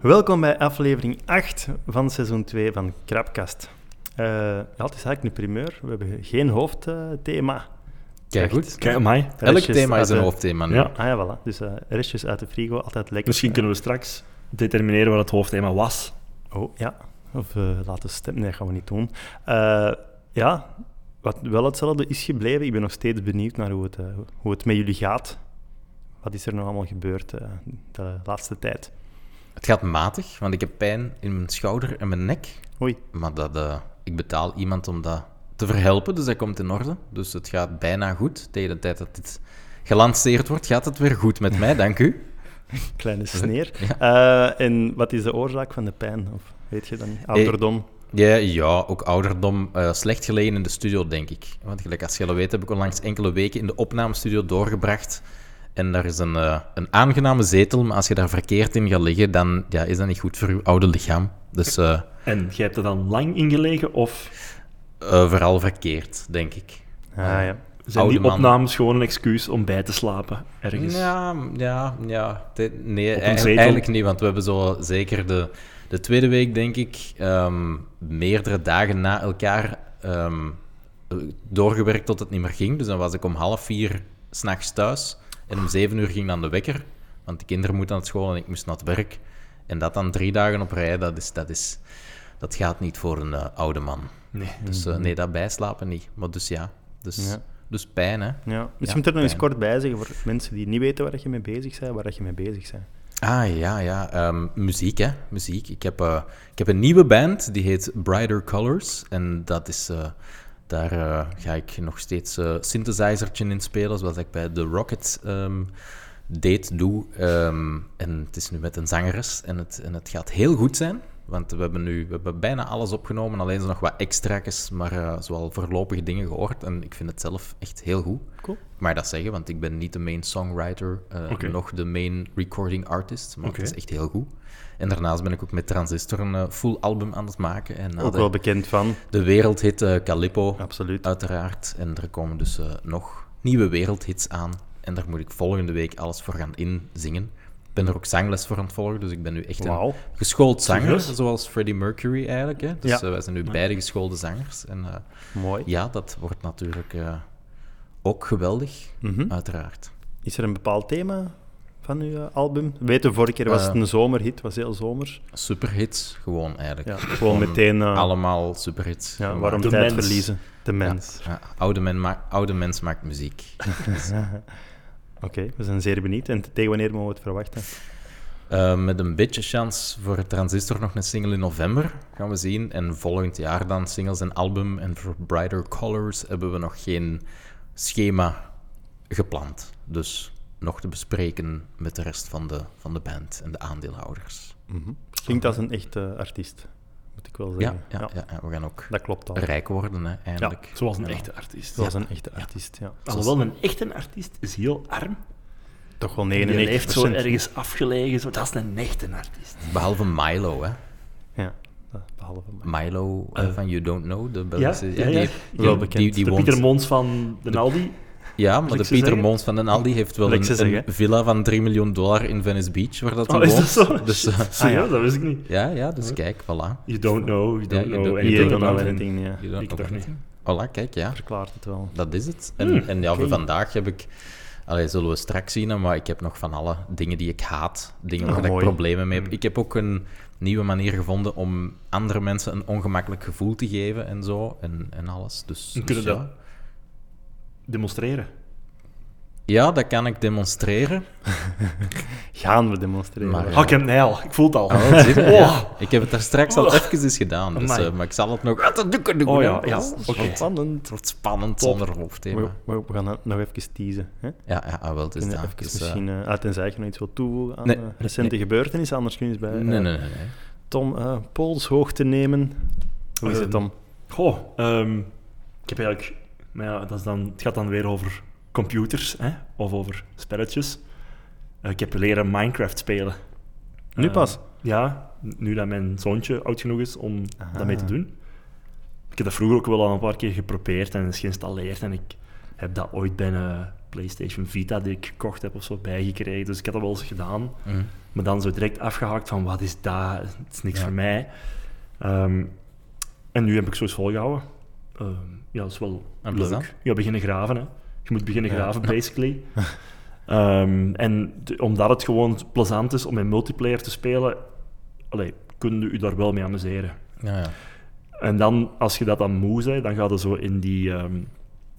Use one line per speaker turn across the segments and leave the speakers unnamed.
Welkom bij aflevering 8 van seizoen 2 van Krapkast. Eh, ja, het is eigenlijk een primeur. We hebben geen hoofdthema.
Kijk
Echt.
goed.
Kijk, amai.
Elk
Restjes
thema is
uit
een
de-
hoofdthema. nu.
eh, Ja.
Ah ja, voilà. Dus eh, restjes uit de frigo, altijd lekker. Eh,
Misschien kunnen we straks determineren wat het hoofdthema was.
Oh, ja. Of eh, laten stemmen. Nee, dat gaan we niet doen. Eh, ja, wat wel hetzelfde is gebleven. Ik ben nog steeds benieuwd naar hoe het, eh, hoe het met jullie gaat. Wat is er nou allemaal gebeurd eh, de laatste tijd?
Het gaat matig, want ik heb pijn in mijn schouder en mijn nek.
Oei.
Maar dat, eh, ik betaal iemand om dat te verhelpen, dus dat komt in orde. Dus het gaat bijna goed. Tegen de tijd dat dit gelanceerd wordt, gaat het weer goed met mij, dank u.
Kleine sneer. Eh, en wat is de oorzaak van de pijn? Of weet je dan niet?
Eh,
Ouderdom?
Ja, ja ook ouderdom. eh, slecht gelegen in de studio, denk ik. Want gelijk als jullie weten, heb ik onlangs enkele weken in de opnamestudio doorgebracht. En daar is een, eh, een aangename zetel, maar als je daar verkeerd in gaat liggen, dan ja, is dat niet goed voor je oude lichaam. Dus... eh,
En jij hebt er dan lang in gelegen of
Eh, vooral verkeerd, denk ik.
Ah ja.
zijn
Oude
die
man.
opnames gewoon een excuus om bij te slapen ergens?
Ja, ja, ja. De- nee,
Op een
eigenlijk-
zetel?
eigenlijk niet, want we hebben zo zeker de, de tweede week, denk ik, ehm, meerdere dagen na elkaar ehm, doorgewerkt tot het niet meer ging. Dus dan was ik om half vier s'nachts thuis en om zeven uur ging dan de wekker, want de kinderen moeten naar school en ik moest naar het werk. En dat dan drie dagen op rij, dat, is, dat, is, dat gaat niet voor een eh, oude man.
Nee.
Dus eh, nee, dat bijslapen niet. Maar dus ja, dus,
Ja.
dus pijn, hè.
Ja, dus
Ja,
je moet er nog eens
pijn.
kort bij zeggen voor mensen die niet weten waar je mee bezig bent, waar dat je mee bezig bent.
Ah ja, ja. Ehm, muziek, hè? Muziek. Ik heb, eh, ik heb een nieuwe band die heet Brighter Colors. En dat is. eh, daar eh, ga ik nog steeds eh synthesizertje in spelen, zoals ik bij The Rocket ehm, deed, doe. Ehm, en het is nu met een zangeres en het, en het gaat heel goed zijn. Want we hebben nu we hebben bijna alles opgenomen, alleen zo nog wat extra's, maar eh zoal voorlopige dingen gehoord. En ik vind het zelf echt heel goed.
Cool.
Ik mag dat zeggen, want ik ben niet de main songwriter, eh,
Oké.
nog de main recording artist, maar
Oké.
het is echt heel goed. En daarnaast ben ik ook met Transistor een eh, full album aan het maken. En na
Ook
de,
wel bekend van,
de wereldhit eh Calippo,
absoluut.
uiteraard. En er komen dus eh, nog nieuwe wereldhits aan. En daar moet ik volgende week alles voor gaan inzingen. Ik ben er ook zangles voor aan het volgen, dus ik ben nu echt een
Wauw.
geschoold zanger,
Serieus?
zoals Freddie Mercury eigenlijk. Hè? Dus
Ja.
eh, wij zijn nu beide geschoolde zangers. En eh,
Mooi.
ja, dat wordt natuurlijk eh, ook geweldig,
Mhm.
uiteraard.
Is er een bepaald thema van uw eh, album? We weten, vorige keer was het
Eh.
een zomerhit, was heel zomer.
Superhits, gewoon eigenlijk.
Ja, gewoon meteen eh,
Allemaal superhits.
ja,
gemaakt.
waarom
De
tijd
mens.
verliezen. De
Ja,
mens.
ja, oude, men maakt- oude mens maakt muziek.
Oké, we zijn zeer benieuwd. En tegen wanneer mogen we het verwachten?
Eh, met een beetje kans voor het Transistor nog een single in november, gaan we zien. En volgend jaar dan singles en album. En voor Brighter Colors hebben we nog geen schema gepland. Dus nog te bespreken met de rest van de, van de band en de aandeelhouders.
Klinkt als een echte eh, artiest, moet ik wel
Ja,
zeggen.
ja, ja, ja, we gaan ook
Dat klopt al.
rijk worden, hè, eindelijk.
Zoals een
Ja.
echte artiest.
Zoals een echte artiest, ja.
Alhoewel, een echte artiest is heel arm.
Toch wel 99%.
Die leeft zo ergens afgelegen. Zo. Dat is een echte artiest.
Behalve Milo, hè.
Ja, behalve mij.
Milo eh, van You Don't Know, de
Ja,
Belgische...
ja, ja.
Die,
Wel
die-
bekend.
Die, die
de
woont-
Pieter Mons van de Aldi.
ja, maar
ik
de
ze
Pieter
zeggen?
Mons van den Aldi heeft wel
Wil ik
een,
ze
een
zeggen?
villa van 3 miljoen dollar in Venice Beach, waar dat
Oh,
hij
is dat
woont.
zo? Ah,
Dus, eh,
Serieus,
ja.
dat wist ik niet.
ja, ja, dus kijk, voilà.
You don't know, you don't
you
know
don't- you
Hier
anything
dan
about
al
him.
ding, ja.
You don't
Ik
know
toch niet.
anything. Voilà, kijk, ja,
Verklaart het wel.
dat is het. En, en ja, voor vandaag heb ik... Allee, zullen we straks zien, maar ik heb nog van alle dingen die ik haat, dingen
Ah,
waar ik
mooi.
problemen mee heb. Ik heb ook een nieuwe manier gevonden om andere mensen een ongemakkelijk gevoel te geven en zo, en, en alles. Dus, dus
We kunnen
ja.
dat demonstreren.
Ja, dat kan ik demonstreren.
Gaan we demonstreren.
Maar- Ja.
Hak hem nijl, ik voel het al.
Ah,
Oh, zie je,
Oh.
ja. Ik heb het daar straks al
Oh.
even eens gedaan, dus,
Amai.
eh, maar ik zal het nog laten doen. doen,
Oh ja,
hè.
ja.
Het wordt-
Oké.
Het
Spannend.
wordt spannend
Top.
zonder hoofdthema.
We, we- we gaan dat nog even teasen. Hè?
Ja, ja, ah, wel, het is
Kunnen
dat.
even
Dus, eh,
misschien, eh, ah, tenzij je nog iets wilt toevoegen aan
nee,
eh, recente
nee.
gebeurtenissen, anders kun je eens bij eh,
nee, nee, nee. nee.
Tom eh Pools hoogte nemen. Hoe is het, Tom?
Goh, ehm, ik heb eigenlijk... Maar ja, dat is dan, het gaat dan weer over computers, hè? of over spelletjes. Eh, ik heb leren Minecraft spelen.
Nu
Eh,
pas?
Ja, nu dat mijn zoontje oud genoeg is om
Aha.
dat mee te doen. Ik heb dat vroeger ook wel al een paar keer geprobeerd en is geïnstalleerd. En ik heb dat ooit bij een PlayStation Vita die ik gekocht heb of zo bijgekregen. Dus ik had dat wel eens gedaan.
Mhm.
Maar dan zo direct afgehaakt van wat is dat? Het is niks
Ja.
voor mij. Ehm, en nu heb ik zoiets volgehouden. Ehm, ja, dat is wel
En
leuk.
plezant.
Ja, beginnen graven. Hè. Je moet beginnen
Ja.
graven, basically. Ehm, en de- omdat het gewoon plezant is om in multiplayer te spelen, allee, kun je je daar wel mee amuseren.
Ja, ja.
En dan, als je dat dan moe bent, dan gaat je zo in die, ehm,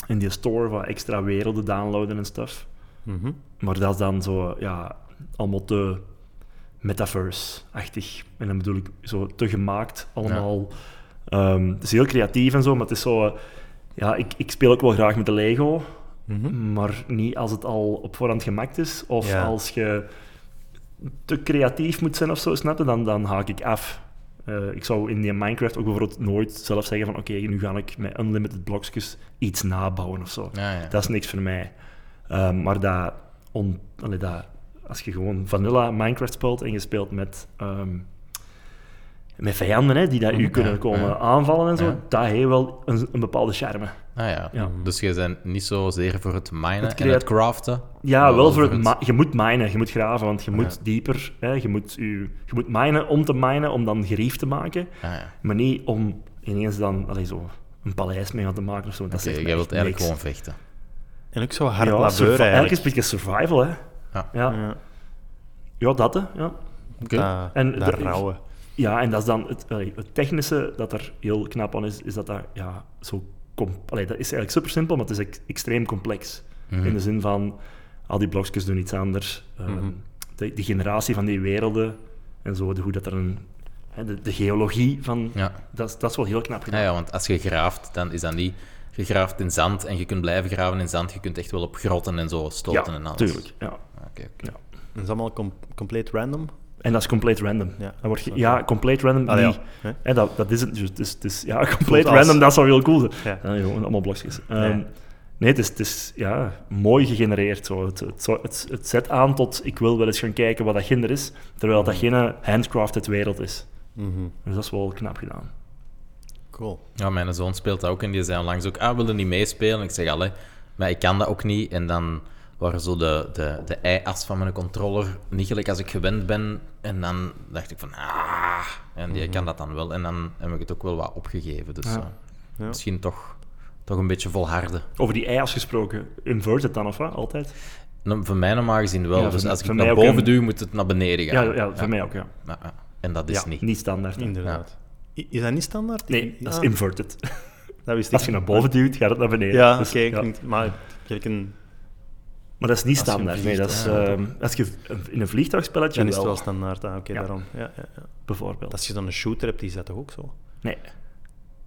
in die store wat extra werelden downloaden en stuff.
Mhm.
Maar dat is dan zo, ja, allemaal te metaverse-achtig. En dan bedoel ik zo te gemaakt allemaal. Ehm, het is heel creatief en zo, maar het is zo... eh, Ja, ik, ik speel ook wel graag met de Lego,
Mhm.
maar niet als het al op voorhand gemaakt is. Of
Ja.
als je te creatief moet zijn of zo, snap je? Dan, dan haak ik af. Eh, ik zou in die Minecraft ook bijvoorbeeld nooit zelf zeggen van oké, nu ga ik met unlimited blokjes iets nabouwen of zo.
ja, ja.
Dat is niks voor mij. Ehm, maar dat, on, allee, dat, als je gewoon vanilla Minecraft speelt en je speelt met, ehm, met vijanden hè, die dat u
Mhm,
kunnen
ja,
komen
ja.
aanvallen en zo,
Ja.
dat heeft wel een, een bepaalde charme.
Ah, ja.
Ja.
Mhm.
Dus je bent niet zozeer voor het minen
Het
en het
creat-
craften.
Ja,
maar
wel voor het ma- je moet minen, je moet graven, want je moet
Ja.
dieper, hè, je, moet u, je moet minen om te minen, om dan gerief te maken,
Ah, ja.
maar niet om ineens dan allee, zo een paleis mee aan te maken of zo. want Dat
Oké,
zegt
jij
mij
wilt
echt
eigenlijk
niks.
gewoon vechten.
En ook zo hard
ja, survi-
labeur
eigenlijk is
eigenlijk.
het een beetje survival, hè.
Ja.
Ja, ja. dat, hè. Ja.
Oké.
Dat,
En
dat
de-
rauwe.
Ja, en dat is dan het, allee, het technische dat er heel knap aan is, is dat dat, ja, zo kom, allee, dat is eigenlijk super simpel, maar het is ex- extreem complex.
Mhm.
In de zin van, al die blokjes doen iets anders. Ehm,
Mhm.
de, de generatie van die werelden en zo, de, hoe dat er een... hè, De, de geologie van...
Ja.
Dat, is- dat is wel heel knap
Ja,
gedaan.
ja, want als je graaft, dan is dat niet... Je graaft in zand en je kunt blijven graven in zand. Je kunt echt wel op grotten en zo stoten en alles.
tuurlijk. Ja.
Oké, oké.
Dat is allemaal com- compleet random.
En dat is compleet random.
Ja.
Dan word je,
Oké.
ja, compleet random.
Ah,
Allee,
die-
ja. Hè?
hè, dat, dat is het. Dus, het is- het is- ja, compleet
als-
random, dat zou heel cool zijn.
Ja.
Ja, gewoon allemaal blokjes. Ehm,
Ja.
Nee, het is, het is ja, mooi gegenereerd. Zo. Het, het, zo- het, het zet aan tot ik wil wel eens gaan kijken wat dat ginder is, terwijl dat geen eh, handcrafted wereld is.
Mhm.
Dus dat is wel knap gedaan.
Cool.
Ja, mijn zoon speelt dat ook en die zei onlangs ook, ah, wilde niet meespelen? Ik zeg, allee, maar ik kan dat ook niet. En dan waren zo de, de, de i-as van mijn controller niet gelijk als ik gewend ben. En dan dacht ik van, ah, en die kan dat dan wel. En dan heb ik het ook wel wat opgegeven. Dus
Mhm. Ja.
eh,
Ja.
misschien toch, toch een beetje volharden.
Over die ei gesproken, inverted dan of wat? Altijd?
Nou, voor mij normaal gezien wel.
Ja,
dus
voor-
als ik
voor
naar
mij ook
boven
een-
duw, moet het naar beneden
Ja,
gaan.
ja, voor mij ook, ja.
Ja, ja. En dat is
ja,
niet.
niet standaard. hè.
Inderdaad. Ah. I- Is dat niet standaard?
Nee,
Ja,
dat is inverted.
dat wist ik
Als je
niet. Ah.
naar boven duwt, gaat het naar beneden.
Ja,
Dus,
oké. ik
ja.
vind- Maar ik heb een,
Maar dat is niet
Als je
standaard. Nee, dat
vliegt,
is,
ja.
ehm, als je v- in een vliegtuigspelletje
dan is
wel,
het wel standaard. Ah, oké,
Ja.
daarom. Ja, ja, ja.
bijvoorbeeld.
Als je dan een shooter hebt, die is dat toch ook zo?
Nee,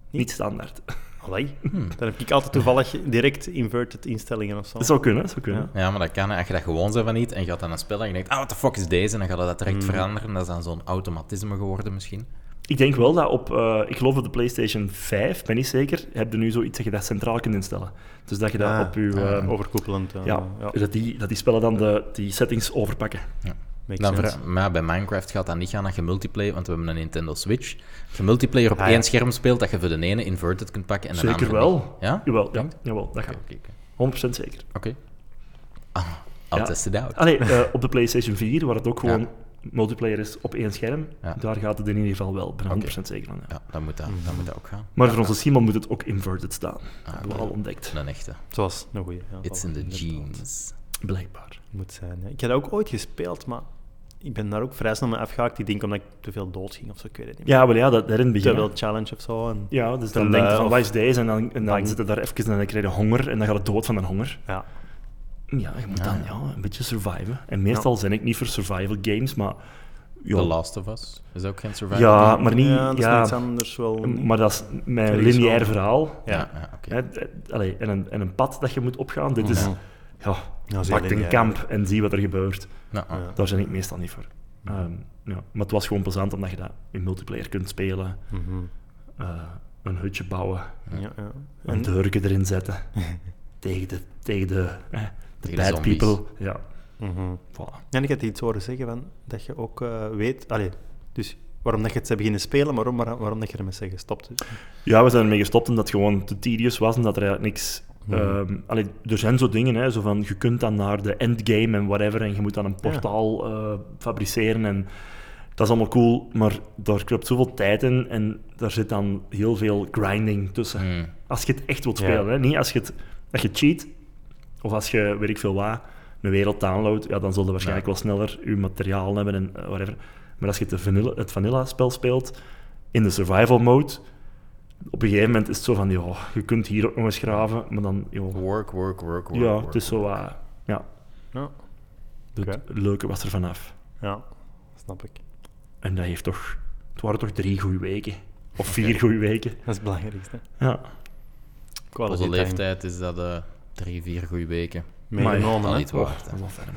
niet standaard.
Allee.
Hmm.
Dan heb ik altijd toevallig direct inverted instellingen of zo.
Dat zou kunnen, dat zou kunnen.
Ja.
Ja, maar dat kan. hè. Als je dat gewoon bent van niet en je gaat dan een spel en je denkt, ah, what the fuck is deze? En dan gaat dat
Mm.
direct veranderen. Dat is dan zo'n automatisme geworden misschien.
Ik denk wel dat op, eh, ik geloof op de PlayStation 5, ben niet zeker, heb je nu zoiets dat je dat centraal kunt instellen. Dus dat je dat
Ah,
op je.
ah,
eh,
Overkoepelend. eh,
ja, Dus
ja.
Dat, die, dat die spellen dan de, die settings overpakken.
Makes
Dan
sense.
ver- maar bij Minecraft gaat dat niet gaan dat je multiplayer, want we hebben een Nintendo Switch. Als je multiplayer op
Ah, ja.
één scherm speelt, dat je voor de ene inverted kunt pakken en de
zeker
andere niet.
wel.
Ja? Oké,
Jawel, ja, jawel, dat gaat.
oké, oké.
100% zeker.
Oké. Ah, I'll
Ja.
test it out.
Allee, eh, op de PlayStation 4, waar het ook
Ja.
gewoon multiplayer is op één scherm,
Ja.
daar gaat het in ieder geval wel. Ik ben er
Oké.
100% zeker van. Ja.
Ja, dan moet dat,
Mm.
dan moet dat ook gaan. Ah,
Maar voor onze Simon moet het ook inverted staan. dat hebben we
oké.
al ontdekt.
Een echte.
Zoals een goeie. ja,
It's
voilà,
in the
inderdaad.
genes.
Blijkbaar.
Moet zijn, ja. Ik heb dat ook ooit gespeeld, maar ik ben daar ook vrij snel mee afgehaakt. Ik denk omdat ik te veel dood ging of zo, ik weet het niet meer.
Ja, wel ja, dat, dat in het begin.
Te
hè.
veel challenge of zo. En,
Ja, dus
Te
dan denk je
lui
van,
of-
wat is deze? En dan, en dan
Bang.
zit je daar even en dan krijg je honger en dan gaat het dood van een honger. Mm,
ja.
Ja, je moet
Ja,
dan
ja.
ja, een beetje surviven. En meestal zijn ik niet voor survival games, maar...
The
ja,
Last of Us is ook geen survival
Ja,
game?
maar niet...
Ja, dat is
Ja,
niks anders wel.
maar dat is mijn
Ergens
lineair
wel.
verhaal.
Ja.
Ja, ja, oké.
Hè, d- eh, allee, en, een, en een pad dat je moet opgaan. Dit is...
Mhm.
Ja,
Ja, zeer
pak een
lineair.
kamp en zie wat er gebeurt.
Nou, ah.
Ja.
Daar zijn ik meestal niet voor. Ehm, ja. Maar het was gewoon plezant omdat je dat in multiplayer kunt spelen.
Mhm.
eh, een hutje bouwen,
Ja, ja.
een
En-
deurke erin zetten. tegen de... Tegen de, eh, de
Tegen de
bad
zombies.
people. Ja,
Mhm.
voilà.
En ik had iets horen zeggen van dat je ook eh, weet, allee, dus waarom dat je het hebt beginnen spelen, maar waarom, waarom dat je ermee bent gestopt. Dus.
Ja, we zijn ermee gestopt omdat het gewoon te tedious was en dat er eigenlijk niks Ehm, allee, er zijn zo dingen, hè, zo van, je kunt dan naar de endgame en whatever, en je moet dan een portaal eh, fabriceren en dat is allemaal cool, maar daar kruipt zoveel tijd in en daar zit dan heel veel grinding tussen.
Hmm.
Als je het echt wilt
Ja.
spelen, hè? niet als je, het, als je cheat of als je, weet ik veel wat, een wereld downloadt, ja, dan zul je waarschijnlijk wel sneller je materiaal hebben en eh, whatever. Maar als je het, de vanilla, het vanilla-spel speelt in de survival mode, op een gegeven moment is het zo van, joh, je kunt hier ook nog eens graven, maar dan, joh,
Work, work, work, work.
ja,
work.
het is zo, eh, ja,
Ja.
het
Oké.
leuke was er vanaf.
ja, snap ik.
En dat heeft toch, het waren toch drie goede weken, of vier goede weken.
Dat is het belangrijkste.
Ja,
Quality
Op onze
time.
leeftijd is dat eh, drie, vier goede weken.
Meegenomen,
Maar
hè?
niet waard. hè.
dat is wel ferm.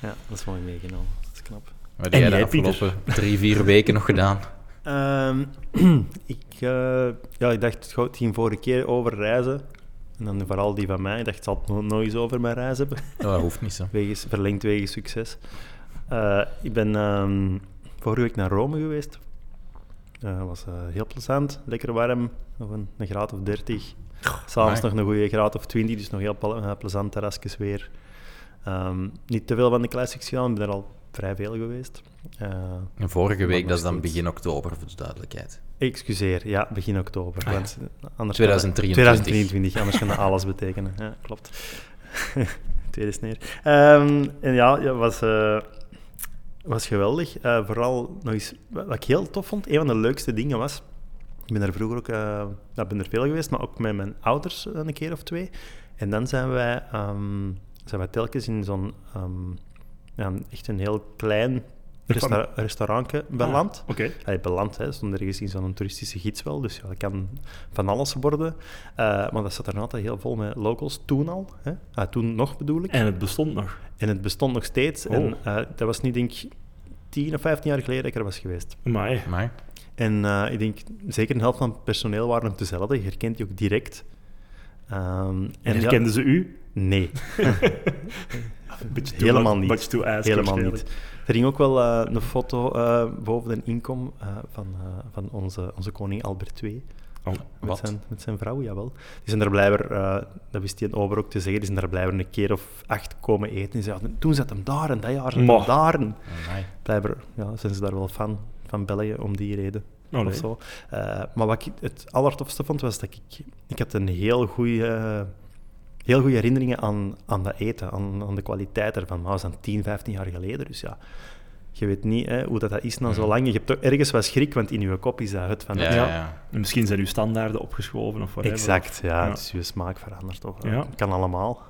Ja, dat is mooi meegenomen. Dat is knap.
Wat heb
En
jij de
jij, Pieter?
afgelopen drie, vier weken nog gedaan?
Ehm, ik, eh, ja, ik dacht, het gaat hier vorige keer over reizen. En dan vooral die van mij. Ik dacht, het zal het no- nooit eens over mijn reis hebben.
Oh, dat hoeft niet zo.
Wegens, verlengd wegens succes. Eh, ik ben ehm, vorige week naar Rome geweest. Eh, Dat was eh, heel plezant, lekker warm. Nog een, een graad of 30. S'avonds
amai.
nog een goede graad of 20, dus nog heel ple- eh, plezant terrasjes weer. Ehm, niet te veel van de classics gedaan, ik ben er al vrij veel geweest. Eh,
En vorige
Maar
week,
nog
dat is dan
steeds.
begin oktober, voor de duidelijkheid.
Excuseer, ja, begin oktober.
Ah, ja.
want anders
2023.
2023, anders kan dat alles betekenen. Ja, klopt. Tweede sneer. Ehm, en ja, ja was, eh, was geweldig. Eh, vooral nog eens, wa- wat ik heel tof vond, een van de leukste dingen was. Ik ben er vroeger ook, eh, nou, ik ben er veel geweest, maar ook met mijn ouders een keer of twee. En dan zijn wij, ehm, zijn wij telkens in zo'n, ehm, ja, een- echt een heel klein resta restaurantje beland.
Ah,
Oké.
Hij belandt, hè, stond ergens in zo'n toeristische gids wel, dus ja, dat kan van alles worden. Eh, maar dat zat er nog altijd heel vol met locals, toen al. Hè? Ah, toen nog bedoel ik.
En het bestond nog.
En het bestond nog steeds.
Oh.
En eh, dat was niet, denk ik, 10 of 15 jaar geleden dat ik er was geweest.
Maar
Maar
En eh, ik denk, zeker een helft van het personeel waren ook dezelfde. Je herkent die ook direct. Ehm,
En
ja-
herkenden ze u?
Nee.
Beetje
Helemaal
much-
niet.
much to ask,
Helemaal niet.
waarschijnlijk.
Er hing ook wel eh, een foto eh, boven de inkom eh, van, eh, van onze, onze koning Albert II. Oh, Met
wat?
zijn, met zijn vrouw, jawel. Die zijn daar blijkbaar, eh, dat wist die over ook te zeggen, die zijn daar blijkbaar een keer of acht komen eten. En zeiden, toen zat hem daar en dat jaar zat
Moh.
hem daar. En
Amai.
blijkbaar ja, zijn ze daar wel fan van België om die reden.
Oh, nee.
Of zo. Eh, maar wat ik het allertofste vond, was dat ik... Ik had een heel goede... Heel goede herinneringen aan, aan dat eten, aan, aan de kwaliteit ervan. Maar dat was dan 10, 15 jaar geleden, dus ja. Je weet niet hè, hoe dat, dat is na zo lang. Je hebt toch ergens wat schrik, want in je kop is dat het van...
Ja,
het
ja.
Ja. En Misschien zijn uw standaarden opgeschoven of whatever.
Exact, ja.
Ja.
Dus je smaak verandert. Of,
Ja.
Kan allemaal.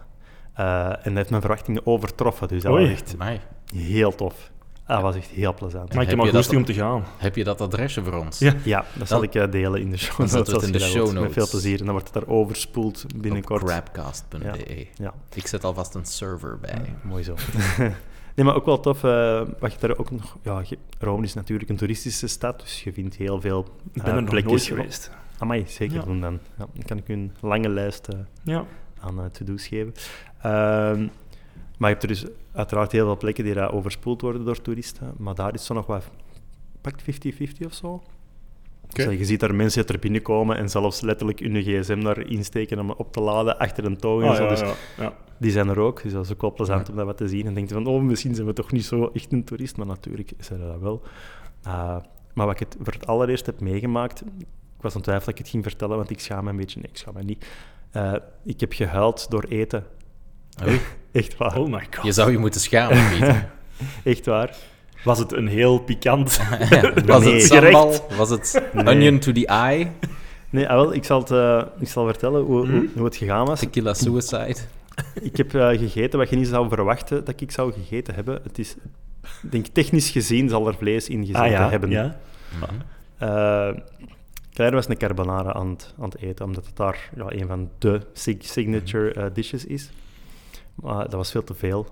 Eh, en dat heeft mijn verwachtingen overtroffen. Dus dat
Oei.
was echt
Amai.
heel tof. Dat was echt heel plezant.
Maar
Heb
ik heb al
je dat
goesting om te gaan.
Heb je dat adresje voor ons?
Ja.
Ja, dat zal ik eh, delen in de show
Dan
notes.
zetten we
als
het in
je
de
dat
show
wilt. Met veel
notes.
plezier. En dan wordt het daar overspoeld
Op
binnenkort.
crapcast.be.
Ja,
Ik zet alvast een server bij.
mooi zo. nee, maar ook wel tof. eh, wat je daar ook nog... Ja, je- Rome is natuurlijk een toeristische stad, dus je vindt heel veel
Ik ben
eh,
er nog nooit
plekjes.
geweest.
Amai, zeker
Ja.
doen dan. Ja, dan kan ik u een lange lijst... eh,
Ja.
aan eh, to-do's geven. Ehm, maar je hebt er dus uiteraard heel veel plekken die daar overspoeld worden door toeristen. Maar daar is zo nog wat, pakt 50-50 of zo. Dus eh, je ziet daar mensen er binnenkomen en zelfs letterlijk hun gsm daar insteken om op te laden achter een toog en
Ah,
zo.
ja,
dus
ja, ja.
die zijn er ook, dus dat is ook wel plezant
Ja.
om dat wat te zien. En denk je van, oh, misschien zijn we toch niet zo echt een toerist, maar natuurlijk zijn we dat wel. Eh, maar wat ik het voor het allereerst heb meegemaakt, ik was aan het twijfelen dat ik het ging vertellen, want ik schaam me een beetje. Nee, ik schaam me niet. Eh, ik heb gehuild door eten.
Oei.
Echt waar.
Oh my god.
Je zou je moeten schamen, Pieter.
Echt waar.
Was het een heel pikant...
Ah, Was
Nee.
het sambal? Was het onion to the eye?
Nee, ah, wel, ik zal, het, eh, ik zal vertellen hoe,
Mhm.
hoe, hoe het gegaan was.
Tequila suicide?
Ik heb eh, gegeten wat je niet zou verwachten dat ik zou gegeten hebben. Het is, ik denk technisch gezien zal er vlees in gezeten
Ah, ja.
hebben.
ja.
Mhm.
Eh, Claire was een carbonara aan het, aan het eten, omdat het daar ja, een van de sig- signature eh, dishes is. Maar dat was veel te veel.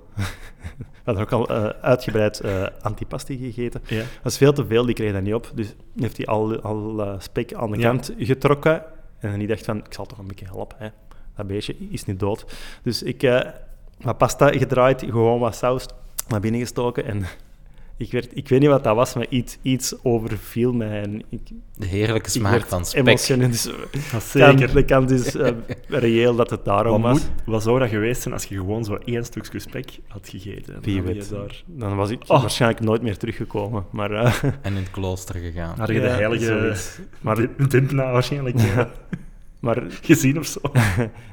We hadden ook al eh, uitgebreid eh, antipasti gegeten.
Ja.
Dat is veel te veel, die kreeg dat niet op. Dus heeft hij al, al eh, spek aan de
Ja.
kant getrokken. En die dacht van, ik zal toch een beetje helpen. Hè. Dat beestje is niet dood. Dus ik eh wat pasta gedraaid, gewoon wat saus naar binnen gestoken. En Ik, werd, ik weet niet wat dat was, maar iets, iets overviel mij. En ik,
De
ik
heerlijke smaak
werd
van spek.
emotioneel. Dus, eh,
Dat
kan-
zeker.
de kans is eh, reëel dat het daarom
Wat,
was.
moet, wat zou dat geweest zijn als je gewoon zo één stukje spek had gegeten? Dan
Wie
had je
weet.
Daar,
Dan was ik
Oh.
waarschijnlijk nooit meer teruggekomen. Maar, eh,
En in het klooster gegaan.
had je de
Ja,
heilige
zoiets.
maar...
Maar-
Dimpna waarschijnlijk eh,
maar
gezien of zo.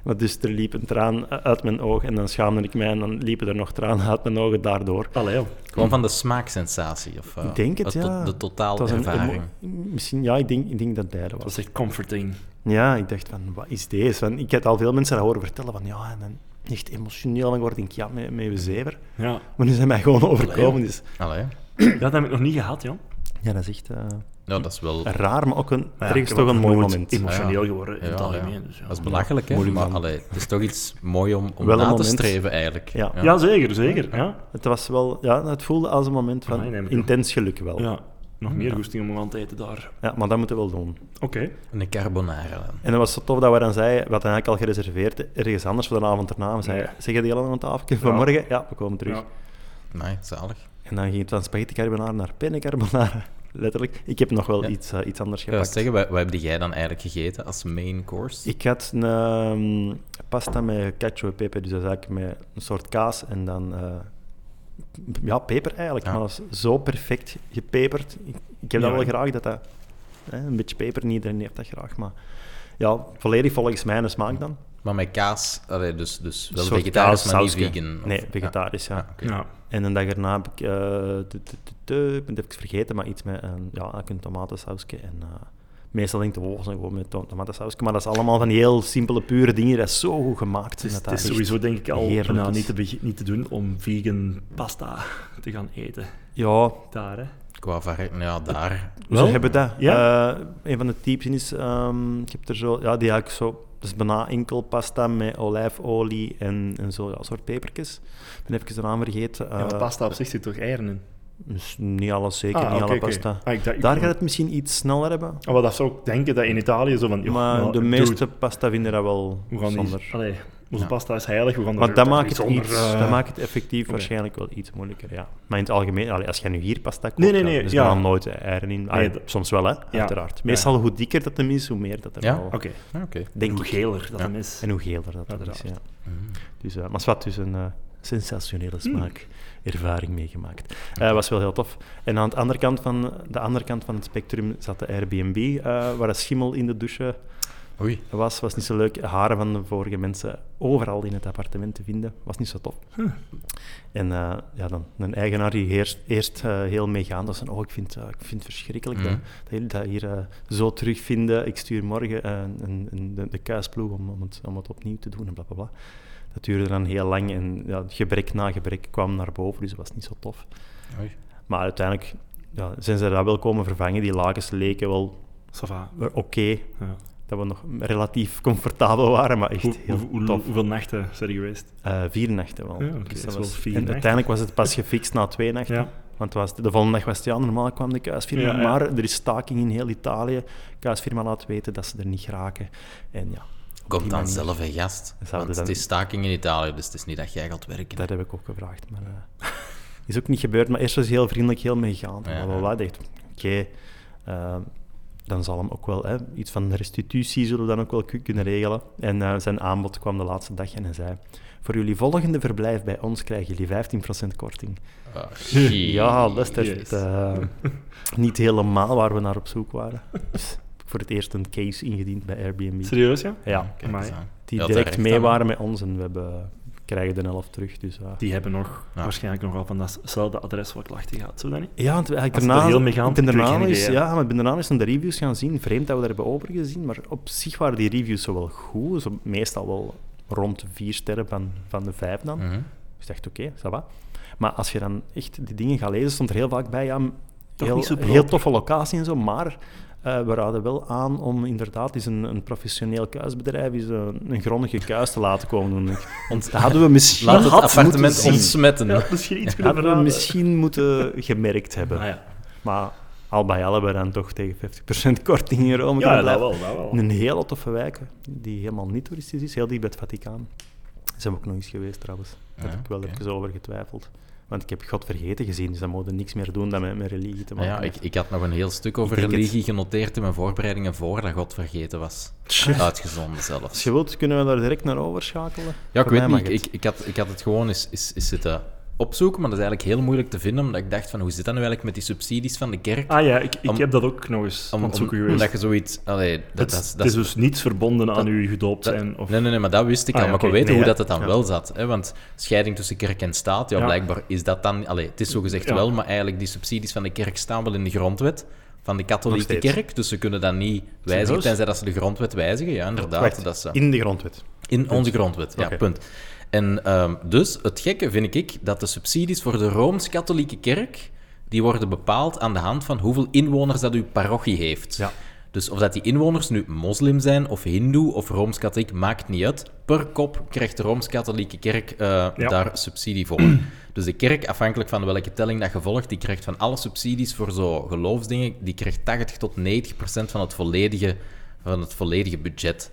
Maar dus er liep een traan uit mijn oog en dan schaamde ik mij en dan liepen er nog tranen uit mijn ogen daardoor.
Allee, joh.
Gewoon van de smaaksensatie. Of, eh,
Ik denk het,
to-
ja.
De
Het
totaal
was een
ervaring.
emo- misschien, ja, ik denk, ik denk dat beide
dat
was.
was echt comforting.
Ja, ik dacht van, wat is deze? Want ik had al veel mensen dat horen vertellen van, ja, en dan echt emotioneel, dan word ik ja, met, met een zever.
Ja.
Maar nu zijn mij gewoon overkomen, dus...
Allee.
ja, dat heb ik nog niet gehad, joh.
Ja, dat is echt eh,
Nou, dat is wel...
raar, maar ook een,
Maar ja,
ergens
ik heb
toch een
ook
mooi
nooit
moment.
Emotioneel
Ja.
geworden in
Ja,
het
ja.
algemeen. dus ja.
Dat is belachelijk, hè?
Moeilijk
Maar
dan.
allee, het is toch iets mooi om, om
Wel een
na te
moment.
streven, eigenlijk.
Ja.
ja. zeker, zeker. Ja.
Het was wel, ja, het voelde als een moment van
Amai, neem ik
intens geluk wel. Ja.
ja. Nog meer goesting om hem aan te eten daar.
maar dat moeten we wel doen.
Oké.
Een carbonara. dan.
En dat was zo tof dat we dan zeiden, we hadden eigenlijk al gereserveerd ergens anders voor de avond erna. We zeiden,
Nee.
zeggen die allemaal aan tafel vanmorgen? Ja, we komen terug.
Ja.
Nee, zalig.
En dan ging het van spaghetti carbonara naar penne carbonara. Letterlijk. Ik heb nog wel
Ja.
iets, eh, iets anders
Ja,
gepakt.
zeggen, wat, wat heb jij dan eigenlijk gegeten als main course?
ik had een ehm, pasta met cacio e pepe, dus dat is eigenlijk met een soort kaas en dan... eh, p- ja, peper eigenlijk,
Ja.
maar dat is zo perfect gepeperd. Ik, ik heb
Ja,
dat wel
hè?
graag, dat dat... Hè, een beetje peper, niet iedereen heeft dat graag, maar... Ja, volledig volgens mijn smaak dan.
Maar met kaas, allee, dus, dus wel
Een soort
vegetarisch,
kaas,
maar niet
sausje.
vegan. of-
Nee,
ja.
vegetarisch, ja.
Ah, oké.
Ja.
En de dag erna heb ik, eh, tu- tu- tu- tu, ik ben het even vergeten, maar iets met een, ja, eigenlijk een tomatensausje. En, eh, meestal denk ik de zijn gewoon met to- tomatensausje, maar dat is allemaal van die heel simpele, pure dingen. Dat is zo goed gemaakt.
Het is,
dat
het is
dat echt-
sowieso denk ik al
heerlijk
bijna
is.
niet te, beg- niet te doen om vegan pasta te gaan eten.
Ja,
Daar, hè.
Qua variëteit, ja, daar.
Ze hebben dat.
Ja.
Eh, een van de types is, ehm ik heb er zo, ja, die eigenlijk zo, dus bijna enkel pasta met olijfolie en, en zo, ja, soort pepertjes. Ik ben even de naam vergeten.
Ja, maar
Eh,
pasta op zich zit toch eieren in?
dus niet alles zeker,
Ah,
niet
oké,
alle
oké.
pasta.
Ah, ik dacht- ik-
Daar gaat het misschien iets sneller hebben.
Oh, maar dat zou ik denken dat in Italië zo van... joh,
maar
nou,
de
dude,
meeste pasta vinden dat wel
we gaan
zonder.
niet... Allee, onze
Ja.
pasta is heilig, we gaan
Want
er
dat
toch
maakt,
niet
het
zonder,
iets,
eh,
dat maakt het effectief
oké.
waarschijnlijk wel iets moeilijker, ja. Maar in het algemeen, allee, als jij nu hier pasta koopt,
Nee, nee, nee,
dan is
ja.
er dan nooit eieren in. Allee,
dat-
Soms wel, hè, uiteraard. Meestal hoe dikker dat hem is, hoe meer dat er
Ja?
wel.
Oké,
Ah, Oké.
Denk
hoe
ik.
geler dat
Ja.
hem is.
En hoe geler dat hem is, ja.
Uiteraard.
Mm.
Dus, eh, maar het was dus een eh, sensationele smaakervaring meegemaakt. Eh, was wel heel tof. En aan de andere kant van, de andere kant van het spectrum zat de Airbnb, eh, waar een schimmel in de douche
Oei.
was. Was niet zo leuk. Haren van de vorige mensen overal in het appartement te vinden. Was niet zo tof. En eh, ja, dan een eigenaar die eerst, eerst eh, heel meegaand was. van, Oh, ik vind, eh, ik vind het verschrikkelijk dat,
Mhm.
dat jullie dat hier eh, zo terugvinden. Ik stuur morgen eh, een, een, de, de kuisploeg om, om, het, om het opnieuw te doen en blablabla. Bla, bla. Dat duurde dan heel lang en ja, gebrek na gebrek kwam naar boven, dus dat was niet zo tof.
Oei.
Maar uiteindelijk ja, zijn ze dat wel komen vervangen. Die lakens leken wel
Ça va.
eh, oké,
Ja.
dat we nog relatief comfortabel waren, maar echt
Hoe,
heel
hoe- hoe-
tof.
hoeveel nachten zijn er geweest?
Eh, vier nachten wel.
Ja, oké,
Dus
dat
dat
is wel
was-
vier
en
nachten.
uiteindelijk was het pas gefixt na twee nachten.
Ja.
Want het was, de volgende dag was het ja, normaal kwam de kaasfirma,
Ja, ja.
maar er is staking in heel Italië. kaasfirma laat weten dat ze er niet raken. En ja, op
Komt
die
dan
manier.
zelf een gast.
Zouden
Want
dan-
het is staking in Italië, dus het is niet dat jij gaat werken.
Dat heb ik ook gevraagd, maar eh, is ook niet gebeurd. Maar eerst was hij heel vriendelijk, heel meegaand.
Ja.
Ja. Blablabla. Ik dacht, oké, ehm, dan zal hem ook wel hè, iets van de restitutie zullen we dan ook wel ku- kunnen regelen. En eh, zijn aanbod kwam de laatste dag en hij zei: Voor jullie volgende verblijf bij ons krijgen jullie 15% korting.
Ah, shit.
Ja, dat is
Jezus.
echt eh, niet helemaal waar we naar op zoek waren. Dus heb ik voor het eerst een case ingediend bij Airbnb.
Serieus, ja?
Ja,
Kijk eens
Amai.
aan.
die
Ja,
direct
terecht
mee
dan.
waren met ons en we hebben, krijgen de helft terug. Dus, eh,
Die hebben nog,
Ja.
waarschijnlijk nogal van datzelfde adres wat klachten gehad, zo dan niet?
Ja, want eigenlijk
Als het
daarna,
er heel mee gaan,
ik ben
heb ik
daarna
geen
eens,
idee, hè.
ja, maar ik ben daarna eens naar de reviews gaan zien. Vreemd dat we daar hebben overgezien, maar op zich waren die reviews zo wel goed. Zo meestal wel rond de vier sterren van, van de vijf dan.
Mhm.
Dus ik dacht, oké, ça va. Maar als je dan echt die dingen gaat lezen, stond er heel vaak bij, ja, m-
Toch
heel,
niet zo proper.
heel toffe locatie en zo, maar eh, we raden wel aan om inderdaad eens een, een professioneel kuisbedrijf, eens een, een grondige kuis te laten komen doen. Ik- Want dat hadden we misschien
Laat het
had moeten
appartement
zien.
ontsmetten.
Ja, misschien iets
Hadden
kunnen
we
verraden.
misschien moeten gemerkt hebben.
Ah, ja.
Maar al bij al hebben we dan toch tegen 50% korting in Rome
ja,
kunnen
dat
blijven.
wel, dat wel.
In een hele toffe wijk, hè, die helemaal niet toeristisch is, heel dicht bij het Vaticaan. Daar zijn we ook nog eens geweest trouwens. Daar
Ja,
heb ik wel
oké.
even over getwijfeld. Want ik heb God vergeten gezien, dus dan moet je niks meer doen dan met, met religie te
Nou
maken.
ja, ik,
heeft.
ik had nog een heel stuk over
Ik denk het.
religie genoteerd in mijn voorbereidingen voordat God vergeten was. Uitgezonden zelfs.
Als je wilt, kunnen we daar direct naar overschakelen.
Ja, ik
Voor
weet
mij mag
niet.
het.
Ik, ik, had, ik had het gewoon eens, eens, eens zitten opzoeken, maar dat is eigenlijk heel moeilijk te vinden, omdat ik dacht van, hoe zit dat nu eigenlijk met die subsidies van de kerk?
Ah ja, ik, ik
Om-
heb dat ook nog eens
Om-
aan het
om-
zoeken geweest.
omdat je zoiets... Allee, dat,
het,
dat, is-
het
dat
is
is
dus niets verbonden aan
dat-
uw gedoopt
dat-
zijn. Of,
Nee, nee, nee, maar dat wist ik
Ah,
al.
ja,
maar
oké.
ik weten
Nee,
hoe
ja.
dat het dan
Ja.
wel zat. Hè? Want scheiding tussen kerk en staat, ja,
Ja.
blijkbaar is dat dan... Allee, het is zo gezegd
Ja.
wel, maar eigenlijk die subsidies van de kerk staan wel in de grondwet van de
Nog
katholieke
steeds.
kerk. Dus ze kunnen dat niet wijzigen,
Serieus?
tenzij dat ze de grondwet wijzigen. Ja, inderdaad.
Wacht,
dat ze...
in de grondwet.
In onze grondwet, ja,
Oké.
punt. En ehm, dus, het gekke vind ik dat de subsidies voor de Rooms-Katholieke Kerk, die worden bepaald aan de hand van hoeveel inwoners dat uw parochie heeft.
Ja.
Dus of dat die inwoners nu moslim zijn, of hindoe, of Rooms-Katholiek, maakt niet uit. Per kop krijgt de Rooms-Katholieke Kerk eh,
Ja.
daar subsidie voor. Dus de kerk, afhankelijk van welke telling dat je volgt, die krijgt van alle subsidies voor zo geloofsdingen, die krijgt 80 tot 90 procent van het volledige, van het volledige budget.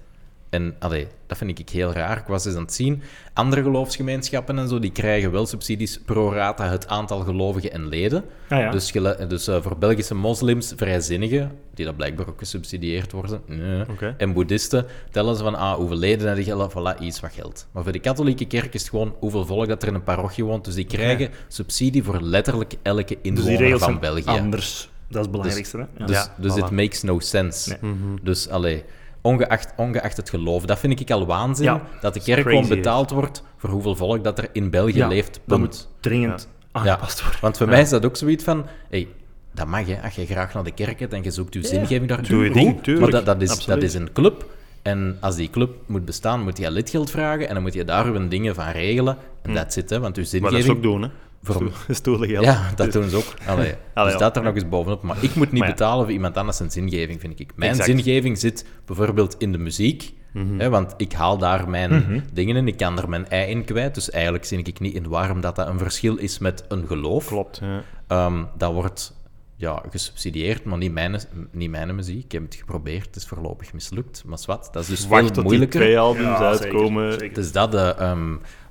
En allee, dat vind ik heel raar. Ik was eens aan het zien. Andere geloofsgemeenschappen en zo, die krijgen wel subsidies pro rata het aantal gelovigen en leden.
Ah ja.
Dus, gele- dus eh, voor Belgische moslims, vrijzinnigen, die dat blijkbaar ook gesubsidieerd worden, nee,
Oké.
en boeddhisten, tellen ze van ah, hoeveel leden heb je, Ah, voilà, iets wat geld. Maar voor de katholieke kerk is het gewoon hoeveel volk dat er in een parochie woont. Dus die krijgen subsidie voor letterlijk elke
dus die
inwoner
regels
van
zijn
België.
anders. Dat is het belangrijkste. hè? Ja.
Dus,
Ja,
dus
voilà.
it makes no sense.
Nee.
Dus allee, ongeacht, ongeacht het geloof, dat vind ik al waanzin.
Ja,
dat de kerk
crazy,
gewoon betaald wordt voor hoeveel volk dat er in België
Ja,
leeft. punt.
dat moet dringend aangepast worden.
Want voor mij is dat ook zoiets van... Hey, dat mag, hè. Als je graag naar de kerk gaat en je zoekt je zingeving daar...
Doe je
Goed,
ding, tuurlijk.
Maar dat, dat, is,
Absoluut.
dat is een club. En als die club moet bestaan, moet je lidgeld vragen. En dan moet je daar hun dingen van regelen. En dat zit, hè. Want je
Hm. Maar
zingeving...
dat is ook doen, hè.
Waarom?
Stoel- Stoelen Dus geld.
Ja, dat doen ze ook. Allee,
Allee,
dus
ja.
dat er nog eens bovenop. Maar ik moet niet
Maar ja.
betalen voor iemand anders zijn zingeving, vind ik. Mijn
Exact. Mhm.
zingeving zit bijvoorbeeld in de muziek. Hè, want ik haal daar mijn dingen in, ik kan er mijn ei in kwijt. Dus eigenlijk zie ik niet in waarom dat, dat een verschil is met een geloof.
Klopt, ja.
Ehm, dat wordt ja, gesubsidieerd, maar niet mijn, niet mijn muziek. Ik heb het geprobeerd, het is voorlopig mislukt. Maar zwart, dat is dus
Wacht
veel
tot die
moeilijker.
twee albums
Ja, zeker,
uitkomen.
zeker.
Dus dat, eh, ehm,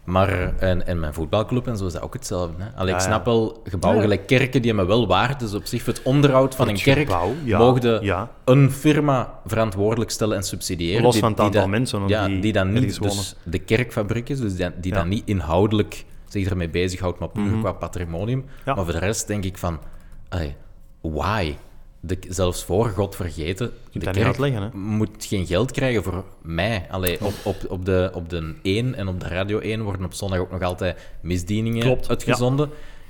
maar en, en mijn voetbalclub en zo is dat ook hetzelfde. Hè? Allee, ik
Ja, ja.
snap wel, gebouwen gelijk kerken die hebben wel waard. Dus op zich voor het onderhoud van een
Het
kerk
gebouw, ja,
mogen
ja.
een firma verantwoordelijk stellen en subsidiëren.
Los van het aantal
dat-
mensen, want
ja, die,
die
dan niet
ergens wonen.
dus de kerkfabriek is, dus die, die
Ja. Mhm.
dan niet inhoudelijk zich ermee bezighoudt, maar puur qua patrimonium.
Ja.
Maar voor de rest denk ik van, allee, why? De, zelfs voor God vergeten, de
dat niet
kerk
uitleggen, hè?
moet geen geld krijgen voor mij. Allee, op,
Oh.
op, op, de, op de 1 en op de Radio 1 worden op zondag ook nog altijd misdieningen
Klopt,
uitgezonden.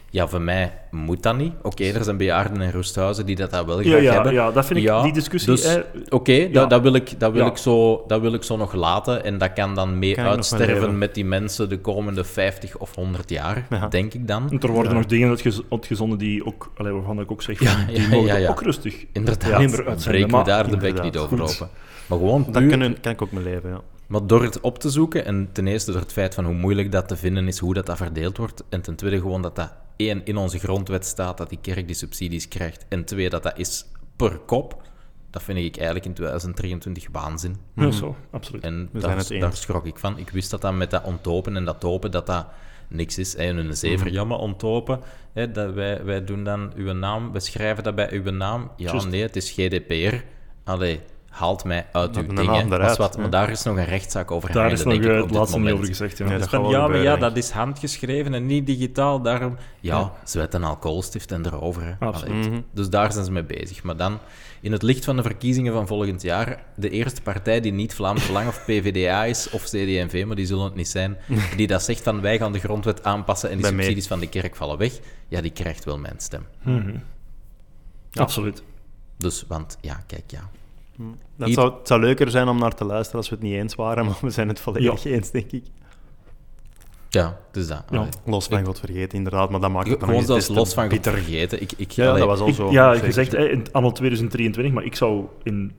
Ja. voor mij moet dat niet. Oké, er zijn bejaarden en rusthuizen die dat, dat wel graag
Ja, ja,
hebben.
ja, dat vind ik- die discussie,
Dus,
hè,
Oké, dat, dat, wil ik, dat, wil
Ja.
ik zo- dat wil ik zo nog laten. En dat kan dan mee
Kan ik nog maar
uitsterven
leven.
met die mensen de komende 50 of 100 jaar,
Ja.
denk ik dan.
En er worden nog dingen uitgez- uitgezonden die ook, allee, waarvan ik ook zeg, van,
Ja,
die
ja,
mogen
ja, ja.
ook rustig.
Inderdaad,
Ja, maar uitzenden,
breek me
maar
daar de bek
inderdaad,
niet over
goed.
open. Maar gewoon
Dat
puur-
kan, kan ik ook mijn leven, ja.
Maar door het op te zoeken, en ten eerste door het feit van hoe moeilijk dat te vinden is, hoe dat, dat verdeeld wordt, en ten tweede gewoon dat dat één in onze grondwet staat dat die kerk die subsidies krijgt, en twee dat dat is per kop, dat vind ik eigenlijk in 2023 waanzin.
Ja, zo, absoluut.
En
We zijn
daar,
het eens.
daar schrok ik van. Ik wist dat dat met dat ontopen en dat topen, dat dat niks is. En een zever,
Mhm.
ja, maar ontopen, hè, dat wij, wij doen dan uw naam, we schrijven dat bij uw naam. Ja,
Juist.
nee, het is GDPR. Allee, haalt mij uit uw
een
ding.
naam
hè.
eruit,
Als wat, maar
hè.
daar is nog een rechtszaak over
Daar
gaande,
is nog
denk ik,
eh,
op
het
dit
laatste niet
moment.
over gezegd. Ja.
Ja,
Dus
dat
van,
gaat wel
ja, maar ja,
gebeuren,
dat is handgeschreven en niet digitaal, daarom... Ja,
Ja.
ze wet en alcoholstift en erover. hè.
Absoluut.
Allee,
Mhm.
Dus daar zijn ze mee bezig. Maar dan, in het licht van de verkiezingen van volgend jaar, de eerste partij die niet Vlaams Belang of PVDA is, of CD&V, maar die zullen het niet zijn, die dat zegt van wij gaan de grondwet aanpassen en die
Bij mij.
subsidies van de kerk vallen weg, ja, die krijgt wel mijn stem.
Mhm. Absoluut.
Dus, want, ja, kijk, ja.
Dat
Iets-
zou, het zou leuker zijn om naar te luisteren als we het niet eens waren, maar we zijn het volledig eens, denk ik.
Ja, dus dat.
Ja.
allee.
Los van God vergeten, inderdaad, maar dat maakt het dan
Gewoon
nog eens des
zelfs
te
los van God
bitterer.
vergeten. Ik, ik,
Ja,
allee,
dat was al
Ik-
zo.
ja,
zeker.
je zegt eh, in anno 2023, maar ik zou in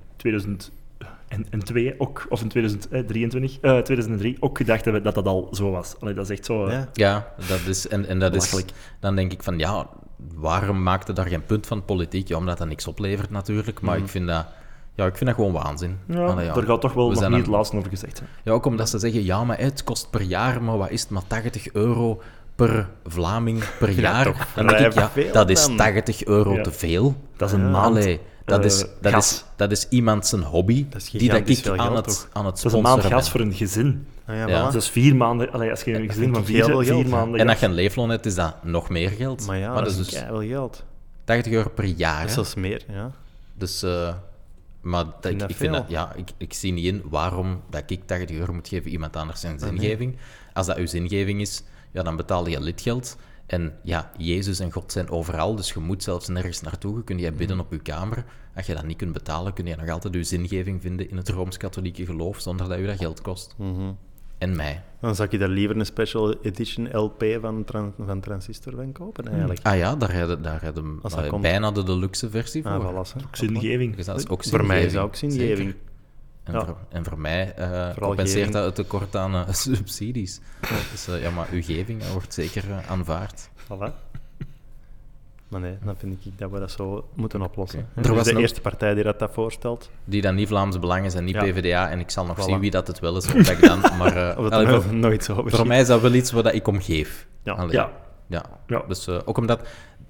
2002 ook, of in 2023, eh, 2003 ook gedacht hebben dat dat al zo was. Allee, dat is echt zo... eh,
Ja.
Ja, dat is, en, en dat is,
Belachelijk.
dan denk ik van, ja, waarom maakte daar geen punt van politiek? Ja, omdat dat niks oplevert natuurlijk, maar ik, vind dat, ja, ik vind dat gewoon waanzin.
Ja,
Allee, ja.
Daar gaat toch wel
We
nog
zijn
niet
een-
het laatste over gezegd. Hè.
Ja, ook omdat ze zeggen, ja, maar het kost per jaar, maar wat is het, maar 80 euro per Vlaming per
Ja,
jaar.
toch.
Dan denk ik,
Vrij
ja,
veel
dat is
dan.
80 euro
Ja.
te veel.
Dat is een
Ja.
maand.
Allee, dat,
eh,
is, dat,
gas.
is, dat is iemand zijn hobby,
Dat is
die dat
gigantisch
ik
veel
aan
geld,
het,
toch?
aan het
Dat is een maand
sponsoren
gas
ben.
voor een gezin.
Ah, ja,
Ja. Dus-
voilà.
Dat is vier maanden. Allee, als je een gezin
vind
van
ik
vier,
heel veel
vier
geld, ja.
maanden.
En als
gas-
je een leefloon hebt, is dat nog meer geld.
Maar ja,
dat,
dat
is dus
is wel geld.
80 euro per jaar.
Dat is
hè.
zelfs meer, ja.
Dus, eh, maar dat, ik,
dat
ik, vind
veel.
dat, ja, ik, ik zie niet in waarom dat ik 80 euro moet geven iemand anders zijn
Ah, nee.
zingeving. Als dat uw zingeving is, ja, dan betaal je lidgeld. En ja, Jezus en God zijn overal, dus je moet zelfs nergens naartoe. Je kunt
Mhm.
jij bidden op je kamer. Als je dat niet kunt betalen, kun je nog altijd je zingeving vinden in het Rooms-Katholieke geloof, zonder dat je dat geld kost.
Mhm.
En mij.
Dan zou ik daar liever een special edition LP van, Tran- van Transistor van kopen, eigenlijk.
Ah ja, daar hebben daar heb je
Als dat
eh,
komt.
bijna de deluxe versie voor.
Ah, voilà, hè.
Zingeving.
Dus dat is ook
Voor mij is dat
zingeving.
ook zingeving.
Zeker. En,
Ja.
voor, en voor mij eh,
geving.
compenseert dat het tekort aan eh, subsidies. Dus eh, ja, maar uw geving eh, wordt zeker eh, aanvaard.
Voilà. Maar nee, dan vind ik dat we dat zo moeten oplossen.
Oké.
hè.
Er
Dus
was
de
nog-
eerste partij die dat, dat voorstelt.
Die dan niet Vlaams Belang is en niet
Ja.
PvdA. En ik zal nog
Voilà.
zien wie dat het wel is. Of dat ik dan, maar eh,
Of dat
allee,
er
voor,
nog iets over
voor mij is dat wel iets waar dat ik om geef.
Ja.
Allee,
Ja.
ja.
Ja.
Dus eh, ook omdat,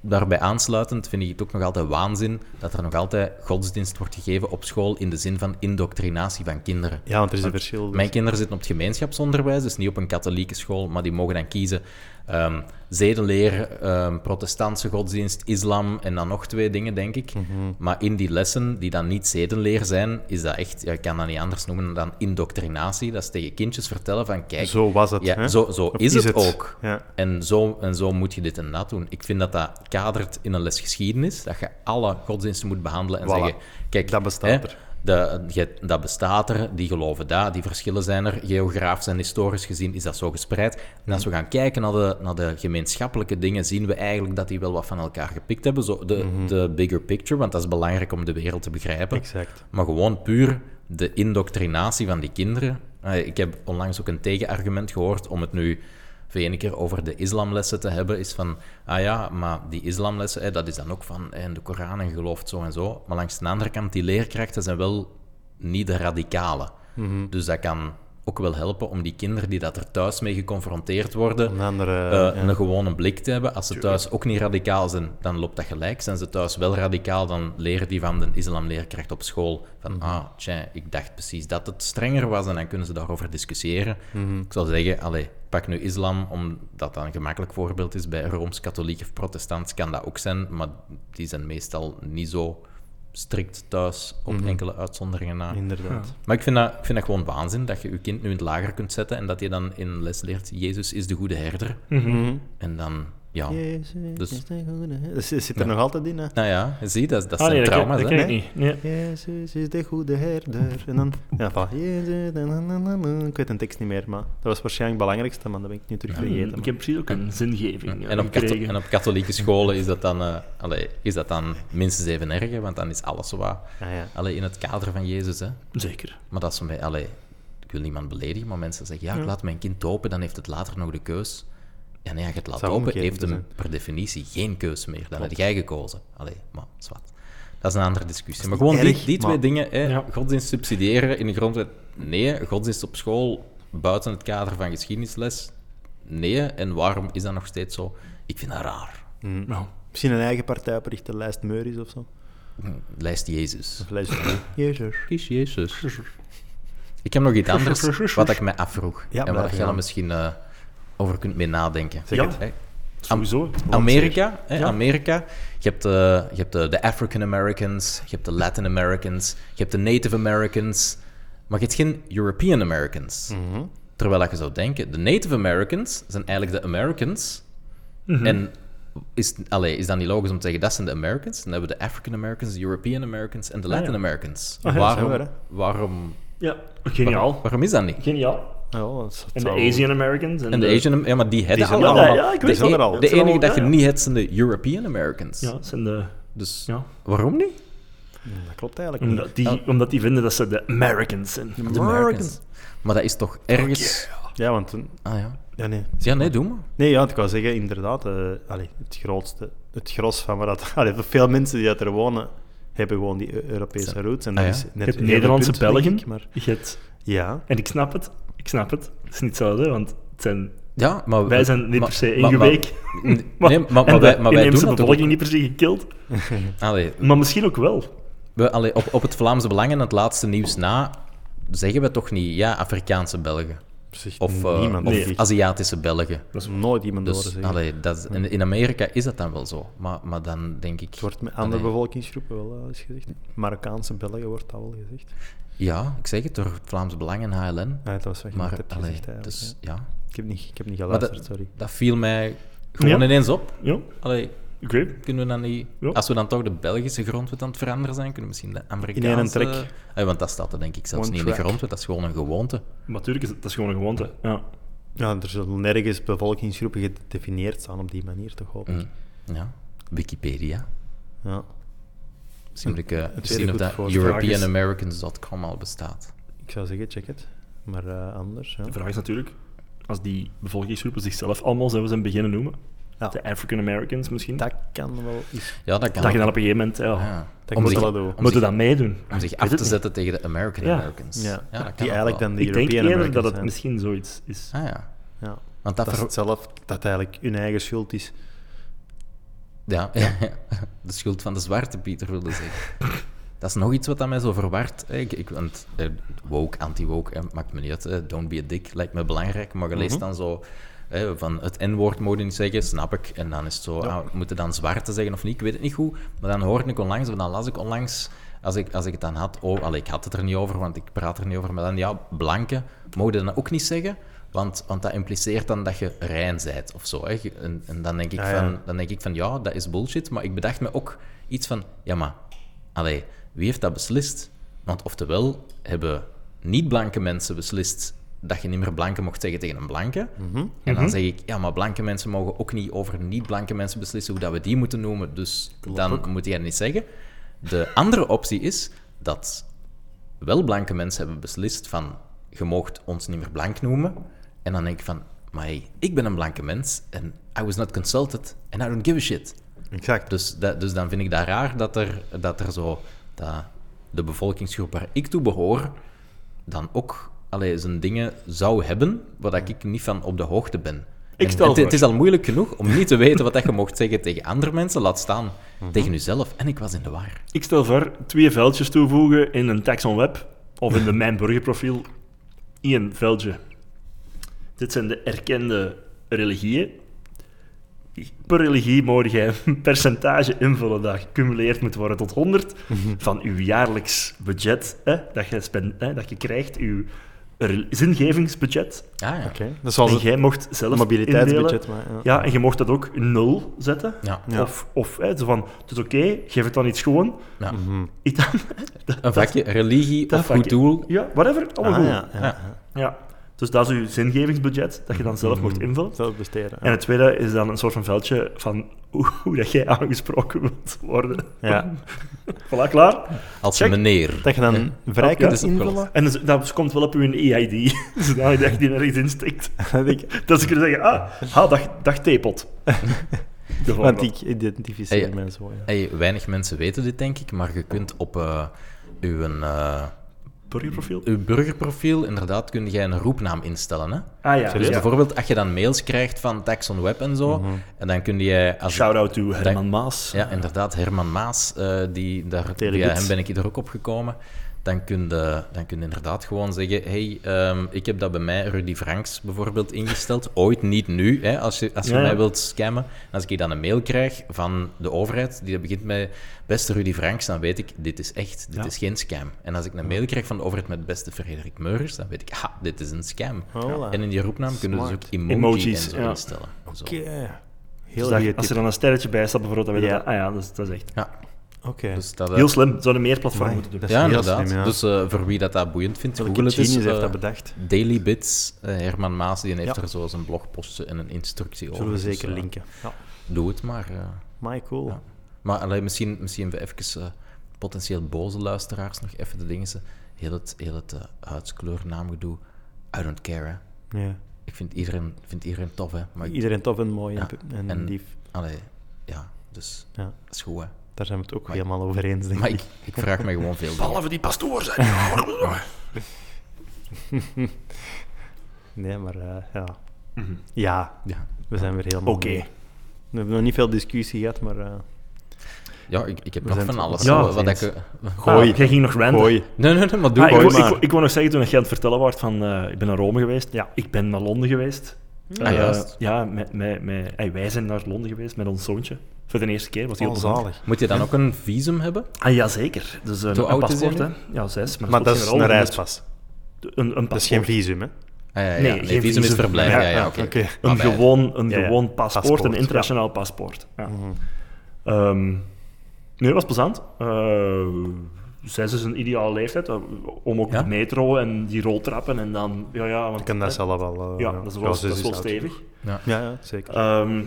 daarbij aansluitend, vind ik het ook nog altijd waanzin dat er nog altijd godsdienst wordt gegeven op school in de zin van indoctrinatie van kinderen.
Ja, want er is een verschil. dus.
Mijn kinderen zitten op het gemeenschapsonderwijs, dus niet op een katholieke school, maar die mogen dan kiezen ehm, zedeleer, ehm, protestantse godsdienst, islam en dan nog twee dingen, denk ik.
Mhm.
Maar in die lessen, die dan niet zedenleer zijn, is dat echt, ja, ik kan dat niet anders noemen dan indoctrinatie. Dat is tegen kindjes vertellen van, kijk,
Zo was het.
ja,
hè?
zo, zo
Of
is, het, ook.
Ja.
En zo, en zo moet je dit en dat doen. Ik vind dat dat kadert in een les geschiedenis, dat je alle godsdiensten moet behandelen en
Voilà.
zeggen, kijk,
Dat bestaat
hè,
er.
de- je- dat bestaat er, die geloven dat, die verschillen zijn er, geografisch en historisch gezien is dat zo gespreid. En als we gaan kijken naar de, naar de gemeenschappelijke dingen, zien we eigenlijk dat die wel wat van elkaar gepikt hebben, zo de, de bigger picture, want dat is belangrijk om de wereld te begrijpen.
Exact.
Maar gewoon puur de indoctrinatie van die kinderen. Eh, Ik heb onlangs ook een tegenargument gehoord om het nu voor één keer over de islamlessen te hebben. Is van, ah ja, maar die islamlessen, eh, dat is dan ook van eh, in de Koran en je gelooft zo en zo. Maar langs de andere kant, die leerkrachten zijn wel niet de radicalen. Dus dat kan ook wel helpen om die kinderen die dat er thuis mee geconfronteerd worden,
Een andere...
eh,
ja.
een gewone blik te hebben. Als ze thuis ook niet radicaal zijn, dan loopt dat gelijk. Zijn ze thuis wel radicaal, dan leren die van de islamleerkracht op school van
Mhm.
ah, tja, ik dacht precies dat het strenger was en dan kunnen ze daarover discussiëren.
Mhm.
Ik zou zeggen, allee, pak nu islam, omdat dat een gemakkelijk voorbeeld is. Bij Rooms-Katholiek of protestants kan dat ook zijn, maar die zijn meestal niet zo strikt thuis, op
Mhm.
enkele uitzonderingen
Ah.
na.
Inderdaad.
Maar ik vind, dat, ik vind dat gewoon waanzin dat je je kind nu in het lager kunt zetten en dat je dan in les leert: Jezus is de goede herder.
Mhm.
Mhm.
En dan, ja.
Ah.
Jezus,
Dus-
is de goede herder. Dus zit er nog altijd in, hè?
Nou ja, je ziet, dat, dat
Ah
zijn
nee, dat ken-
trauma's.
dat
hè?
ken ik niet. Nee.
Jezus is de goede herder. En dan... Ja, voilà. Jezus... na, na, na, na, na. Ik weet een tekst niet meer, maar dat was waarschijnlijk het belangrijkste, maar dat ben ik nu terug vergeten.
Ik
maar-
heb precies ook een zingeving eh,
En op, katho-
gekregen.
en op katholieke scholen is dat, dan, eh, allee, is dat dan minstens even erg, hè, want dan is alles zo wat.
Ah, ja.
Allee, in het kader van Jezus. Hè.
Zeker.
Maar dat is voor mij, allee, ik wil niemand beledigen, maar mensen zeggen: ja, ik laat mijn kind open, dan heeft het later nog de keus. Ja, nee, als je het laat
Zou
open,
omgekeerd
heeft hem
moeten
per definitie geen keus meer. Dan heb jij gekozen. Allee, maar zwart. Dat is een andere discussie. Maar gewoon die,
erg,
die twee
maar-
dingen, hè,
Ja.
godsdienst subsidiëren in de grondwet, nee. Godsdienst op school, buiten het kader van geschiedenisles, nee. En waarom is dat nog steeds zo? Ik vind dat raar.
Nou,
Misschien een eigen partij oprichten, lijst Meuris of zo.
Lijst Jezus.
Of lijst Jezus.
Is Jezus. Ik heb nog iets anders wat ik me afvroeg.
Ja,
en
blijf
waar jij dan
gaan.
misschien eh, over kunt mee nadenken.
Zeg
Ja.
het.
Hè,
sowieso.
Amerika, hè,
Ja.
Amerika. Je hebt, eh, je hebt de, de African Americans, je hebt de Latin Americans, je hebt de Native Americans, maar je hebt geen European Americans.
Mhm.
Terwijl dat je zou denken, de Native Americans zijn eigenlijk de Americans.
Mhm.
En is, allee, is dat niet logisch om te zeggen, dat zijn de Americans? Dan hebben we de African Americans, de European Americans en de
ja.
Latin Americans.
Ah, ja, dat is
waarom,
waar, hè.
waarom,
Ja, geniaal.
waarom is dat niet?
Geniaal.
Ja, dat is-
En de
zou-
Asian Americans. En,
En de Asian, ja, maar die hebben
zijn
al
er
allemaal.
allemaal. Ja,
ik
de, e-
weet,
zijn er al.
de
Het
zijn
enige
allemaal-
dat je
ja, ja.
niet hebt zijn de European Americans.
Ja, zijn de...
Dus
Ja.
waarom niet?
Dat klopt eigenlijk niet.
Omdat die, omdat die vinden dat ze de Americans zijn.
De Americans. Maar dat is toch ergens.
Ja, want... een-
Ah ja.
Ja, nee.
Ja, nee, doe maar.
Nee, ja, want ik wou zeggen, inderdaad, eh, allee, het grootste, het gros van waar dat... Allee, veel mensen die dat er wonen, hebben gewoon die Eu- Europese roots. En dat
Ah, ja.
is
Je
net
hebt
een hele
Nederlandse
punt, denk
Belgen.
ik, maar,
Je hebt...
ja,
En ik snap het. Ik snap het. Het is niet hetzelfde, want het zijn
Ja, maar...
Wij zijn niet
maar-
per se
maar-
ingeweekt.
maar- Nee, maar, maar,
en
maar
de
wij, maar wij
inheemse
doen dat toch
bevolking
ook.
niet per se gekild.
Allee,
Maar misschien ook wel.
we, allee, op, op het Vlaamse Belang en het laatste nieuws na zeggen we toch niet, ja, Afrikaanse Belgen.
Zegt
Of, eh,
niemand.
of
denk ik.
Aziatische Belgen.
Dat is nooit iemand horen
Dus
zeggen.
allee, dat, is- in, in Amerika is dat dan wel zo. Maar, maar dan denk ik...
Het wordt met andere
Allee.
bevolkingsgroepen wel eh, eens gezegd. Marokkaanse Belgen wordt dat wel gezegd.
Ja, ik zeg het, door het Vlaams Belang en HLN.
Nee, dat was wat Ah, je net
Maar
hebt
allee,
gezegd eigenlijk.
dus,
ja.
ja.
Ik, heb niet, ik heb niet
Maar
geluisterd,
dat,
sorry.
dat viel mij gewoon
Ja.
ineens op.
Ja, oké.
Allee, kunnen we dan niet...
Ja.
Als we dan toch de Belgische grondwet aan het veranderen zijn, kunnen we misschien de Amerikaanse...
één trek.
Eh, want dat staat er denk ik zelfs
One
niet in de
track.
grondwet, dat is gewoon een gewoonte.
Maar natuurlijk, is het- dat is gewoon een gewoonte. Ja.
Ja, er zullen nergens bevolkingsgroepen gedefinieerd staan op die manier, toch hoop ik.
Mm. Ja, Wikipedia.
Ja.
Misschien moet ik eh,
tweede
zien of
goed
dat
voorspraak is-
EuropeanAmericans.com al bestaat.
Ik zou zeggen, check het. Maar eh, anders, ja.
De vraag is natuurlijk, als die bevolkingsgroepen zichzelf allemaal zouden zijn beginnen noemen,
Ja.
de African Americans misschien,
Dat kan wel iets.
Ja, dat kan.
dat je dan op een gegeven moment... Ja,
Ja.
Dat
Om
moet
zich-
wel doen.
om
Moeten
zich,
dat meedoen?
om zich
Ik
af
weet
te
het
zetten tegen de American
Ja.
Americans.
Ja.
dat kan ook
die eigenlijk
wel.
dan de
niet. Ik denk
European
eerder
Americans
dat het
zijn.
misschien zoiets is.
Ah ja.
Ja.
Want dat,
Dat is
ver-
het zelf, dat het eigenlijk hun eigen schuld is.
Ja, de schuld van de zwarte Pieter wilde zeggen. Dat is nog iets wat aan mij zo verward. Ik, ik, want, eh, woke, anti-woke, eh, maakt me niet uit. eh, Don't be a dick lijkt me belangrijk. Maar je leest
Mhm.
dan zo eh, van het N-woord moet je niet zeggen, snap ik. En dan is het zo, ah, moeten dan zwarte zeggen of niet? Ik weet het niet goed. Maar dan hoorde ik onlangs, of dan las ik onlangs, als ik, als ik het dan had, oh, allee, ik had het er niet over, want ik praat er niet over. Maar dan, ja, blanke mogen dat ook niet zeggen. Want, want dat impliceert dan dat je rein bent of zo. Hè? Je- En, en dan denk ik
Ah, ja.
van, dan denk ik van ja, dat is bullshit. Maar ik bedacht me ook iets van, ja maar, allee, wie heeft dat beslist? Want oftewel hebben niet-blanke mensen beslist dat je niet meer blanke mocht zeggen tegen een blanke. En dan zeg ik, ja maar blanke mensen mogen ook niet over niet-blanke mensen beslissen hoe dat we die moeten noemen. Dus dan moet je dat niet zeggen. De andere optie is dat wel blanke mensen hebben beslist van je moogt ons niet meer blank noemen. En dan denk ik van, maar hey, ik ben een blanke mens en I was not consulted and I don't give a shit.
Exact.
Dus, dat, dus dan vind ik dat raar dat er, dat er zo dat de bevolkingsgroep waar ik toe behoor dan ook allee, zijn dingen zou hebben waar dat ik niet van op de hoogte ben.
Ik
En
stel
het,
voor.
het is al moeilijk genoeg om niet te weten wat dat je mocht zeggen tegen andere mensen, laat staan
Mhm.
tegen jezelf. En ik was in de war.
Ik stel voor, twee veldjes toevoegen in een Taxon Web of in de Mijn Burgerprofiel. Eén veldje. Dit zijn de erkende religieën. Per religie moet jij een percentage invullen dat gecumuleerd moet worden tot 100 van uw jaarlijks budget hè, dat, je spend, hè, dat je krijgt, uw rel- zingevingsbudget.
Ah, ja.
Oké. Dat is zoals
en
het
jij mocht zelf
mobiliteitsbudget.
indelen.
Maar, ja.
Ja, en je mocht dat ook nul zetten.
Ja.
Ja.
Of, of hè, zo van, het is oké, geef het dan iets gewoon.
Ja.
Mhm.
Iets aan-
Een vakje religie
dat
of
vakje.
goed doel.
Ja, whatever, allemaal
Ah,
goed.
ja, ja,
Ja.
ja.
Ja. Dus dat is uw zingevingsbudget, dat je dan zelf
Mm-hmm.
mocht invullen.
Zelf besteden.
En het tweede is dan een soort van veldje van hoe, hoe dat jij aangesproken wilt worden.
Ja.
Voilà, klaar.
Als
Check.
meneer.
Dat je dan vrij
Ja,
kunt
dat is ook wel
invullen.
En dus, dat komt wel op uw E EID, zodat Dus je echt niet ergens instikt.
Dat ik,
Dat ze kunnen zeggen, ah, ha, dag, dag theepot.
want ik identificeer
Hey.
mij zo. Ja.
Hey, weinig mensen weten dit, denk ik, maar je kunt op eh, uw, eh,
Burgerprofiel.
Eh,
uw burgerprofiel inderdaad kun jij een roepnaam instellen. Hè?
Ah ja,
Dus
ja.
bijvoorbeeld als je dan mails krijgt van Taxon Web en zo, en dan kun je... Als,
Shout-out to Herman Maas.
ja, inderdaad, Herman Maas, eh, die, daar,
Telegids.
via hem ben ik er ook op gekomen. Dan kun, je, dan kun je inderdaad gewoon zeggen, hey, ehm, ik heb dat bij mij, Rudy Franks bijvoorbeeld, ingesteld. Ooit, niet nu, hè, als je, als je
Ja, ja.
mij wilt scammen. En als ik dan een mail krijg van de overheid, die begint met, beste Rudy Franks, dan weet ik, dit is echt, dit
Ja.
is geen scam. En als ik een mail krijg van de overheid met beste Frederik Meurers, dan weet ik, ha, dit is een scam.
Hola.
En in die roepnaam kunnen we dus ook
Smart.
emoji
Emojis,
en zo
ja.
instellen. Zo.
Oké.
Dus
Heel
dat-
goede
als er
tip.
dan een sterretje bij staat, bijvoorbeeld, dan weet je
Ja.
dat, ah ja, dat is, dat is echt...
Ja,
Oké.
dus dat, eh,
Heel slim, zouden meer platformen
Amai,
moeten doen.
dat is
ja,
heel
inderdaad.
slim, ja.
Dus eh, voor wie dat, dat boeiend vindt,
Welke
google het eens.
genius heeft
eh,
dat bedacht?
Daily Bits, eh, Herman Maas, die heeft
Ja.
er zo zijn blogpost en een instructie over.
Zullen we
Dus,
zeker
eh,
linken. Ja.
Doe het maar. eh.
My cool.
Ja. Maar allee, misschien, misschien we even eh, potentieel boze luisteraars nog even de dingen. ze- Heel het, heel het eh, huidskleurnaamgedoe. I don't care, hè.
Ja.
Ik vind iedereen, vind iedereen tof, hè. Maar ik-
Iedereen tof en mooi en
Ja,
pu- en,
en-
lief.
allee, ja, dus
Ja.
dat is goed, hè.
Daar zijn we het ook
Maar-
helemaal over eens, denk
Maar
ik.
ik, ik vraag me gewoon veel dingen.
Behalve die pastoor zijn.
Nee, maar eh, ja.
Mhm.
Ja,
Ja,
we zijn weer helemaal
Oké.
mee. We hebben nog niet veel discussie gehad, maar eh
ja ik, ik heb
We
nog
zijn
van
het-
alles.
Ja,
wat ik,
eens. Ah,
Gooi.
Gooi.
Ah, jij ging nog random.
gooi.
nee, nee, nee, maar doe
Ah, ik,
Gooi
wou-
gewoon.
ik,
maar.
wou- ik wou nog zeggen toen je aan het vertellen was van eh, ik ben naar Rome geweest.
Ja.
Ik ben naar Londen geweest.
Ah,
Eh,
juist.
ja, met, met, met, ey, wij zijn naar Londen geweest met ons zoontje. Voor de eerste keer was heel
Oh,
plezant.
zalig.
Moet je dan ook een visum hebben?
Ah, jazeker. Dus eh,
Hoe
een
oud is
paspoort,
hij
hè? Ja, zes. Maar,
Maar dat
geen
is
rol,
een
dus
reispas.
Een, een
Dat is geen
paspoort.
visum, hè?
Ah, ja, ja,
Nee,
nee,
geen
visum, is
visum.
verblijf. Ja,
Ja,
ja,
ah,
oké.
oké.
Maar
Een
bij-
gewoon, een
Ja, ja.
gewoon paspoort,
Paspoort,
een
ja.
internationaal paspoort. Ja.
Mhm.
Ehm, nee, dat was plezant. Eh, Zes is een ideale leeftijd eh, om ook
Ja?
de metro en die roltrappen en dan... Ja, ja, want,
Ik ken
hè,
dat zelf wel. eh,
Ja, dat is wel,
zes
dat is wel
oud.
stevig.
Ja, ja, zeker.
Ehm,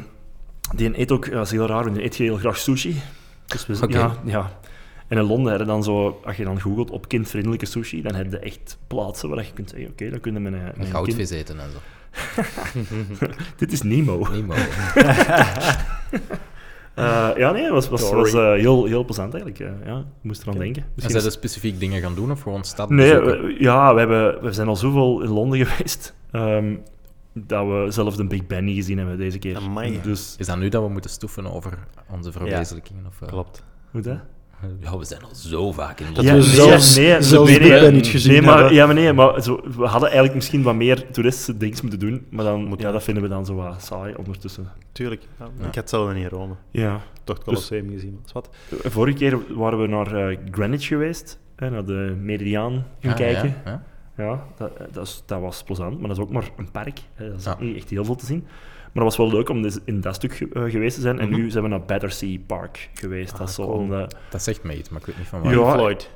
die eet ook, ja, dat is heel raar, want die eet heel graag sushi. Dus we,
Oké.
ja, ja. En in Londen hebben dan zo, als je dan googelt op kindvriendelijke sushi, dan heb je echt plaatsen waar je kunt zeggen, oké, dan kunnen mijn, eh,
Een
mijn
goudvis eten en zo.
kind- Dit is Nemo.
Niet mogelijk.
Eh, ja, nee, het was, was,
Sorry.
was eh, heel, heel plezant eigenlijk. eh, ja, ik moest eraan denken.
En
Misschien
zijn er specifiek dingen gaan doen of gewoon stad
Nee,
bezoeken?
we- ja, we, hebben, we zijn al zoveel in Londen geweest, ehm, dat we zelf de Big Ben niet gezien hebben deze keer.
Amai.
Dus,
Is dat nu dat we moeten stoeven over onze verwezenlijkingen? Of, eh,
Klopt.
goed hè?
Ja, we zijn al zo vaak in Ah,
Dat
Londen.
we
nee,
zelfs-
nee,
zelfs
nee,
Big
nee,
Ben niet gezien
nee, maar,
hebben.
Ja, maar nee, maar zo, we hadden eigenlijk misschien wat meer toeristische dingen moeten doen, maar dan,
Moet
ja, dat vinden we dan zo wat saai ondertussen.
Tuurlijk. Ja,
Ja.
Ik had zelf niet in Rome.
Ja.
Toch het Colosseum gezien. Dat is wat.
Vorige keer waren we naar eh, Greenwich geweest, hè, naar de Meridiaan gaan
Ah, ja,
kijken.
ja.
Ja, dat, eh, dat, is- dat was plezant, maar dat is ook maar een park. hè. Dat is
Ja.
niet echt heel veel te zien. Maar het was wel leuk om dus in dat stuk ge- eh, geweest te zijn. En nu zijn we naar Battersea Park geweest. dat is, zo
Mhm. Ah, cool.
om de-
Dat zegt me iets, maar ik weet niet van waar.
Pink
Ja.
Floyd.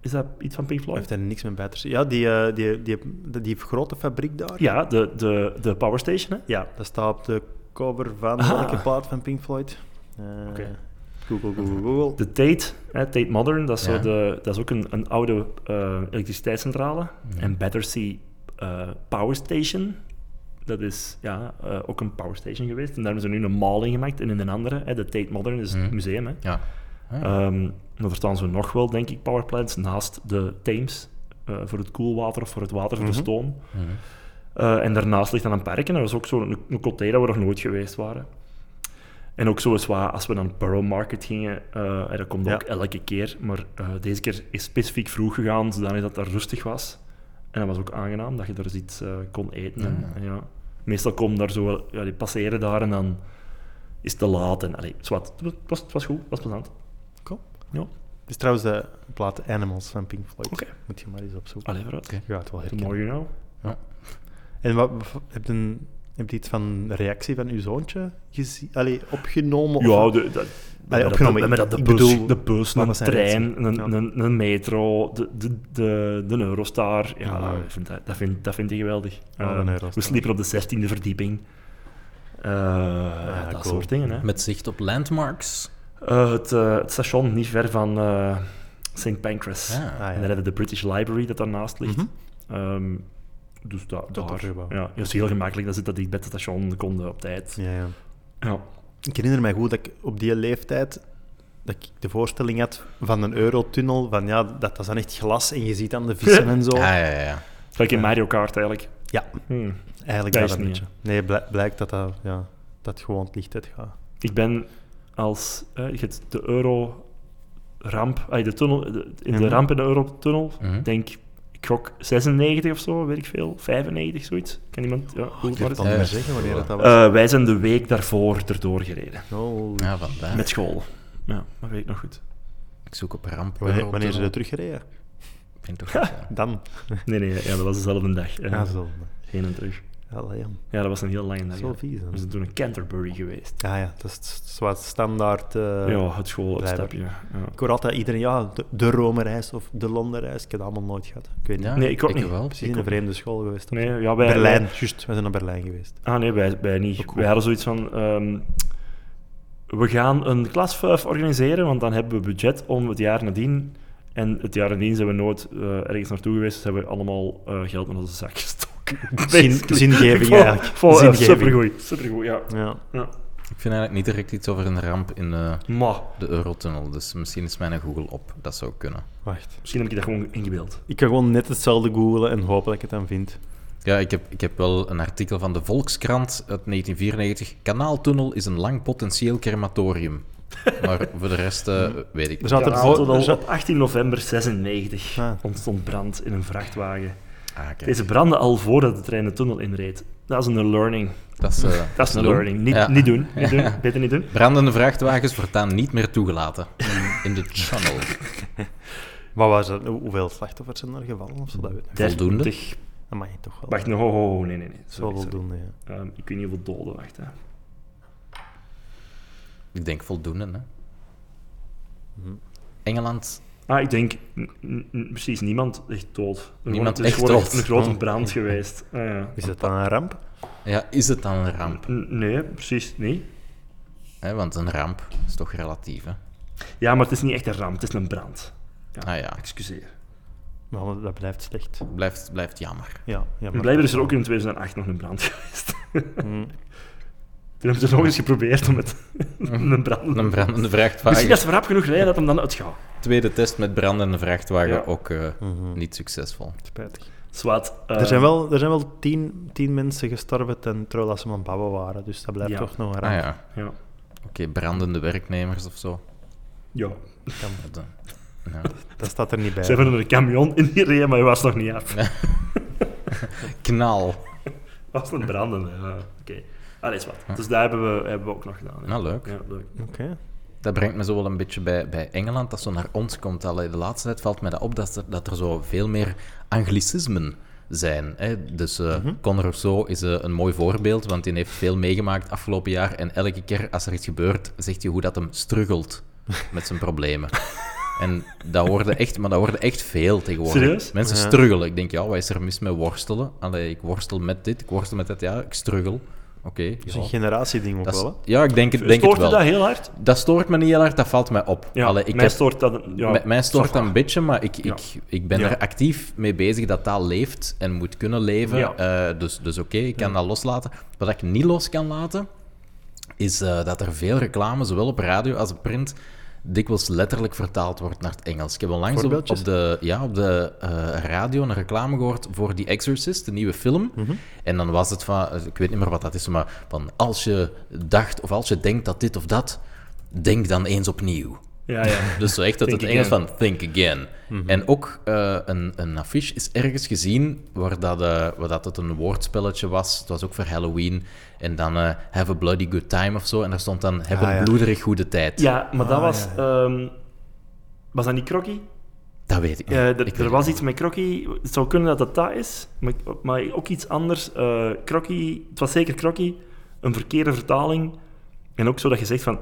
is dat iets van Pink Floyd?
Heeft er niks met Battersea. Ja, die, eh, die, die, die, die grote fabriek daar.
Ja, de, de, de Power Station. Hè?
Ja, dat staat op de cover van
Ah.
welke plaat van Pink Floyd? Eh,
Oké.
Google, Google, Google.
De Tate, hè, Tate Modern, dat is,
Ja.
zo de, dat is ook een, een oude eh, elektriciteitscentrale.
Mhm.
Ja.
En Battersea eh, Power Station, dat is ja, eh, ook een power station geweest. En daar hebben ze nu een mall in gemaakt. En in een andere, hè, de Tate Modern, is het
Mhm.
museum. Hè.
Ja. Ah, ja.
Ehm dan verstaan ze nog wel, denk ik, powerplants naast de Thames. eh, voor het koelwater of voor het water voor
Mhm.
de stoom.
Mhm.
Eh, en daarnaast ligt dan een park. En dat was ook zo'n een coté dat we nog nooit geweest waren. En ook zo eens wat, als we naar de Borough Market gingen, eh, en dat komt
Ja.
ook elke keer, maar eh, deze keer is specifiek vroeg gegaan, zodanig dat het daar rustig was. En dat was ook aangenaam, dat je daar eens iets eh, kon eten. En,
Ah.
en ja. Meestal komen daar zo, wel- ja, die passeren daar en dan is het te laat. En, allee, zwart. Het, was, het was goed, het was plezant.
Cool.
Ja.
Het is trouwens de plaat Animals van Pink Floyd.
Oké. Ah,
Moet je maar eens opzoeken.
Allee, vooruit.
Je gaat het wel
Tot
herkennen.
morgen nou.
En wat, wat- heb, je een, heb je iets van de reactie van uw zoontje gezien? Allee, opgenomen?
Ja,
of,
de, de, we hebben
opgenomen,
dat- we hebben dat de
ik
bus,
bedoel,
de bus,
wat
een
was zijn
trein,
reactie?
een,
Ja.
een, een metro, de, de, de, de Eurostar. Ja,
Ja.
dat vind- dat vind, dat vind ik geweldig.
Ja, de
Eh, we
Eurostar.
sliepen op de 16e verdieping. Eh, dat
cool.
soort dingen. Hè.
Met zicht op landmarks.
Eh, het, eh, het station niet ver van eh St. Pancras.
Ah.
Ah, ja.
En dan hebben we de British Library dat daarnaast ligt.
Mhm.
Ehm, dus da-
Dat
daar.
gebouw.
Ja, dat is heel gemakkelijk. Dan zit dat dicht bij het station, konden op tijd.
Ja, ja.
Ja.
Ik herinner mij goed dat ik op die leeftijd dat ik de voorstelling had van een eurotunnel, van ja, dat dat is dan echt glas en je ziet dan de vissen en zo.
Ah, ja, ja, ja.
Gelijk in Mario Kart eigenlijk.
Ja.
Hmm.
Eigenlijk
Dat
dat,
is
een
niet,
beetje. Nee, blijk- blijkt dat dat, ja, dat gewoon het licht uitgaat.
Ik ben als eh, je hebt de euro-ramp, ah, de tunnel, de- in de
Mhm.
ramp in de euro-tunnel,
Mhm.
denk ik gok 96 of zo, weet ik veel, 95, zoiets. Kan iemand? Ja,
Ah,
hoe
Ik kan
waar is
het
het?
al niet
Ja.
meer zeggen wanneer dat, dat was.
Eh, wij zijn de week daarvoor erdoor gereden.
Oh,
Ja, vandaar.
Met school. Ja, dat weet ik nog goed.
Ik zoek op ramp.
wanneer, wanneer ze
Ik
er teruggereden?
vind toch niet, ja.
Dan.
Nee, nee, ja, dat was dezelfde dag. eh,
Ja, zo.
Heen en terug.
Allee, jam.
Ja, dat was een heel lange dag.
Zo
ja.
vies.
We zijn
Dan.
toen in Canterbury geweest.
Ja, ja, dat is het s- zwaar standaard. eh,
ja, het schoolopstapje. Ja.
Ik hoor altijd iedereen, ja, de, de Rome-reis of de Londen-reis. Ik heb dat allemaal nooit gehad. Ik weet niet.
Ja,
Nee, ik ook niet.
wel.
Precies
ik
in een
ook
vreemde school geweest. of
Nee,
zo.
ja, wij-
Berlijn, juist. We zijn naar Berlijn geweest.
Ah nee, wij, wij niet.
Ook goed.
Wij hadden zoiets van... ehm, we gaan een klasvuif organiseren, want dan hebben we budget om het jaar nadien... En het jaar nadien zijn we nooit eh, ergens naartoe geweest, dus hebben we allemaal eh, geld in onze zak gestoken. Basically.
zingeving
Vol-
eigenlijk.
Vol, eh,
Zingeving.
supergoed, supergoed, ja.
Ja.
Ik vind eigenlijk niet direct iets over een ramp in eh,
Maar,
de Eurotunnel. Dus misschien is mijn Google op. Dat zou kunnen.
Wacht.
misschien heb ik dat gewoon ingebeeld.
Ik kan gewoon net hetzelfde googlen en hopen dat ik het dan vind.
Ja, ik heb, ik heb wel een artikel van de Volkskrant uit 1994. Kanaaltunnel is een lang potentieel crematorium. Maar voor de rest eh, weet ik
Er
niet.
zat er
Ja,
voor...
tot
er
al
zat-
op 18 november 96
Ah.
ontstond brand in een vrachtwagen.
Ah, kijk.
Deze brandde al voordat de trein de tunnel inreed. Dat is een learning.
Dat is, eh,
Dat is een
lul.
learning. Niet,
Ja.
niet doen. Niet doen. Beter niet doen.
Brandende vrachtwagens voortaan niet meer toegelaten in- in de channel.
Maar waar zijn- hoe- hoeveel slachtoffers zijn er gevallen of zo? Dat weet ik niet.
Voldoende?
30.
Dat mag je toch wel.
Wacht, no, ho, ho, ho, nee, nee, nee.
Dat is wel
Sorry, sorry.
voldoende, ja.
Ehm, ik weet niet hoeveel doden, wacht. Hè.
Ik denk voldoende, hè.
Mhm.
Engeland,
Ah, ik denk n- n- n- precies niemand echt dood. Er gewoon-
Niemand
het is
echt
gewoon
dood.
Een grote
Oh.
brand geweest. Ah, ja.
Is dat dan een ramp?
ja, is het dan een ramp?
N- Nee, precies niet.
Hè, want een ramp is toch relatief, hè?
Ja, maar het is niet echt een ramp, het is een brand.
Ah ja,
Excuseer.
Maar dat blijft slecht.
blijft, blijft jammer.
Ja, ja
En
maar...
blijkbaar is dus er ook in 2008 nog een brand geweest.
Mm.
Toen hebben ze nog eens geprobeerd om het een brand...
Een brandende
Misschien
vrachtwagen.
dat ze rap genoeg rijden dat hem dan uitgaat.
Tweede test met brandende vrachtwagen,
Ja.
ook eh,
Mhm.
niet succesvol.
Spijtig.
Zwaat.
Er zijn wel, er zijn wel tien, tien mensen gestorven ten, terwijl dat ze aan het bouwen waren. Dus dat blijft
Ja.
toch nog een
Ah
ramp.
ja,
Ja.
oké, brandende werknemers of zo.
ja.
Dat, eh, ja.
Dat staat er niet bij.
Ze hebben er een camion in gereden, maar hij was nog niet af.
Knal.
Het was een branden. Ja. Oké. Allee, zwaat. Dus daar hebben we, hebben we ook nog gedaan. hè.
Nou, leuk.
Ja, leuk.
Oké.
Dat brengt me zo wel een beetje bij, bij Engeland, dat zo naar ons komt. Allee, de laatste tijd valt mij dat op dat er, dat er zo veel meer anglicismen zijn. Hè? Dus eh
Mhm.
Conor Rousseau is eh, een mooi voorbeeld, want die heeft veel meegemaakt afgelopen jaar. En elke keer als er iets gebeurt, zegt hij hoe dat hem struggelt met zijn problemen. En dat hoorde echt, maar dat hoorde echt veel tegenwoordig.
Serieus?
Mensen
Ja.
struggelen. Ik denk, ja, wat is er mis met worstelen? Allee, ik worstel met dit, ik worstel met dat. Ja, ik struggle. Oké.
Dat is
ja.
een generatieding ook
Dat is-
wel, hè?
ja, ik denk, het- denk
Stoort
het
u
wel.
dat heel hard?
Dat stoort me niet heel erg, dat valt mij op.
Ja,
Allee, ik
mij
heb-
stoort dat... Ja,
mij- mij stoort
ça va.
dat een beetje, maar ik, ik, ik ben
Ja.
er actief mee bezig dat dat leeft en moet kunnen leven.
Ja.
Eh, dus dus oké, ik kan dat loslaten. Wat ik niet los kan laten, is eh, dat er veel reclame, zowel op radio als op print, dikwijls letterlijk vertaald wordt naar het Engels. Ik heb onlangs op,
Voorbeeldjes?
op de, ja, op de eh, radio een reclame gehoord voor The Exorcist, de nieuwe film.
Mhm.
En dan was het van, eh, ik weet niet meer wat dat is, maar van als je dacht of als je denkt dat dit of dat, denk dan eens opnieuw.
Ja, ja.
Dus zo echt dat
Think
het Engels
again.
van think again. En ook eh, een, een affiche is ergens gezien waar dat, eh, waar dat het een woordspelletje was. Het was ook voor Halloween. En dan eh, have a bloody good time of zo. En daar stond dan heb
Ah,
een
ja.
bloederig goede tijd.
Ja, maar dat
Ah,
was...
ja,
ehm, was dat niet Crocky?
Dat weet ik.
Eh,
niet.
d-
Ik
er
weet
was
het
iets met Crocky. Het zou kunnen dat dat dat is, maar, maar ook iets anders. Eh Crocky, het was zeker Crocky, een verkeerde vertaling. En ook zo dat je zegt van,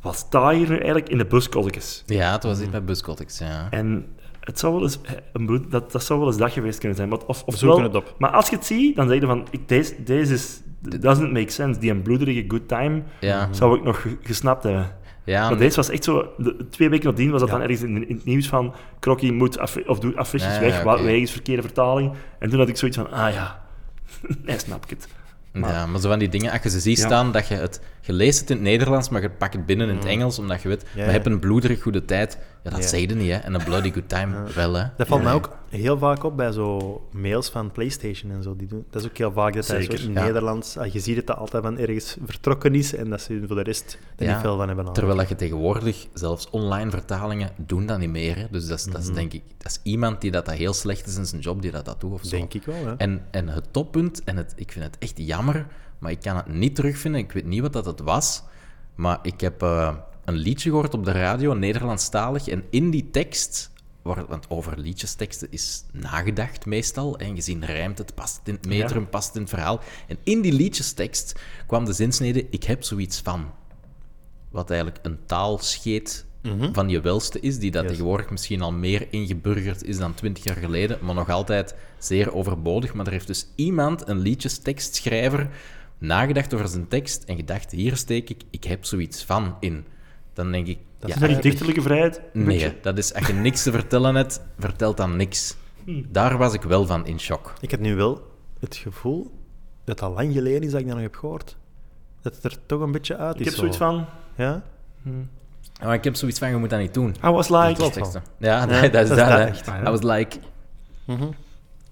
wat sta hier nu eigenlijk in de buskolletjes?
niet. Ja, het was iets met Buskotics, ja.
En het zou wel eens, eh, een bloed, dat, dat zou wel eens dat geweest kunnen zijn. Want of, of
zoeken het op.
Maar als je het ziet, dan zeg je van, ik, deze, deze is, doesn't make sense. Die een bloederige good time
Ja,
zou ik nog ge- gesnapt hebben.
ja
Maar
nee.
deze was echt zo... de- twee weken nadien was dat dan ergens in, in het nieuws van... Crocky moet affi- of doe affiches
Ja,
weg,
ja,
wa-
oké.
wegens verkeerde vertaling. En toen had ik zoiets van... Ah ja, nee, snap ik het. Maar-
ja, maar zo van die dingen, als je ze ziet
Ja.
staan, dat je het... Je leest het in het Nederlands, maar je pakt het binnen in het Engels, omdat je weet,
Ja,
we
ja.
hebben een bloederig goede tijd. Ja, dat
Ja.
zei je niet, hè. En een bloody good time wel, hè.
Dat valt
Ja.
mij ook heel vaak op bij zo mails van PlayStation en zo. Die doen. Dat is ook heel vaak dat hij zo
Zeker,
in
ja.
Nederlands... ah, Je ziet het dat altijd van ergens vertrokken is en dat ze voor de rest er
Ja,
niet veel van hebben aan.
Terwijl dat je tegenwoordig zelfs online vertalingen doen dat niet meer. Hè? Dus dat is,
Mhm.
dat is denk ik, dat is iemand die dat, dat heel slecht is in zijn job die dat, dat doet of zo.
Denk ik wel, hè.
En, en het toppunt, en het, ik vind het echt jammer, maar ik kan het niet terugvinden. Ik weet niet wat dat het was, maar ik heb eh, een liedje gehoord op de radio, Nederlandstalig, en in die tekst, waar, want over liedjesteksten is nagedacht meestal, en gezien rijmt het, past het in het metrum, past het in het verhaal. En in die liedjestekst kwam de zinsnede, ik heb zoiets van wat eigenlijk een taalscheet van je welste is, die dat
Yes.
tegenwoordig misschien al meer ingeburgerd is dan twintig jaar geleden, maar nog altijd zeer overbodig. Maar er heeft dus iemand, een liedjestekstschrijver, nagedacht over zijn tekst en gedacht, hier steek ik, ik heb zoiets van in. Dan denk ik,
Is dat niet
eigenlijk-
dichterlijke vrijheid?
Nee, dat is, als je niks te vertellen hebt, vertelt dan niks. Daar was ik wel van in shock.
Ik heb nu wel het gevoel dat dat lang geleden is dat ik dat nog heb gehoord. Dat het er toch een beetje uit is.
Ik heb
zo.
zoiets van...
Ja?
Maar Oh, ik heb zoiets van, je moet dat
Ah,
niet doen.
I was like...
Klopt.
Teksten.
Ja,
Ja, dat is
dat
dat.
is dat
hè.
echt.
Ah,
I
ja.
was like...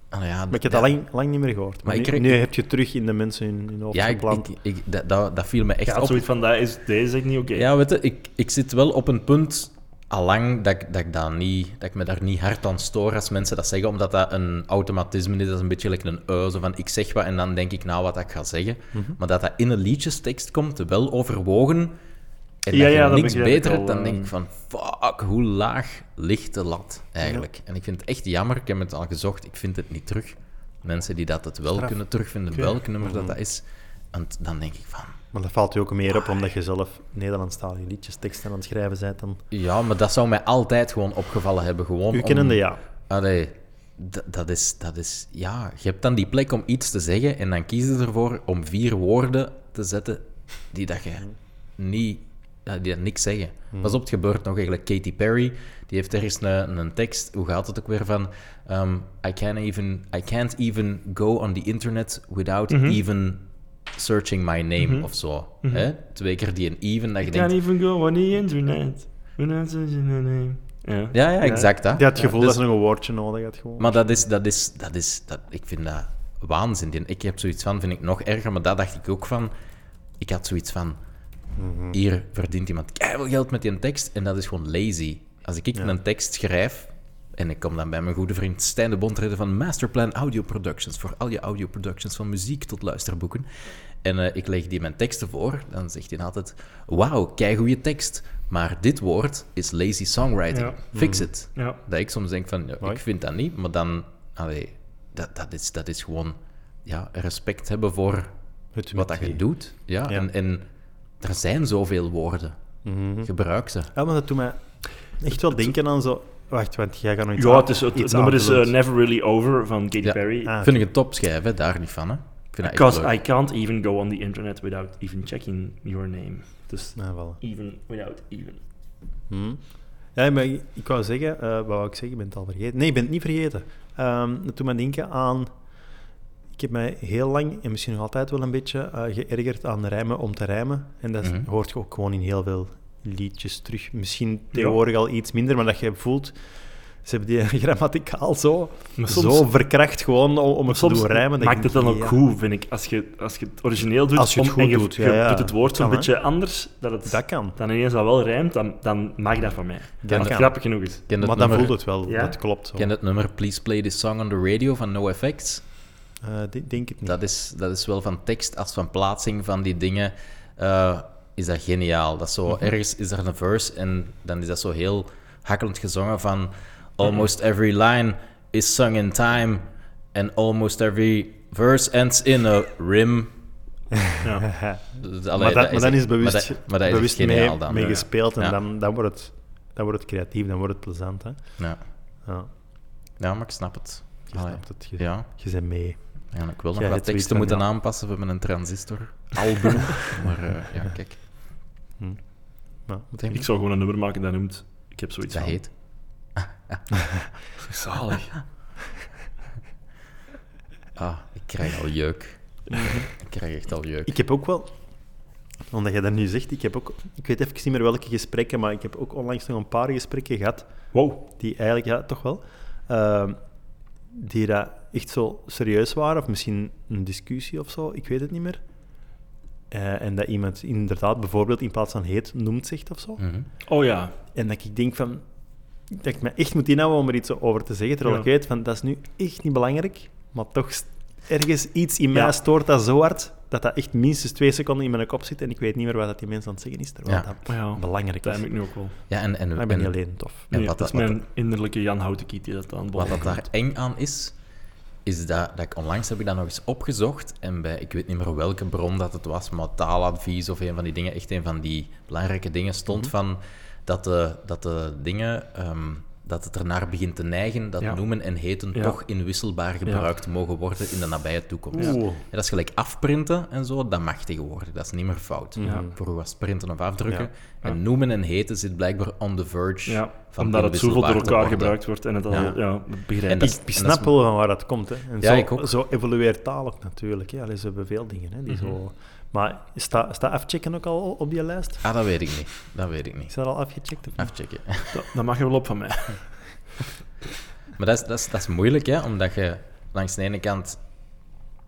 Allee, ja,
Maar ik heb
ja.
dat lang, lang niet meer gehoord. Maar
Maar ik
nu,
kreeg-
nu heb je terug in de mensen hun, hun hoofd
Ja, ik,
geplant.
ik, ik- dat, dat, dat viel me
Ik
echt
had
op.
zoiets van, dat is, deze is niet oké.
Ja, weet je, ik, ik zit wel op een punt allang dat ik, dat, ik dat, niet, dat ik me daar niet hard aan stoor als mensen dat zeggen, omdat dat een automatisme is, dat is een beetje like een uil, zo van ik zeg wat en dan denk ik nou wat ik ga zeggen.
Mhm.
Maar dat dat in een liedjestekst komt, wel overwogen, en
Ja,
dat je
ja, dat
niks
begrijp ik
beter
al,
hebt, dan denk
eh.
ik van fuck, hoe laag ligt de lat eigenlijk? En ik vind het echt jammer, ik heb het al gezocht, ik vind het niet terug. Mensen die dat het wel
Straf.
kunnen terugvinden,
Oké.
welk nummer
Mhm.
dat dat is. En t- dan denk ik van,
Maar dat valt je ook
Ah.
meer op, omdat je zelf Nederlandstalige liedjes, teksten aan het schrijven bent. Dan...
Ja, maar dat zou mij altijd gewoon opgevallen hebben. Gewoon
U
om-
kennende, ja.
Allee, d- dat is, dat is... Ja, je hebt dan die plek om iets te zeggen en dan kies je ervoor om vier woorden te zetten die dat je niet... ja, Die dat niks zeggen.
Hmm.
Pas op, het gebeurt nog eigenlijk. Katy Perry, die heeft ergens een, een tekst. Hoe gaat het ook weer van... ehm, I, can't even, I can't even go on the internet without
Mhm.
even searching my name of zo. Hè? Twee keer die een even, dat je
Ik
denkt...
kan even go on the internet. Without searching your name. Ja,
Ja, ja, exact dat.
Je had het gevoel
Ja, dus-
dat ze nog een woordje nodig had. Gewoon.
Maar dat is, dat is, dat is, dat, ik vind dat waanzin. En Ik heb zoiets van, vind ik nog erger, maar daar dacht ik ook van. Ik had zoiets van,
Mhm.
hier verdient iemand keihard geld met die tekst en dat is gewoon lazy. Als ik, ik een tekst schrijf en ik kom dan bij mijn goede vriend Stijn de Bondreden van Masterplan Audio Productions voor al je audio productions van muziek tot luisterboeken. En eh, ik leg die mijn teksten voor, dan zegt hij altijd: Wauw, kei goede tekst, maar dit woord is lazy songwriting.
Ja. Mhm.
Fix it.
Ja.
Dat ik soms denk van, ja,
Mooi.
ik vind dat niet, maar dan, allee, dat, dat, is, dat is gewoon ja, respect hebben voor
Het
wat dat je
met-
doet. Ja,
Ja.
En, en er zijn zoveel woorden. Gebruik ze.
Ja, maar dat doet mij echt wel denken aan zo... Wacht, want jij gaat nog iets
Ja,
aan-
het, is, het, het
iets
nummer is eh,
aanvullend.
Never Really Over van Katy
Ja.
Perry.
Ah,
Vind ik een topschijf, hè? daar niet van. Hè? Ik vind dat echt
Because
leuk.
I can't even go on the internet without even checking your name. Dus
Ja, Ah, voilà.
even without even. Hmm.
Ja, maar ik, ik wou zeggen, eh, wat wou ik zeggen? Ik ben het al vergeten. Nee, ik ben het niet vergeten. Ehm dat doet me denken aan. Ik heb mij heel lang en misschien nog altijd wel een beetje eh, geërgerd aan rijmen om te rijmen. En dat is-
Mhm.
hoort je ook gewoon in heel veel liedjes terug. Misschien tegenwoordig al iets minder, maar dat je voelt. Ze hebben die grammaticaal zo,
Maar
zo verkracht gewoon om, om het te
soms
doen rijmen. dat
maakt
ik
het
denk,
dan ook
ja,
goed, vind ik. Als je, als je het origineel doet,
Als je het
om-
goed
en je,
doet,
je
ja, ja.
doet het woord zo'n
Kan, hè?
beetje anders, dat het
Dat kan.
dan ineens dat wel rijmt, dan, dan mag dat van mij.
kan.
Dat het grappig genoeg is.
Ken dat
Maar dan
nummer-
voelt het wel,
Ja?
dat klopt. Zo.
Ken het nummer Please Play This Song on the Radio van NoFX?
Eh, dit denk ik niet.
Dat is, dat is wel van tekst als van plaatsing van die dingen. eh, is dat geniaal. Dat is zo,
Mhm.
Ergens is er een verse en dan is dat zo heel hakkelend gezongen van...
Mhm.
Almost every line is sung in time. And almost every verse ends in a rim.
Ja.
Dus,
maar,
allee,
dat, maar dan
echt-
is het bewust,
Maar dat, maar dat is
bewust
echt geniaal
mee,
dan.
mee
Ja.
gespeeld en
Ja.
dan, dan, wordt het, dan wordt het creatief, dan wordt het plezant. Hè?
Ja.
Ja,
ja, maar ik snap het.
je
Allee,
snapt het, je,
Ja,
je bent mee.
ja, en ik wil nog
Jij
wat
hebt zoiets
teksten
van,
moeten
ja.
aanpassen. We hebben een transistor album. maar eh, ja, kijk.
Hm. Ja,
Wat denk
Ik
je?
zou gewoon een nummer maken dat noemt... Ik heb zoiets
Dat
van...
heet.
Zalig.
Ah, ik krijg al jeuk. Ik krijg echt al jeuk.
Mhm. ik heb ook wel, omdat jij dat nu zegt, ik heb ook, ik weet even niet meer welke gesprekken, maar ik heb ook onlangs nog een paar gesprekken gehad
Wow.
die eigenlijk, ja, toch wel, ehm, die dat echt zo serieus waren, of misschien een discussie of zo, ik weet het niet meer. Eh, en dat iemand inderdaad bijvoorbeeld in plaats van heet noemt zegt of zo.
Mhm.
Oh ja.
En dat ik denk van... Dat ik me echt moet inhouden om er iets over te zeggen. Terwijl
Ja.
ik weet van, dat is nu echt niet belangrijk. Maar toch st- ergens iets in
Ja.
mij stoort dat zo hard... dat dat echt minstens twee seconden in mijn kop zit... en ik weet niet meer wat dat die mensen aan het zeggen is. Terwijl
Ja.
dat
Oh Ja,
belangrijk
dat
is.
heb ik
Maar
nu ook wel.
Ja, en, en,
ik ben niet
en
alleen tof.
Ja,
Nee,
wat
dat is
dat- wat
mijn innerlijke Jan Houtenkiet die dat dan
wat
boven
dat daar eng aan is, is dat, dat ik onlangs heb ik dat nog eens opgezocht en bij, ik weet niet meer welke bron dat het was, maar taaladvies of een van die dingen, echt een van die belangrijke dingen stond
Mhm.
van dat de, dat de dingen, ehm, dat het ernaar begint te neigen, dat
Ja.
noemen en heten
Ja.
toch inwisselbaar gebruikt mogen worden in de nabije toekomst.
Oeh.
Ja, dat is gelijk afprinten en zo, dat mag tegenwoordig, dat is niet meer fout. Vroeger was het printen of afdrukken.
Ja.
En noemen en heten zit blijkbaar on the verge
Ja,
van
omdat het zoveel door
inwisselbaar te
elkaar
worden.
gebruikt wordt en het al...
Ja.
Ja, dat
En
begrijp ik.
dat is-
Ik
en dat
snap
is-
wel van waar dat komt. Hè. En
Ja,
zo,
ik ook.
zo evolueert taal ook natuurlijk. Hè. Allee, ze hebben veel dingen. Hè, die zo... Maar staat sta afchecken ook al op die lijst?
Ah, dat weet ik niet. Dat weet ik
Is
niet.
dat al afgecheckt? Of niet?
Afchecken.
Dat, dat mag je wel op van mij.
Maar dat is, dat is, dat is moeilijk, hè? omdat je langs de ene kant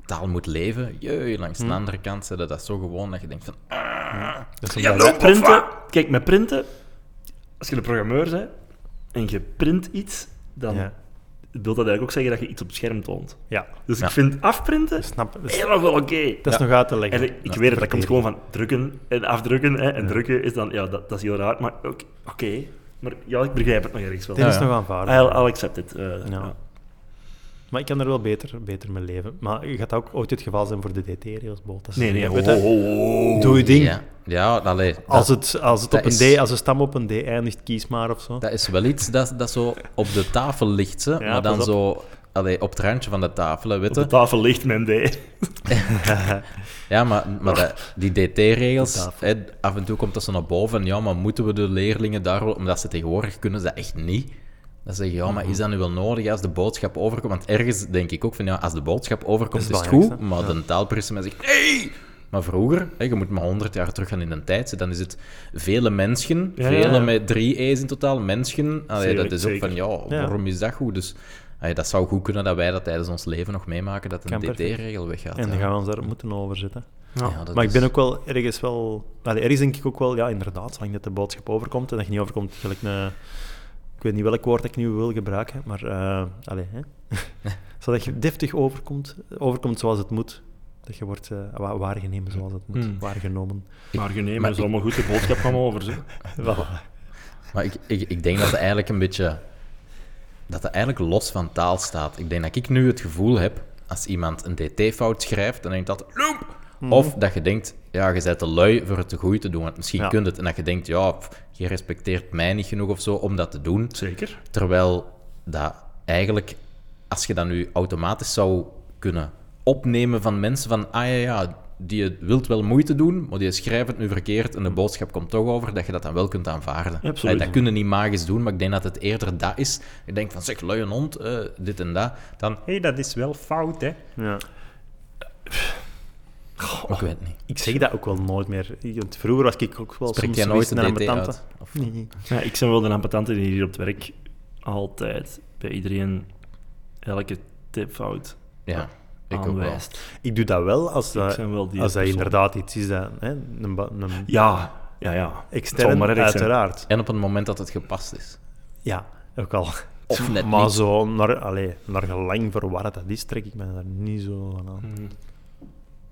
taal moet leven, jee, langs de
Hmm.
andere kant zetten dat zo gewoon dat je denkt van... "Ah."
Dat is
Ja,
een-
loop,
printen,
of
kijk, met printen, als je de programmeur bent en je print iets, dan
Ja.
wil dat eigenlijk ook zeggen dat je iets op het scherm toont.
Ja,
Dus
Ja.
ik vind afprinten
ik snap. Dat is,
helemaal wel oké.
dat is nog uit te leggen.
En ik, ik
Ja,
weet het,
verkeerd.
dat komt gewoon van drukken en afdrukken. Hè, en drukken is dan, ja, dat, dat is heel raar, maar oké. oké. Maar ja, ik begrijp het nog ergens wel.
Dit is
Ja, ja.
nog aanvaard.
I'll, I'll accept it. eh,
Ja.
ja.
Maar ik kan er wel beter, beter mee leven. Maar je gaat ook ooit het geval zijn voor de DT-regels.
Nee, oh, nee,
Weet
ho,
je,
ho, ho, ho.
Doe je ding.
Ja, ja allee,
Als
dat-
het, als het
dat
op een
is-
D, als een stam op een D eindigt, kies maar of zo.
Dat is wel iets dat, dat zo op de tafel ligt, hè, maar dan
pas op.
zo allee, op het randje van de tafel, hè,
Op
weet
de
je.
tafel ligt mijn D.
Ja, maar, maar dat- die DT-regels,
Op tafel.
hè, af en toe komt dat zo naar boven. Ja, maar moeten we de leerlingen daar wel... Omdat ze tegenwoordig kunnen ze dat echt niet. Dan zeggen ja, maar is dat nu wel nodig als de boodschap overkomt? Want ergens denk ik ook van, ja, als de boodschap overkomt, is,
Dat is
het
het
goed. Maar
belangrijkste,
de taalpersoon zegt, nee! Maar vroeger, hè, je moet maar 100 jaar terug gaan in de tijd, dan is het vele mensen,
Ja, ja,
vele
ja.
met drie E's in totaal, mensen. Allee,
Zeker,
dat is ook
zeker.
van, ja,
Ja.
waarom is dat goed? Dus allee, dat zou goed kunnen dat wij dat tijdens ons leven nog meemaken, dat een
Kan perfect.
DT-regel weggaat.
En
ja.
dan gaan we ons daar moeten over zitten.
Ja, dat
maar ik ben
is-
ook wel ergens wel... Allee, ergens denk ik ook wel, ja, inderdaad, zolang dat de boodschap overkomt en dat je niet overkomt, gelijk een... Ik weet niet welk woord ik nu wil gebruiken, maar... eh allee, hè? Zodat je deftig overkomt, overkomt zoals het moet. Dat je wordt eh, wa- waargenomen zoals het moet.
Hmm.
Waargenomen.
Maar genomen
maar
is
ik-
allemaal goed, de boodschap kwam over. Zo.
Voilà.
Maar ik, ik, ik denk dat het eigenlijk een beetje... Dat het eigenlijk los van taal staat. Ik denk dat ik nu het gevoel heb, als iemand een dt-fout schrijft, dan denk ik dat... Loop! Of dat je denkt, ja, je bent te lui voor het te goed te doen, want misschien
Ja.
kunt het. En dat je denkt, ja, pff, je respecteert mij niet genoeg of zo om dat te doen.
Zeker.
Terwijl dat eigenlijk, als je dat nu automatisch zou kunnen opnemen van mensen van, ah ja, ja, die wilt wel moeite doen, maar die schrijft het nu verkeerd en de boodschap komt toch over, dat je dat dan wel kunt aanvaarden.
Absoluut.
Allee, Dat kunnen niet magisch doen, maar ik denk dat het eerder dat is. Ik denk van, zeg, luie hond, eh, dit en dat. Dan, hé, dat is wel fout, hè.
Ja.
ik weet het niet.
Ik zeg dat ook wel nooit meer. Want vroeger was ik ook wel
Spreek
soms
jij nooit
naar
een
mijn
DT
tante.
uit? Of-
Nee, nee.
Ja, ik ben wel de ambetante die hier op het werk altijd bij iedereen elke tipfout
Ja, ik ook wel.
aanwijst.
Ik doe dat wel als dat,
ben wel die
als dat
persoon.
inderdaad iets is dat hè, een, ba- een
Ja, ja, ja.
extern, uiteraard.
En op het moment dat het gepast is.
Ja, ook al.
Of net
maar
niet.
zo, naar, allee, naar gelang voor waar dat is, trek ik me daar niet zo van aan.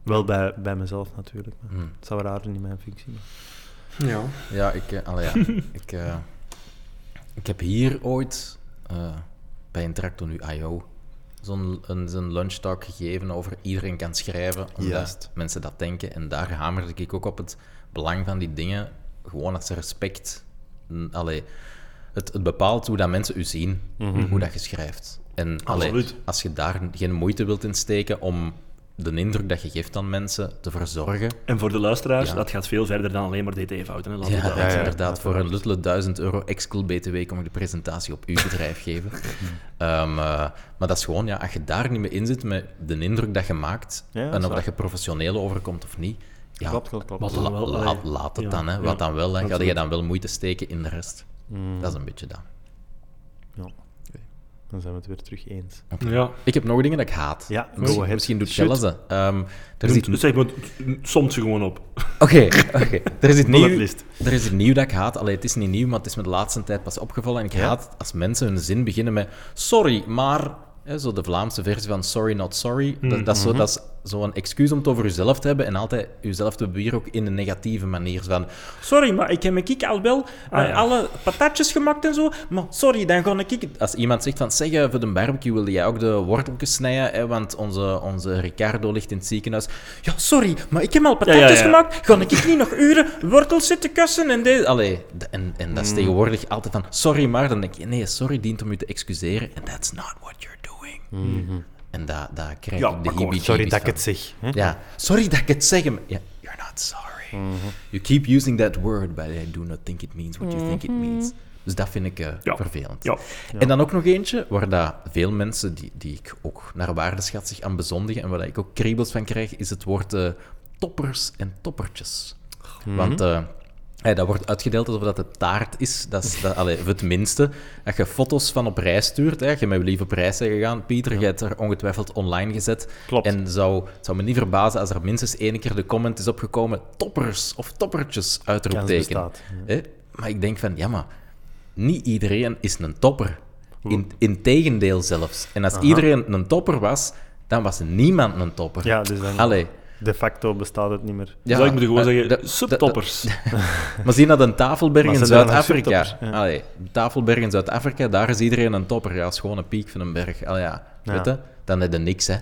Wel bij, bij mezelf natuurlijk. Maar
Hmm.
het zou raar zijn in mijn functie. maar-
Ja.
Ja, ik, eh, allee, ja. ik, eh, ik heb hier ooit eh, bij Interacto nu IO zo'n een, zo'n lunchtalk gegeven over iedereen kan schrijven, omdat
Juist.
mensen dat denken. En daar hamerde ik ook op het belang van die dingen, gewoon als respect. Mm, Allee, het, het bepaalt hoe dat mensen u zien, hoe dat je schrijft. En allee,
Absoluut.
als je daar geen moeite wilt in steken om de indruk dat je geeft aan mensen te verzorgen,
En voor de luisteraars,
Ja.
dat gaat veel verder dan alleen maar DT-fouten. hè. Laten we
ja,
dat-
ja, ja,
inderdaad. Voor een
uiteraard.
luttele 1000 euro exclusief BTW kom ik de presentatie op uw bedrijf geven. Ehm, eh, maar dat is gewoon, ja, als je daar niet mee in zit met de indruk dat je maakt
Ja, dat
en
is
of
waar.
dat je professioneel overkomt of niet, ja,
Klopt, klopt, klopt.
Wat
la-
dan wel,
la-
allee.
laat het
Ja,
dan. Hè.
ja,
Wat dan wel, dan ga je
absoluut.
dan wel moeite steken in de rest.
Mm.
Dat is een beetje dat.
Ja. Dan zijn we het weer terug eens.
Ja.
Ik heb nog dingen dat ik haat.
Ja, go
misschien,
ahead.
misschien doet
Shoot.
Jelle ze. Ehm, er
Noemt-
zit
Dus Zeg maar, somt ze gewoon op.
Oké, oké. er is iets nieuw.
Bulletlist.
Er is iets nieuw dat ik haat. Allee, het is niet nieuw, maar het is me de laatste tijd pas opgevallen. En ik haat het als mensen hun zin beginnen met sorry, maar. Hè, zo de Vlaamse versie van sorry, not sorry. Dat, dat is zo- dat is zo'n excuus om het over jezelf te hebben. En altijd jezelf te bewieren ook in een negatieve manier. Zo Van, sorry, maar ik heb mijn kik al wel
Ah,
eh,
ja.
alle patatjes gemaakt en zo. Maar sorry, dan ga ik... het- Als iemand zegt van, zeg, eh, voor de barbecue wilde jij ook de worteltjes snijden, hè, want onze, onze Ricardo ligt in het ziekenhuis. Ja, sorry, maar ik heb al patatjes
ja, ja.
gemaakt. Ga ik niet nog uren wortels zitten kussen en deze... Allee, d- en, en
Hmm.
dat is tegenwoordig altijd van, sorry, maar... Dan denk je, nee, sorry dient om je te excuseren. And that's not what you're doing.
Hmm.
En daar daar krijg
Ja,
ik de
akkoord.
heebie
Sorry dat ik het zeg. Hè?
ja, sorry dat ik het zeg. maar- Ja, you're not sorry.
Hmm.
You keep using that word, but I do not think it means what you
Hmm.
think it means. Dus dat vind ik eh,
Ja.
vervelend.
Ja.
En dan ook nog eentje waar dat veel mensen die, die ik ook naar waarde schat zich aan bezondigen en waar dat ik ook
Mhm.
kriebels van krijg, is het woord eh, toppers en toppertjes. Want eh, Hey, dat wordt uitgedeeld alsof dat een taart is. Dat is dat, allee, het minste. Dat je foto's van op reis stuurt. Hè. Je met lieve op reis zijn gegaan. Pieter, je hebt er ongetwijfeld online gezet.
Klopt.
En zou, het zou me niet verbazen als er minstens één keer de comment is opgekomen. Toppers of toppertjes,
Kans
uitroepteken.
bestaat.
Hè? Maar ik denk van, ja maar, niet iedereen is een topper. In, integendeel zelfs. En als iedereen een topper was, dan was niemand een topper.
Ja, dus dan
Allee.
de facto bestaat het niet meer.
Ja,
Zou ik moet gewoon
maar
zeggen,
dat- dat-
subtoppers.
Maar zie je dat een tafelberg
Maar
in
zijn er dan
Zuid-Afrika?
subtoppers? Ja.
Allee, een tafelberg in Zuid-Afrika, daar is iedereen een topper. Ja, dat is gewoon een piek van een berg. Allee, ja.
Ja.
Weet je? Dan heb je niks, hè.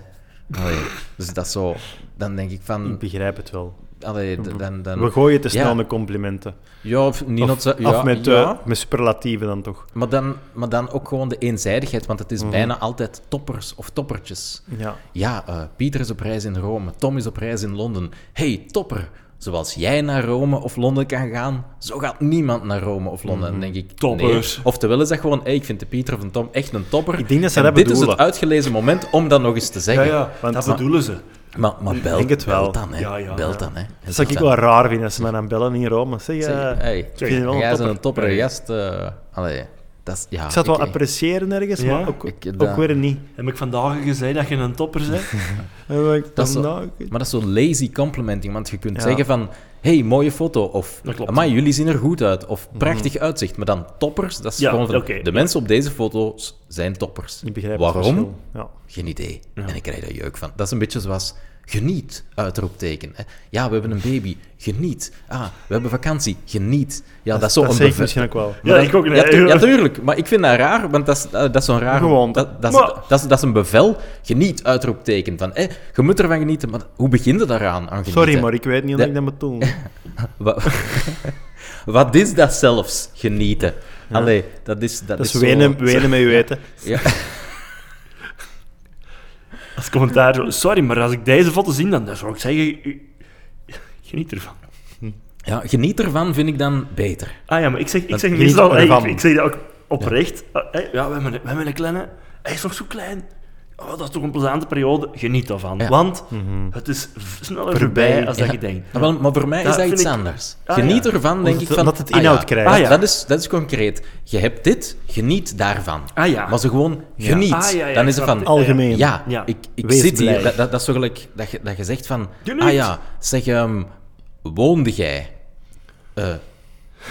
Allee, dus dat is zo... Dan denk ik
Ik
van...
begrijp het wel.
Allee, d- dan... dan
We gooien te snel
Ja.
met complimenten.
ja, of niet
Of,
noodza- ja,
of met, eh,
ja.
met superlatieven dan toch.
Maar, dan, maar dan ook gewoon de eenzijdigheid, want het is
Mhm.
bijna altijd toppers of toppertjes.
Ja.
Ja, eh, Pieter is op reis in Rome, Tom is op reis in Londen. hey, topper! Zoals jij naar Rome of Londen kan gaan, zo gaat niemand naar Rome of Londen.
Mhm.
Dan denk ik,
Toppers.
nee. Oftewel is dat gewoon, hey, ik vind de Pieter of de Tom echt een topper.
Ik denk dat ze
En
dat
dit is
bedoelen.
het uitgelezen moment om dat nog eens te zeggen.
want-
dat bedoelen ze.
Maar, maar bel,
denk het wel.
bel dan, hè.
Ja, ja,
bel
ja.
dan, hè.
Dat zou ik wel raar vinden als ze mij dan bellen in Rome. Zeg, eh,
Zeg, hey,
ik vind je wel
jij
een
bent
topper.
een topper
Nee.
gast. eh, allee, dat is... Ja,
Ik zou het wel
ik-
appreciëren ergens,
Ja.
maar ook,
Ik-
ook
dat-
weer niet.
Heb ik vandaag al gezegd dat je een topper bent?
En wat nou, ik
Dat is zo-
vandaag-
Maar dat is zo'n lazy complimenting, want je kunt
Ja.
zeggen van... hey, mooie foto. Of,
Dat klopt.
maar jullie zien er goed uit. Of,
Mhm.
prachtig uitzicht. Maar dan toppers, dat is
Ja,
gewoon van...
oké,
de
ja.
mensen op deze foto's zijn toppers.
Ik begrijp het
Waarom? Ah,
verschil. Ja.
Geen idee. En ik krijg daar jeuk van. Dat is een beetje zoals... Geniet, uitroepteken. hè. Ja, we hebben een baby. Geniet. Ah, we hebben vakantie. Geniet. Ja, dat, is zo
dat
een
zeg ik
beve-
misschien ook wel.
Ja,
Maar
ik ook, nee.
Ja, tu- ja, tuurlijk. Maar ik vind dat raar, want dat is, eh, dat is zo'n raar...
Gewoon.
Dat, dat, is,
Maar-
dat, is, dat is een bevel. Geniet, uitroepteken. Van, eh, je moet ervan genieten. Maar hoe begin je daaraan? Aan genieten?
Sorry, maar ik weet niet hoe
Ja.
ik dat moet doen.
Wa- Wat is dat zelfs, genieten? Allee, dat is... Dat,
Dat is
zo-
wenen, wenen met je eten.
Ja,
Als commentaar zo, sorry, maar als ik deze foto zie, dan dan zou ik zeggen, u- geniet ervan.
ja, geniet ervan vind ik dan beter.
Ah ja, maar ik zeg, ik
Dat
zeg
geniet
meestal, hey, ik,
ervan.
ik zeg dat ook oprecht. Ah, hey, Ja, we, hebben, een- we hebben een kleine, hij is nog zo klein. Oh, dat is toch een plezante periode, geniet ervan.
Ja.
Want het is v- sneller voorbij,
Voorbij,
als
Ja.
dat je denkt.
Ah, wel, maar voor mij
Dat
is dat
vind
iets
ik-
anders.
Ah,
geniet
ja.
ervan, denk
Omdat
ik
het-
van...
omdat het
ah,
inhoud
ja,
krijgt.
dat-
Ah, ja.
dat, is, dat is concreet. Je hebt dit, geniet daarvan.
Ah ja.
Maar ze gewoon, geniet.
Ah, ja, ja,
dan
ik
is het
snap
van...
het.
Algemeen.
Ja,
Ja.
ik, ik
Wees
zit hier.
blij.
Dat, dat, dat is zo gelijk dat je, dat je zegt van...
Geniet.
Ah ja, zeg, ehm, woonde jij? Eh,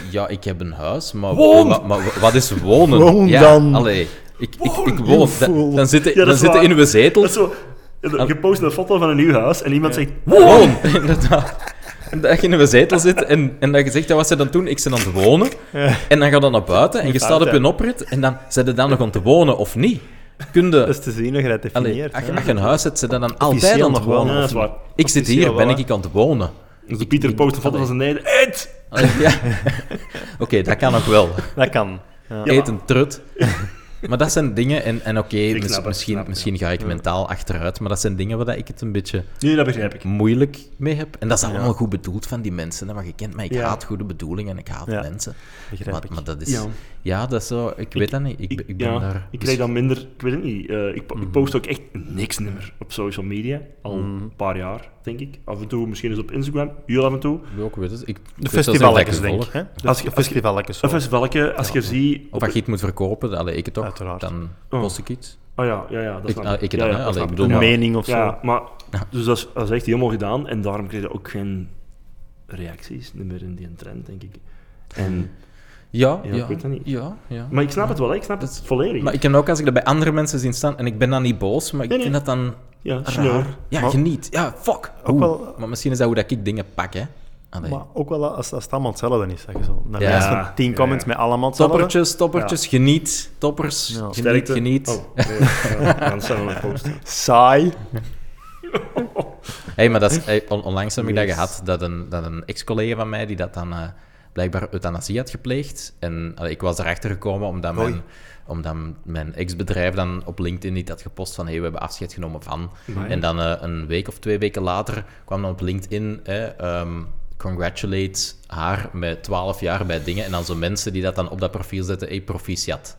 ja, ik heb een huis, maar...
Woon!
wa- maar wa- wat is wonen?
Woon
ja,
dan.
Allee, ik, ik, ik
Woon,
woon.
you
Da-
fool.
dan zitten
Ja, dat
dan
is
zitten
waar.
in uw zetel.
Dat is zo, eh, je post een foto van een nieuw huis en iemand zegt,
Woon! Inderdaad. En Dat je in een zetel zit en, en dat je zegt, ja, wat ze dan doen? Ik ben aan het wonen. En dan ga je naar buiten en je staat op
fout,
je oprit en dan zijn ze dan nog aan het wonen of niet. Kun
Dat
je,
is te zien hoe je dat
allee,
definieert.
als, je,
hè.
als je een huis hebt, zijn ze dan altijd
Officieel
aan het
nog wel.
wonen.
Ja, dat
of
is
niet?
waar.
Ik zit
Officieel
hier, ben
wel,
ik aan het wonen.
Dus de Pieter post een foto van zijn neide. Eet!
Allee, ja. Oké, dat kan ook wel.
Dat kan. Ja.
Eet een trut. Maar dat zijn dingen, en, en oké, mis-
snap het,
misschien,
snap het,
misschien ga ik mentaal achteruit, maar dat zijn dingen waar ik het een beetje
Nee, dat begrijp ik.
moeilijk mee heb. En dat is allemaal goed bedoeld van die mensen, hè, maar je kent mij, ik
Ja.
haat goede bedoelingen en ik haat
Ja,
mensen.
begrijp
Maar,
ik.
maar dat is... Ja.
Ja.
dat is zo... Ik, weet dat niet. Ik, ben- ik ben
ja,
daar... Dus- Mhm.
ik krijg dan minder, ik weet het niet, eh, ik, po- ik post ook echt niks meer op social media, al een paar jaar, denk ik. Af en toe, misschien eens op Instagram, heel af en toe.
Ja, ik weet het. Ik,
De
ik weet zelfs niet wat
festivalletjes,
ik
denk ik.
volg.
hè? De
Als je- als je-
festivalletjes.
Of eens welke, als je ziet...
Of als je iets moet verkopen, allee, ik het ook,
Uiteraard.
dan
Oh.
post ik iets.
Oh ja, ja, ja, dat
Ik-
snap
nou, ik dan, hè.
dat
Allee,
snap
ik
Een
bedoel- Ja.
mening of zo.
Ja, maar... Dus dat is, dat is echt helemaal gedaan en daarom kreeg je ook geen reacties niet meer in die trend, denk ik. En,
Ja, ja.
ik weet dat niet.
Ja, ja.
maar ik snap het wel, hè. ik snap
Dat
het
is-
volledig.
Maar ik ken dat ook als ik dat bij andere mensen zie staan, en ik ben dan niet boos, maar ik
Nee, nee.
vind dat dan
ja,
raar.
snor.
Ja,
Maar-
geniet. Ja, fuck.
Ook
Oeh.
wel-
Maar misschien is dat hoe dat ik dingen pak, hè. Allee.
Maar ook wel als, als het allemaal hetzelfde is, zeg je zo. Dan
Ja.
lijst van tien
Ja,
comments
ja.
met allemaal hetzelfde.
Toppertjes, toppertjes, geniet. Toppers, geniet,
Sterkte.
geniet.
Oh, nee, ja, dan zijn we aan het posten.
Saai.
Hé, maar dat is, hey, on- onlangs heb ik dat
Yes.
gehad, dat een, dat een ex-collega van mij, die dat dan eh, blijkbaar euthanasie had gepleegd. En allee, ik was erachter gekomen omdat mijn,
Oei.
omdat mijn ex-bedrijf dan op LinkedIn niet had gepost van, hé, we hebben afscheid genomen van.
Amai.
En dan eh, een week of twee weken later kwam dan op LinkedIn, hè, ehm, congratulate haar met 12 jaar bij dingen.
Mhm.
En dan zo mensen die dat dan op dat profiel zetten, hey, proficiat.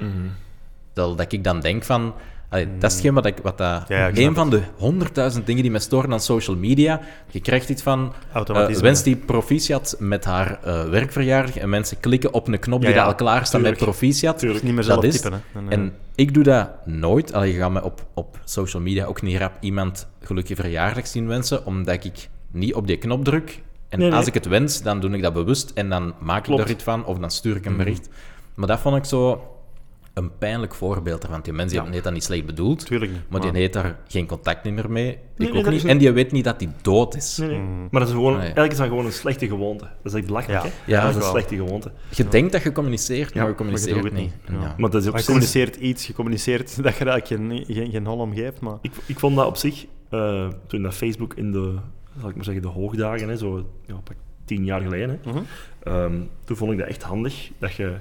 Terwijl Dat ik dan denk van, Allee, Dat is hetgeen wat ik... Wat dat,
Ja, ja, ik snap
een van de honderdduizend dingen die mij storen aan social media. Je krijgt iets van... eh
Automatisme.
wens die proficiat met haar eh, werkverjaardag. En mensen klikken op een knop
Ja,
die
ja.
daar al klaar staat met
Tuurlijk.
proficiat.
is
Tuurlijk.
niet meer
Dat
zelf
is-
typen. Hè. Dan, eh,
En ik doe dat nooit. Allee, je gaat me op, op social media ook niet rap iemand gelukkige verjaardag zien wensen, omdat ik niet op die knop druk. En
Nee, nee.
als ik het wens, dan doe ik dat bewust en dan maak
Klopt.
ik er iets van of dan stuur ik
Mhm.
een bericht. Maar dat vond ik zo een pijnlijk voorbeeld ervan. Die mensen die hebben net dat niet slecht bedoeld,
Tuurlijk niet.
maar die heeft daar geen contact meer mee. Ik
nee,
ook
dat
niet.
is
En die weet niet dat die dood is.
Nee, nee. Maar dat is gewoon,
Nee.
eigenlijk is dat gewoon een slechte gewoonte. Dat is echt belachelijk,
Ja.
hè?
Ah, Ja,
dat is een
wel.
slechte gewoonte.
Je denkt dat je communiceert, maar je communiceert
doet het
niet.
niet. Ja.
Ja.
Maar dat is
Maar je
ook sinds-
communiceert iets, je communiceert dat je daar geen, geen, geen hol om geeft, maar...
ik, ik vond dat op zich, eh, toen dat Facebook in de, zal ik maar zeggen, de hoogdagen, hè, zo ja, pak tien jaar geleden, hè,
Mhm.
ehm, toen vond ik dat echt handig dat je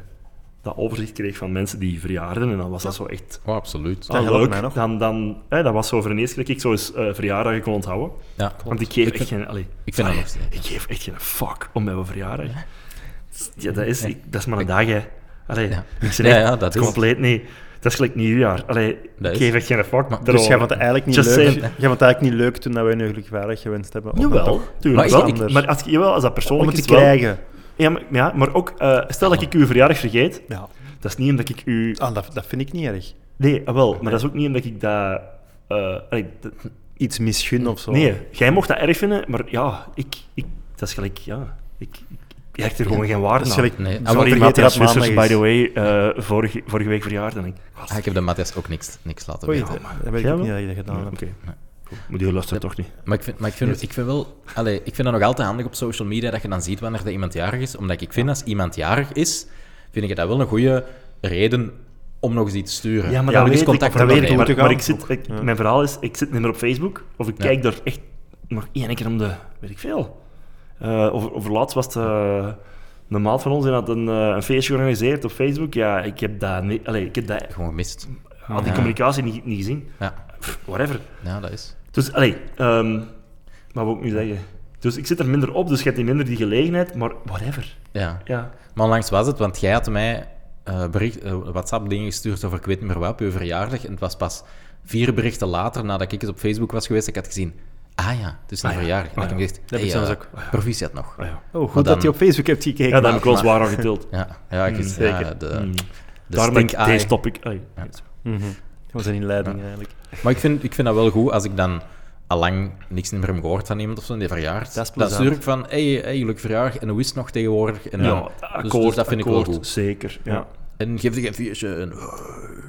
dat overzicht kreeg van mensen die verjaarden. En dan was dat zo echt
Oh, absoluut.
Dat
ah,
helpt
leuk.
mij nog.
Dan, dan, hè, dat was zo voor de eerste keer dat ik zo eens eh, verjaardagen kon onthouden.
Ja, klopt.
Want ik geef
Ik
echt
vind-
geen... Allee,
ik vind dat nog steeds.
ik geef echt geen fuck om mijn verjaardag. Ja, dat is, ik- dat is maar een dag, hè. Allee,
Ja.
ik zeg
Ja,
echt
ja, dat is-
compleet niet. Dat is gelijk nieuwjaar. Allee,
Dat
ik
is-
geef echt geen fuck.
Dus jij
Maar-
daarover.
vond het eigenlijk niet
Just
leuk.
saying.
Jij vond het eigenlijk niet leuk toen dat wij een gelukkigwaardig gewenst hebben. om dat
Jawel,
toch-
Maar
tuurlijk
is
wel.
dat anders?
Maar als, jawel, als dat
Om
persoonlijk
het te
is wel-
krijgen.
Ja, maar, ja, maar ook, eh, stel dat ik uw verjaardag vergeet,
Ja.
dat is niet omdat ik u...
Ah, dat, dat vind ik niet erg.
Nee, ah, wel, maar dat is ook niet omdat ik dat... eh, allee, dat-
Iets misgunnen of zo.
nee, jij mocht dat erg vinden, maar ja, ik... ik dat is gelijk, ja... Ik, ik, ik hecht er gewoon geen waarde aan.
Dat is gelijk...
Nee,
Sorry,
Sorry,
vergeet
Matthias
dat maandag
Wissers, by
is.
the way, eh, vorige, vorige week verjaardag. En ik-
Ah, ik heb de Matthias ook niks, niks laten
Oei,
weten.
dat dat weet ik
Jij
ook
wel?
niet dat je dat gedaan hebt.
Oké. Maar die luistert toch niet.
Maar ik vind, maar ik vind, ik vind wel... Allee, ik vind dat nog altijd handig op social media, dat je dan ziet wanneer er iemand jarig is. Omdat ik vind, als iemand jarig is, vind ik dat wel een goede reden om nog eens iets te sturen.
Ja,
Ja,
maar dat
Om
weet
eens
ik.
contact
dat
te
weet ik
maken.
ook.
maar,
te
maar
gaan.
ik zit, ik-
Ja.
mijn verhaal is, ik zit niet meer op Facebook. Of ik
Ja.
kijk er echt nog één keer om de... Weet ik veel. Eh over, over laatst was het... eh, een maat van ons die had een, eh, een feestje georganiseerd op Facebook. Ja, ik heb dat, niet, allee, ik heb dat,
Gewoon gemist.
al die
Ja.
communicatie niet, niet gezien.
Ja.
Pff, whatever.
ja, dat is...
Dus, allee, ehm, wat wil ik nu zeggen? Dus ik zit er minder op, dus je hebt die minder die gelegenheid, maar whatever.
Ja.
Ja.
Maar onlangs was het, want jij had mij eh, bericht, eh, WhatsApp-dingen gestuurd over ik weet niet meer wat, op je verjaardag. En het was pas vier berichten later, nadat ik eens op Facebook was geweest, dat ik had gezien... Ah ja, het is een
Ah ja.
verjaardag. En
Ah
ik heb
ja.
gezegd,
heb
hey,
ik zelfs
eh,
ook.
proficiat nog.
Ah, ja.
Oh,
Maar
goed
dan-
dat je op Facebook hebt gekeken.
ja, dat heb ik wel
maar-
zwaar aan getild.
Ja, ja ik wist,
zeker.
ja, de,
Mm.
de
Daarom dat ik
stink-eye.
deze topic... ai,
Ja.
yes.
Mhm. Dat was een inleiding eigenlijk.
Maar ik vind, ik vind dat wel goed als ik dan allang niks meer heb gehoord van iemand of zo in die verjaardag.
Dat is
dan
plezant.
stuur ik van, hey, hey gelukkig verjaardag en hoe is het nog tegenwoordig? En dan-
Ja,
dus-
akkoord,
dus, dat vind
akkoord,
ik wel goed.
Zeker, ja.
Ja.
En geef je geen viertje. En,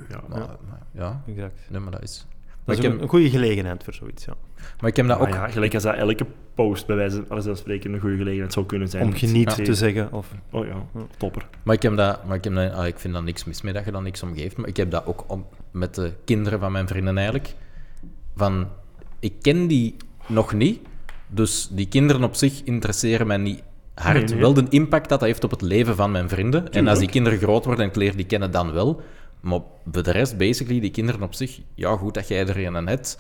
Ja.
maar, maar- ja,
Exact.
nee, maar dat is... Maar
Dat is
ik,
ook
heb,
een goede gelegenheid voor zoiets, ja.
maar ik heb dat
Maar
ook... Ah
Ah, ja, gelijk als dat elke post bij wijze van- als dat spreken een goede gelegenheid zou kunnen zijn.
Om geniet
Ja.
te zeggen. Of...
Oh ja, topper.
Maar ik, heb dat, maar ik, heb dat, ah, ik vind daar niks mis mee dat je dan niks om geeft. Maar ik heb dat ook om, met de kinderen van mijn vrienden eigenlijk. Van, ik ken die nog niet. Dus die kinderen op zich interesseren mij niet hard.
Nee, nee.
Wel de impact dat dat heeft op het leven van mijn vrienden. En als die kinderen groot worden en ik leer die kennen, dan wel. Maar voor de rest, basically, die kinderen op zich... Ja, goed dat jij er een aan hebt.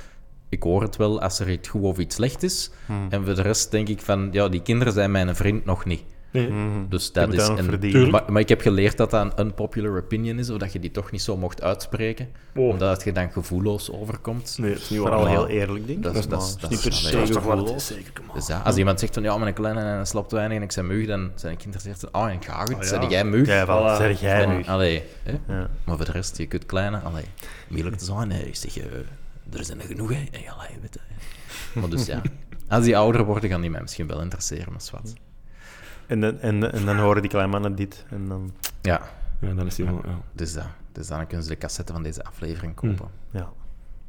Ik hoor het wel als er iets goed of iets slecht is.
Hmm.
En voor de rest denk ik van... Ja, die kinderen zijn mijn vriend nog niet.
Nee.
Mm.
Dus
Je
dat
moet
is
dat nog
een,
verdienen.
maar, maar ik heb geleerd dat dat een unpopular opinion is, of dat je die toch niet zo mocht uitspreken,
Oh.
omdat het je dan gevoelloos overkomt.
Nee, dat is niet waar.
Vooral
maar-
heel eerlijk, denk ik.
Dat is-
maar
dat is-
het
dat
niet
is-
per
dat is
se
Dat is toch wat het
gevoelloos.
is, zeker. Come on.
Dus ja, als iemand zegt van ja, mijn kleine en hij slaapt weinig en ik ben mug, dan zijn ik geïnteresseerd in, oh, ik ga goed,
Ah,
zijn
ja.
jij mug?
Ja,
Voilà.
wat zeg jij
En-
nu?
Allee, hè?
Ja.
maar voor de rest, je kunt kleine, allee, om eerlijk te zijn, hè, ik zeg, eh, er zijn er genoeg, hè, en allee, weet je, hè. Maar dus ja, als die ouder worden, gaan die mij misschien wel interesseren, maar zwart.
En, dan- en, en dan horen die kleine mannen dit. En dan,
Ja,
Ja, dan is die wel... Ja.
dus dat. Dus dan kunnen ze de cassette van deze aflevering
Hm.
kopen.
ja,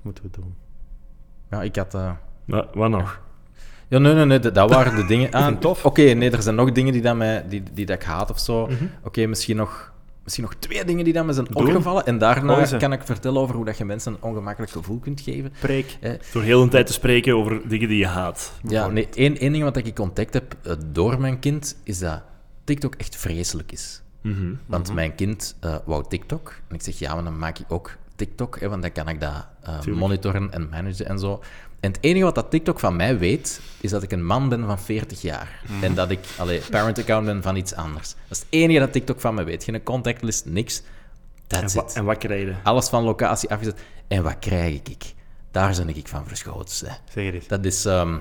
moeten we het doen.
Ja, ik had... eh,
Maar wat nog?
Ja, nee, nee, nee, dat dat waren de dingen. Ah,
tof.
Oké, nee, er zijn nog dingen die, dat mij, die, die dat ik haat of zo. Oké, misschien, nog, misschien nog twee dingen die dat me zijn opgevallen. En daarna
Gooi ze.
kan ik vertellen over hoe dat je mensen een ongemakkelijk gevoel kunt geven.
Preek.
Eh,
Door heel een tijd te spreken over dingen die je haat.
ja, nee, één, één ding wat ik ontdekt heb eh, door mijn kind is dat TikTok echt vreselijk is.
Mhm.
Want mijn kind eh, wou TikTok. En ik zeg, ja, maar dan maak ik ook TikTok, hè, want dan kan ik dat eh, monitoren en managen en zo. En het enige wat dat TikTok van mij weet, is dat ik een man ben van 40 jaar.
Mhm.
En dat ik allee, parent account ben van iets anders. Dat is het enige dat TikTok van me weet. Geen contactlist, niks. That's
en, wa-
it.
en wat krijg je?
Alles van locatie afgezet. En wat krijg ik? Daar ben ik van verschoten. hè.
Zeg het eens.
Dat is ehm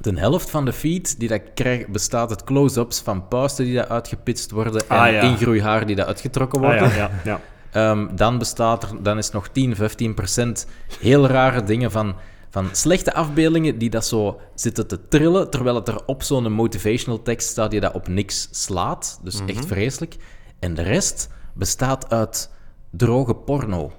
de helft van de feed die dat ik krijg, bestaat uit close-ups van puisten die dat uitgepitst worden en
Ah, ja.
ingroeihaar die dat uitgetrokken
Ah,
worden.
ja, ja, ja.
Ehm, dan bestaat er, dan is nog 10, 15 procent heel rare dingen van, van slechte afbeeldingen die dat zo zitten te trillen, terwijl het er op zo'n motivational tekst staat die dat op niks slaat. Dus
Mhm.
echt vreselijk. En de rest bestaat uit droge porno.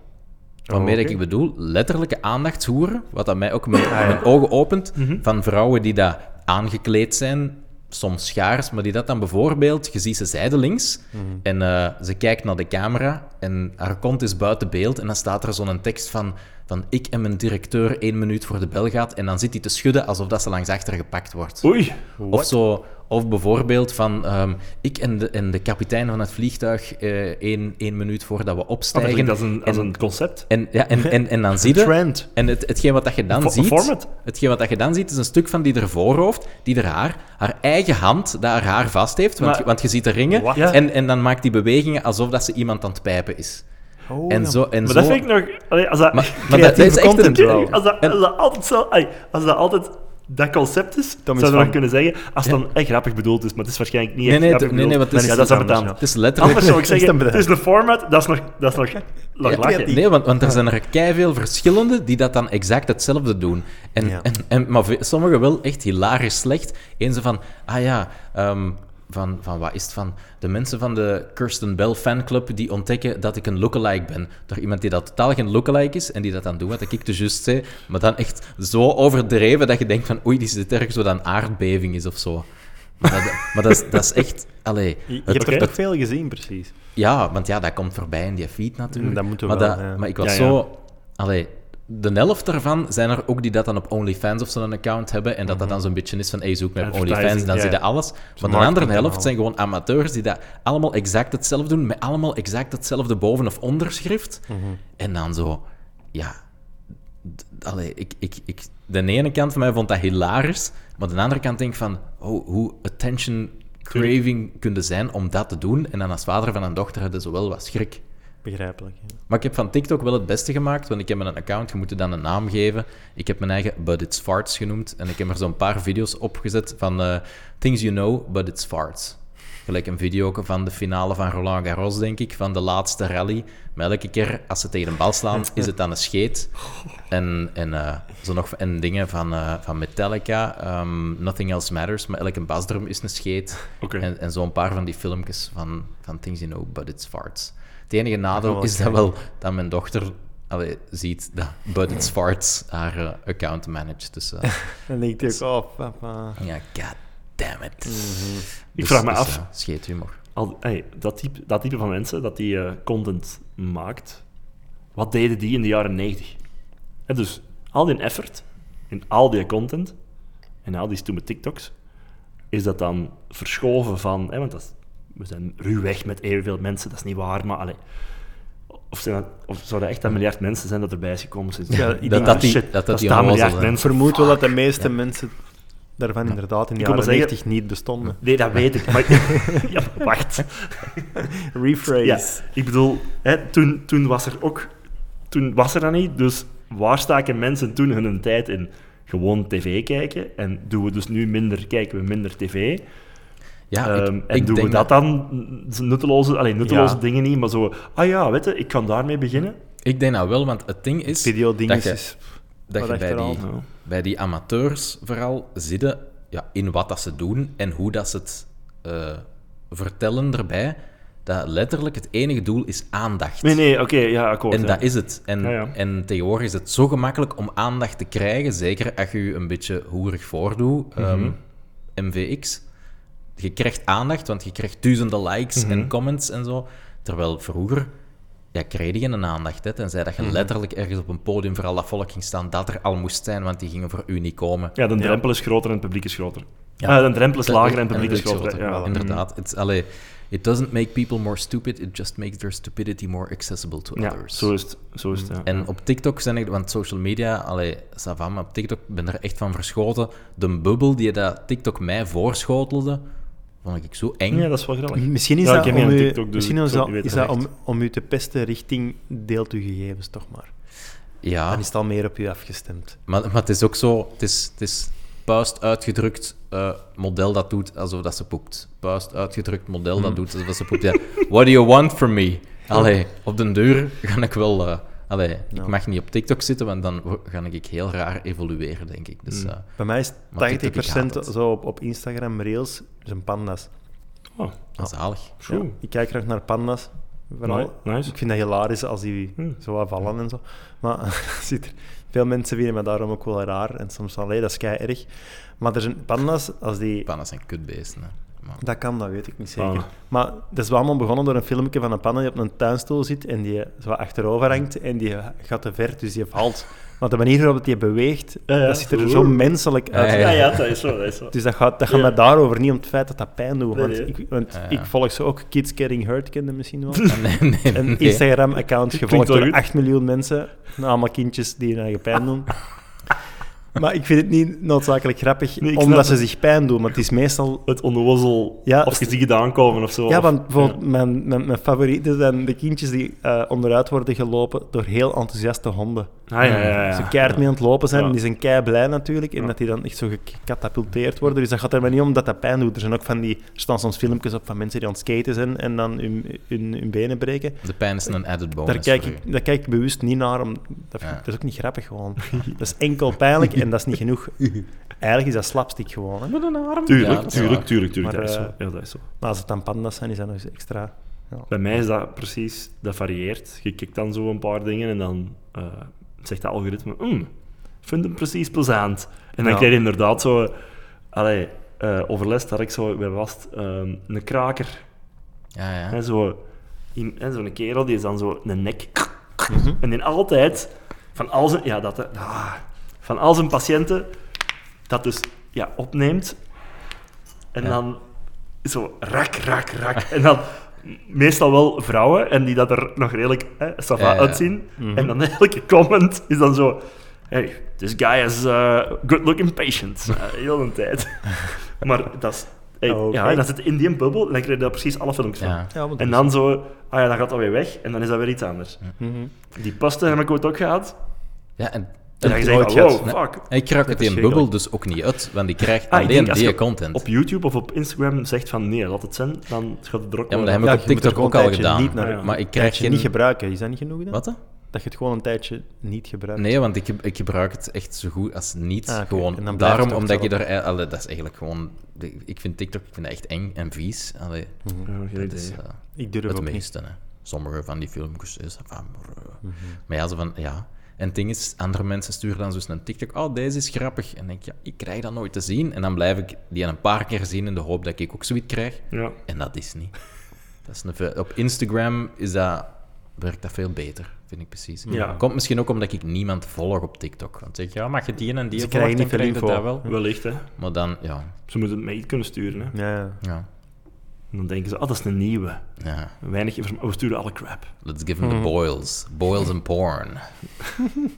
Waarmee
Oh,
dat
oké.
ik bedoel, letterlijke aandachtshoeren, wat dat mij ook mijn,
Ah,
mijn ogen opent,
Mhm.
van vrouwen die dat aangekleed zijn, soms schaars, maar die dat dan bijvoorbeeld, je ziet ze zijdelings,
Mhm.
en eh, ze kijkt naar de camera, en haar kont is buiten beeld, en dan staat er zo'n tekst van, van ik en mijn directeur één minuut voor de bel gaat, en dan zit hij te schudden alsof dat ze langs achter gepakt wordt.
Oei.
Of zo. Of bijvoorbeeld van ehm, ik en de, en de kapitein van het vliegtuig eh één, één minuut voordat we
Dat
opstijgen.
klinkt als een, als
en-
een concept.
en, ja, en, en, en dan zie je...
Trend.
En het, hetgeen wat dat je dan
Fo-
ziet...
format.
Hetgeen wat dat je dan ziet, is een stuk van die er voorhoofd, die er haar, haar eigen hand, dat haar haar vast heeft, want,
Maar-
je- want je ziet de ringen,
Wat?
Ja.
en, en dan maakt die bewegingen alsof dat ze iemand aan het pijpen is.
Oh,
en
ja.
zo... En
Maar
zo
dat vind ik nog... allee, als dat,
Maar- maar dat- dat is echt
content
een-
wel.
Als dat,
En-
als dat altijd zo... ai, Als dat altijd dat concept is,
Dan is
zou je
van-
nog kunnen zeggen, als het dan echt grappig bedoeld is, maar het is waarschijnlijk niet
Nee,
echt
nee,
grappig
het- nee, nee,
bedoeld,
want het
dan-
is
ja, dat
iets
is
anders,
betaald.
Het is letterlijk...
Anders zou ik
Is dat
zeggen, het
bedacht?
is een format, dat is nog... Dat is nog nog
Ja,
lachen.
creatief.
Nee, want, want er zijn er keiveel verschillende die dat dan exact hetzelfde doen. En,
Ja.
en, en, maar ve- sommigen wel echt hilarisch slecht. Eén zo van, ah ja, ehm, van, van wat is het van? De mensen van de Kirsten Bell fanclub die ontdekken dat ik een lookalike ben. Door iemand die dat totaal geen lookalike is en die dat dan doet, wat ik te juist zei. Maar dan echt zo overdreven dat je denkt van, oei, die zit ergens zo dan aardbeving is of zo. Maar dat, maar dat, is, dat is echt... Allee,
Je, je
het-
hebt er
Oké.
toch veel gezien, precies.
ja, want ja, dat komt voorbij in die feed natuurlijk.
Mm, Dat moeten we
maar
wel, ja.
Maar ik was
Ja, ja.
zo... Allee, de helft daarvan zijn er ook die dat dan op OnlyFans of zo'n account hebben. En
Mhm.
dat dat dan zo'n beetje is van, hey, zoek me op
Advertising,
OnlyFans en dan
ja,
zie je
ja.
alles. Maar de
marketing
andere helft
kanaal.
zijn gewoon amateurs die dat allemaal exact hetzelfde doen. Met allemaal exact hetzelfde boven- of onderschrift. En dan zo, ja... d- Allee, ik, ik, ik, de ene kant van mij vond dat hilarisch. Maar de andere kant denk ik van, oh, hoe attention craving kunnen zijn om dat te doen. En dan als vader van een dochter hadden ze wel wat schrik.
Begrijpelijk. ja.
Maar ik heb van TikTok wel het beste gemaakt, want ik heb een account, je moet er dan een naam geven. Ik heb mijn eigen But It's Farts genoemd en ik heb er zo'n paar video's opgezet van eh, Things You Know, But It's Farts. Gelijk een video ook van de finale van Roland Garros, denk ik, van de laatste rally. Maar elke keer als ze tegen een bal slaan, is het dan een scheet. En, en, eh, zo nog, en dingen van, eh, van Metallica, ehm, Nothing Else Matters, maar elke basdrum is een scheet.
Oké.
En, en zo'n paar van die filmpjes van, van Things You Know, But It's Farts. Het enige nadeel
Oh,
wel
is dat wel dat mijn dochter allee, ziet dat But It's Farts haar eh, account managt. Dus eh,
Dan denk ik ook, oh papa.
ja, god damn it.
Mhm. Ik vraag me af.
eh, scheet humor.
Al- ey, dat, type, dat type van mensen dat die eh, content maakt, wat deden die in de jaren 90? Hè, dus al die effort en al die content en al die stomme TikToks, is dat dan verschoven van, hè, want dat is- we zijn ruwweg met evenveel mensen, dat is niet waar, maar allee, of, zijn dat, of zou dat echt een miljard mensen zijn dat erbij is gekomen sinds
Ja,
ik
dat-
denk,
dat
ah,
die-
shit,
dat dat
is
die
daar een
onnozel
miljard
zijn.
Ik
mensen.
vermoed wel dat de meeste mensen daarvan inderdaad in de
Ik
jaren
wil maar zeggen-
90 niet bestonden.
Nee, dat weet ik, maar ja, wacht.
Rephrase.
Ja, ik bedoel, hè, toen, toen was er ook... Toen was er dat niet, dus waar staken mensen toen hun tijd in? Gewoon tv kijken. En doen we dus nu minder, kijken we minder tv.
Ja,
Ehm,
ik,
en
ik
doen
denk
we dat dan? N- Nutteloze, allee, nutteloze
Ja.
dingen niet, maar zo... Ah ja, weet je, ik kan daarmee beginnen.
Ik denk dat wel, want het ding is...
Video
dat
dinges
je-
is...
dat
Wat
je bij
achterhaald.
die,
Ja.
bij die amateurs vooral zitten ja, in wat dat ze doen en hoe dat ze het eh, vertellen erbij, dat letterlijk het enige doel is aandacht.
Nee, nee, oké, ja, akkoord.
En
ja.
dat is het. En,
Ja, ja.
en tegenwoordig is het zo gemakkelijk om aandacht te krijgen, zeker als je je een beetje hoerig voordoet,
Mhm.
ehm, MVX. Je krijgt aandacht, want je krijgt duizenden likes
Mhm.
en comments en zo. Terwijl vroeger ja, kreeg je geen aandacht. Hè, tenzij dat je
Mhm.
letterlijk ergens op een podium voor al dat volk ging staan dat er al moest zijn, want die gingen voor u niet komen.
Ja, de drempel is groter en het publiek is groter.
Ja.
Ja. de drempel is lager en het publiek is
groter,
groter. Ja. Mhm.
Inderdaad. It's, allee, it doesn't make people more stupid, it just makes their stupidity more accessible to
Ja,
others.
zo is het. Zo is het ja.
En op TikTok zijn ik, want social media, allee, ça va, maar op TikTok ben ik er echt van verschoten. De bubbel die dat TikTok mij voorschotelde, Vond ik zo eng.
Ja, dat is wel grappig.
Misschien is
Ja, ik
dat,
heb
om
geen
u,
TikTok, dus
misschien
ik
is
zou
dat,
het niet
is
weten
dat om, om u te pesten richting deelt uw gegevens toch maar.
Ah.
Ja,
Dan is het al meer op u afgestemd.
maar, maar het is ook zo... Het is, het is puist uitgedrukt eh, model dat doet alsof dat ze poept. Puist uitgedrukt model
Hmm.
dat doet alsof dat ze poept. Ja. What do you want from me? Allee, op den deur ga ik wel... eh, allee,
Ja.
ik mag niet op TikTok zitten, want dan wo- ga ik heel raar evolueren, denk ik. Dus,
Mm.
eh,
Bij mij is
Maar TikTok, ik haat
80%
het.
zo op, op Instagram Reels zijn panda's.
Oh,
dat is zalig.
zo.
Ja, ik kijk graag naar panda's. Vooral,
Nice, nice.
Ik vind dat hilarisch als die
Hmm.
zo wat vallen en zo. Maar ziet er, veel mensen vinden me daarom ook wel raar. En soms van, "Allee, dat is kei erg. Maar er zijn panda's, als die...
Pandas zijn kutbeesten. hè. Maar,
Dat kan, dat weet ik niet zeker.
Ah.
Maar dat is wel allemaal begonnen door een filmpje van een panda die op een tuinstoel zit en die zo achterover hangt en die gaat te ver, dus die valt. Maar de manier waarop die beweegt,
Ja, ja.
dat ziet er zo menselijk uit.
Ja,
Ja, ja, dat is zo. Dat is zo.
Dus dat gaat, dat gaat
Ja.
mij daarover, niet om het feit dat dat pijn doet.
Nee,
Want,
nee.
ik, want
Ja, ja.
ik volg ze ook, Kids Getting Hurt kende misschien wel.
nee, nee,
Een
nee.
Instagram-account
Klinkt
gevolgd
wel
door
goed.
8 miljoen mensen. Allemaal kindjes die hun eigen pijn doen. Maar ik vind het niet noodzakelijk grappig,
Nee, ik snap
omdat ze
het.
zich pijn doen. Want het is meestal
Het onnozel,
Ja,
of je ziet het aankomen of zo.
Ja,
Of-
want bijvoorbeeld Mijn, mijn, mijn favorieten zijn de kindjes die eh, onderuit worden gelopen door heel enthousiaste honden.
Ah, ja, ja, ja.
Ze keihard mee aan het lopen zijn
Ja.
en die zijn kei blij natuurlijk. En
Ja.
dat die dan echt zo gecatapulteerd worden. Dus dat gaat er maar niet om dat dat pijn doet. Er zijn ook van die, er staan soms filmpjes op van mensen die aan het skaten zijn en dan hun, hun, hun benen breken.
De pijn is een added bonus.
Daar kijk,
voor
ik,
u.
daar kijk ik bewust niet naar. Om, dat, vind
Ja.
ik- dat is ook niet grappig gewoon. Dat is enkel pijnlijk en dat is niet genoeg. Eigenlijk is dat slapstick gewoon. Hè.
Ja,
Tuurlijk,
dat is
tuurlijk,
waar.
tuurlijk, tuurlijk.
Maar,
dat, is zo.
eh,
Ja, dat is zo.
Maar als het dan panda's zijn, is dat nog eens extra. Ja.
Bij mij is dat precies, dat varieert. Je kijkt dan zo een paar dingen en dan eh, zegt dat algoritme, "Mm, vind hem precies plezant. En dan
Ja.
krijg je inderdaad zo, eh, allee, eh overlast had ik zo, bij was ehm, een kraker.
Ja, ja.
Hè, zo, i- hè, zo'n kerel die is dan zo een nek.
Mhm.
En in altijd, van al zijn, ja, dat, hè. Ah. van al zijn patiënten, dat dus ja, opneemt. En
Ja.
dan zo rak, rak, rak. En dan meestal wel vrouwen, en die dat er nog redelijk hè, ça va
Ja, ja.
uitzien.
Mhm.
En dan elke comment is dan zo... Hey, this guy is eh, good looking patient. Eh, heel een tijd. maar dat is... hey,
Oké.
Ja, en dan zit in die bubbel en dan krijg je daar precies alle filmpjes van.
Ah, Ja.
Ja, want dat
En
is-
dan zo, ah ja, dan gaat dat weer weg en dan is dat weer iets anders.
Mhm.
Die pasten heb ik ooit ook gehad.
Ja, en,
En dan
en-
zeg je,
nooit
van,
gehad.
wow, fuck.
en ik raak het in
verschrikkelijk.
bubbel dus ook niet uit, want ik krijg
Ah, ik
alleen
denk als
die
je
content.
Op YouTube of op Instagram zegt van nee, laat het zijn, dan gaat het er ook
Ja, maar
wel
dat heb ik
Ja,
op
je moet er
TikTok
gewoon
ook al
een tijdje
gedaan.
niet naar-
Ja.
Maar ik
Krijg
krijg geen...
niet gebruiken, is dat niet genoeg? Dan?
Wat? hè?
Dat je het gewoon een tijdje niet gebruikt.
Nee, want ik, ge- ik gebruik het echt zo goed als niet.
Ah, oké. En dan
Gewoon
blijft
daarom,
het ook
omdat
zo.
je er... eh, Allee, dat is eigenlijk gewoon... Ik vind TikTok ik vind dat echt eng en vies. Allee,
Mhm.
Ja, geen
dat
idee.
is eh,
Ik durf
het
ook niet.
meeste. Hè. Sommige van die filmpjes is van... eh, Maar ja, zo van... Ja. En het ding is, andere mensen sturen dan dus een TikTok. Oh, deze is grappig. En dan denk ik, ja, ik krijg dat nooit te zien. En dan blijf ik die een paar keer zien in de hoop dat ik ook zoiets krijg.
Ja.
En dat is niet. Dat is een ve- op Instagram is dat, werkt dat veel beter, vind ik precies.
Ja.
Komt misschien ook omdat ik niemand volg op TikTok. Want zeg je, ja, mag je die en die
Ze
volgt,
krijgen
dan
niet veel
krijg je dat
info.
wel.
Wellicht, hè.
Maar dan, ja,
Ze moeten het mee kunnen sturen, hè.
Ja, ja.
ja,
En dan denken ze, ah, dat is een nieuwe.
ja.
Weinig informatie. We sturen alle crap.
Let's give them the boils. Boils and porn.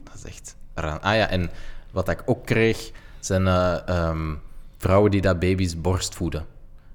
dat is echt raar. Ah ja, en wat ik ook kreeg, zijn eh, ehm, vrouwen die dat baby's borst voeden.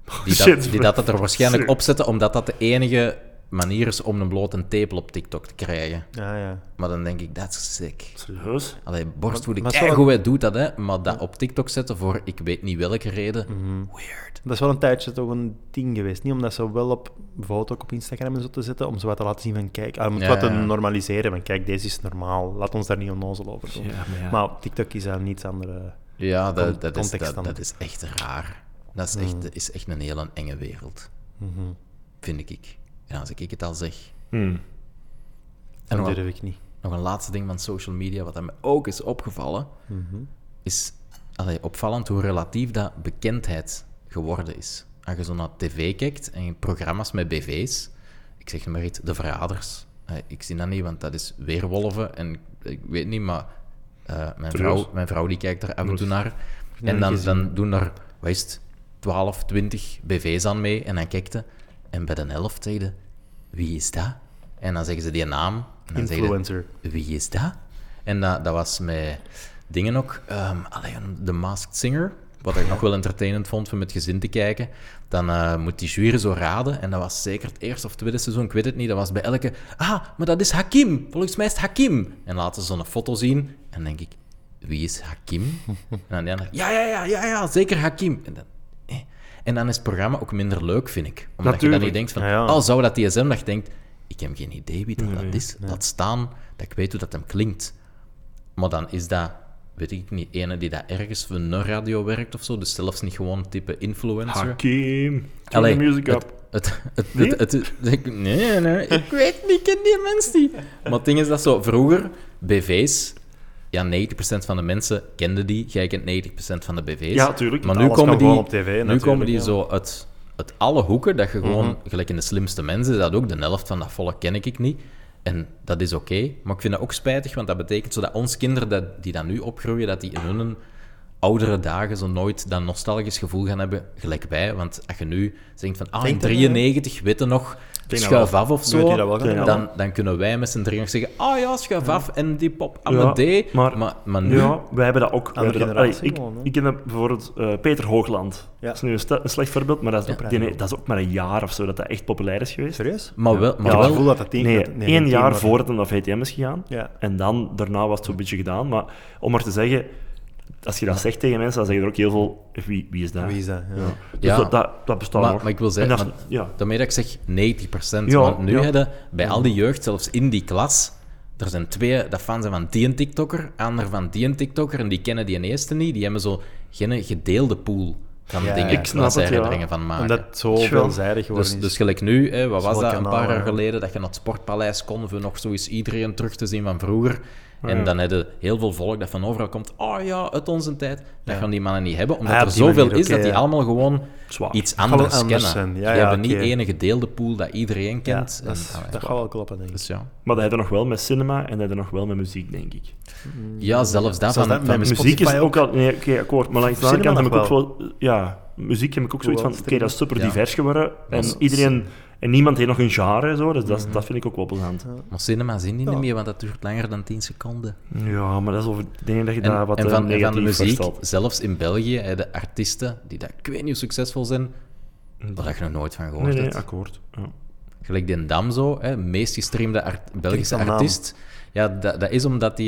Die dat,
Shit.
die dat, dat er waarschijnlijk
Sorry.
opzetten, omdat dat de enige manier is om een blote tepel op TikTok te krijgen.
ja, ja.
Maar dan denk ik, dat is sick.
Serieus?
Allee, borstvoeding,
Maar- maar zou-
keigoed, hij doet dat, hè. Maar dat op TikTok zetten voor ik weet niet welke reden, weird.
Dat is wel een tijdje toch een ding geweest. Niet omdat ze wel op bijvoorbeeld ook op Instagram en zo te zetten, om ze wat te laten zien van kijk, ah, we moeten
Ja,
wat te
ja, ja.
normaliseren. Van kijk, deze is normaal. Laat ons daar niet onnozel over doen.
Ja, maar ja.
Maar op TikTok is dat niets andere.
Ja,
Con-
dat, dat, is,
context
dat,
dan. Mm.
dat is echt raar. Dat is echt, is echt een hele enge wereld,
Mhm.
vind ik. En als ik het al zeg.
Hmm.
En
Dat
nog,
durf ik niet.
nog een laatste ding van social media, wat me ook is opgevallen, is allee, opvallend hoe relatief dat bekendheid geworden is. Als je zo naar tv kijkt en je programma's met bv's, ik zeg maar iets, de verraders. Eh, ik zie dat niet, want dat is weerwolven en ik- ik weet niet, maar eh, mijn, vrouw, mijn vrouw die kijkt er af en toe naar. En dan, dan doen er, wat is het, 12, 20 bv's aan mee en dan kijkt je. En bij de helft zeg je, wie is dat? En dan zeggen ze die naam. En dan zeg je,
Influencer.
wie is dat? En dat, dat was met dingen ook. ehm, allee, de Masked Singer. wat ik nog wel entertainend vond om met gezin te kijken, dan eh, moet die jury zo raden. En dat was zeker het eerste of tweede seizoen, ik weet het niet. Dat was bij elke, ah, maar dat is Hakim. Volgens mij is het Hakim. En laten ze zo'n foto zien. En dan denk ik, wie is Hakim? en dan die andere, ja, ja, ja, ja, ja, zeker Hakim. En dan, eh. en dan is het programma ook minder leuk, vind ik. Omdat je dan
Natuurlijk.
niet denkt van,
Ja, ja.
oh, zou dat DSM dat je denkt, ik heb geen idee wie dat,
Nee,
dat is. Laat staan dat ik weet hoe dat hem klinkt. Maar dan is dat, weet ik niet, ene die dat ergens voor een radio werkt of zo. Dus zelfs niet gewoon type influencer.
Hakim, turn
Allee,
the music
het-
up.
Het, het,
Nee?
het, het, het- ik- nee, nee, ik weet niet, ik ken die mensen niet. Maar het ding is dat zo, vroeger, BV's, ja, 90% van de mensen kenden die, jij kent 90% van de BV's.
Ja, tuurlijk.
Maar nu
Alles
komen
kan
die,
gewoon op tv
nu
natuurlijk,
komen die
ja.
zo uit, uit alle hoeken, dat je gewoon, gelijk in de slimste mensen, dat ook, de helft van dat volk ken ik niet. En dat is oké, maar ik vind dat ook spijtig, want dat betekent zo dat onze kinderen dat, die dan nu opgroeien, dat die in hun oudere dagen zo nooit dat nostalgisch gevoel gaan hebben, gelijk wij. Want als je nu denkt van, ah, in
Denk dat wel.
93, weten nog,
dat
schuif af of
Weet
zo,
je dat wel?
Ja.
dan, dan kunnen wij met z'n drieën nog zeggen, ah ja, schuif af en die pop Amadee. maar,
maar-
maar, nu...
Ja, wij hebben dat ook. Wij
Andere
hebben dat- allee,
generatie gewoon, hè?
ik, ik ken dat bijvoorbeeld eh, Peter Hoogland.
Ja.
Dat is nu een, sta- een slecht voorbeeld, maar dat is, ook, die- nee, dat is ook maar een jaar of zo dat dat echt populair is geweest.
Serieus?
Maar wel, maar
ik heb het
wel
gevoel dat dat tien-
Nee,
dat- geen
één
tien,
jaar
maar-
voordat het naar VTM is gegaan.
Ja.
En dan, daarna was het zo'n beetje gedaan. Maar om maar te zeggen, als je dat zegt tegen mensen, dan zeggen er ook heel veel, wie, wie is dat?
Wie is dat? Ja.
Dus
Ja.
dat, dat, dat bestaat
Maar-
nog.
maar ik wil zeggen,
En dat is-
want-
ja.
Daarmee dat ik zeg 90%.
Ja,
want nu
ja.
hadden bij al die jeugd, zelfs in die klas, er zijn twee dat fan zijn van die een TikToker, ander van die een TikToker, en die kennen die eerste niet. Die hebben zo geen gedeelde pool van
Ja,
dingen.
ik
dat
snap
zij
het, ja.
herinneringen van maken.
Omdat het zo
Tjoh.
veelzijdig geworden
Ah, Dus,
is.
dus gelijk nu, hè, wat was
Zoveel
dat een
kanalen,
paar jaar
ja.
geleden, dat je naar het sportpaleis kon voor nog zoiets iedereen terug te zien van vroeger.
Oh,
En dan hadden heel veel volk dat van overal komt. Oh ja, uit onze tijd. Dat gaan die mannen niet hebben, omdat
Ah,
er
op die
zoveel
manier,
is dat
oké,
die
ja.
allemaal gewoon
Zwaar.
iets
gaat
anders,
wel anders
kennen.
zijn.
Die
Ja, ja,
hebben
oké.
niet één gedeelde pool dat iedereen
ja,
kent.
dat,
en,
is-
allee,
dat gaat wel kloppen, denk ik.
dus ja.
Maar dat hebben nog wel met cinema en dat hebben nog wel met muziek, denk ik.
ja, zelfs dat van,
dat
van
met
muziek.
Muziek is
Spotify
ook al... Nee, oké, akkoord. Maar langs de andere kant
Cinema
heb ik ook
nog
wel... Ja, muziek heb ik ook zoiets van... Oké, dat is super
Ja.
divers geworden. En
is- Mhm.
iedereen... En niemand heeft nog een genre, en zo. Dus dat, is- dat vind ik ook wel plezant.
Maar cinema zien die
Ja.
niet meer, want dat duurt langer dan 10 seconden.
Ja, maar dat is over... Ik denk dat je daar
en,
wat
en
eh,
van, en
negatief
van de muziek,
verstelt.
zelfs in België, hè, de artiesten die dat, ik weet niet hoe succesvol zijn, daar heb ik nog nooit van gehoord.
Nee, nee,
hebt.
akkoord. Ja.
Gelijk die Dam zo, hè, meest gestreamde art- Belgische
van naam.
artiest. Ja, dat, dat is omdat hij...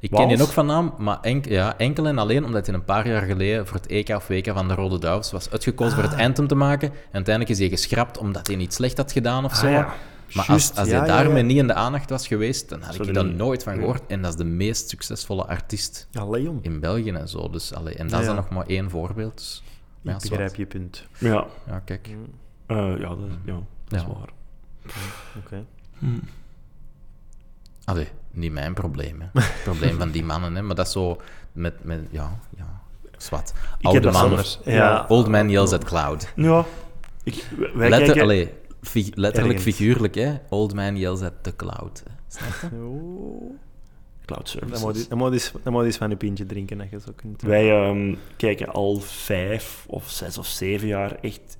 Ik ken
Waals?
die ook van naam, maar enk, ja, enkel en alleen omdat hij een paar jaar geleden voor het EK of WK van de Rode Duivels was uitgekozen voor
Ah.
het anthem te maken. En uiteindelijk is hij geschrapt omdat hij niet slecht had gedaan of zo.
Ah, ja.
Maar
Juist,
als, als
ja,
hij
ja,
daarmee
ja.
niet in de aandacht was geweest, dan had
Zou
ik
die
er
niet-
nooit van gehoord. En dat is de meest succesvolle artiest
Ja, Leon,
in België en zo. Dus, allee, en dat is
Ja.
dan nog maar één voorbeeld. Dus, ja,
ik
zwart.
begrijp je punt.
Ja,
Ja, kijk.
eh, ja, dat, ja, dat is
Ja.
waar.
Oké.
Allee, niet mijn probleem, hè. Het probleem van die mannen, hè. Maar dat is zo met... met ja, ja. Zwat. Oude
dat
man.
zelfs.
Ja.
Ja.
Old man yells at cloud.
Ja. Ik, wij
Letter,
kijken...
allee, fi- letterlijk
Ergens.
figuurlijk, hè. Old man yells at the cloud. Snap je?
Cloud
Dan moet
services.
je- dan moet je eens- dan moet je eens van je pintje drinken, dat je zo kunt.
Wij ehm, kijken al vijf of zes of zeven jaar echt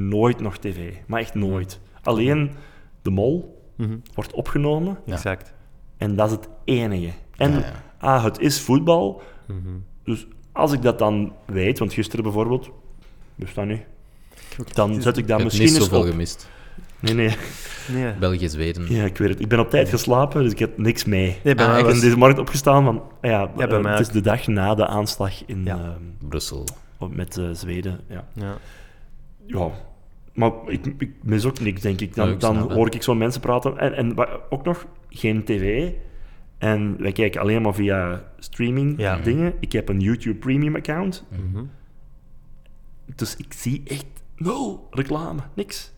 nooit nog tv. Maar echt nooit. Alleen De Mol
Mhm,
wordt opgenomen
Ja.
Exact.
en dat is het enige. En
Ja, ja.
ah, het is voetbal,
Mhm.
dus als ik dat dan weet, want gisteren bijvoorbeeld, dus dat nu, dan zet ik dat
Ik heb
misschien
niet
eens
zoveel
op.
gemist.
Nee, nee.
Nee.
België, Zweden.
Ja, ik weet het. Ik ben op tijd geslapen, dus ik heb niks mee.
Nee, bij
Ah,
mij
ik ben
was-
deze morgen opgestaan van, ah ja,
bij
eh,
mij
het is
ook.
de dag na de aanslag in,
Ja.
ehm,
Brussel.
op- met eh, Zweden. Ja.
Ja.
ja, maar ik, ik mis ook niks, denk ik. Dan,
Ja, ik snap
dan
het.
hoor ik zo'n mensen praten. En, en wa- ook nog, geen tv. En wij kijken alleen maar via streaming
Ja.
dingen. Ik heb een YouTube Premium account.
Mhm.
Dus ik zie echt nul reclame, niks.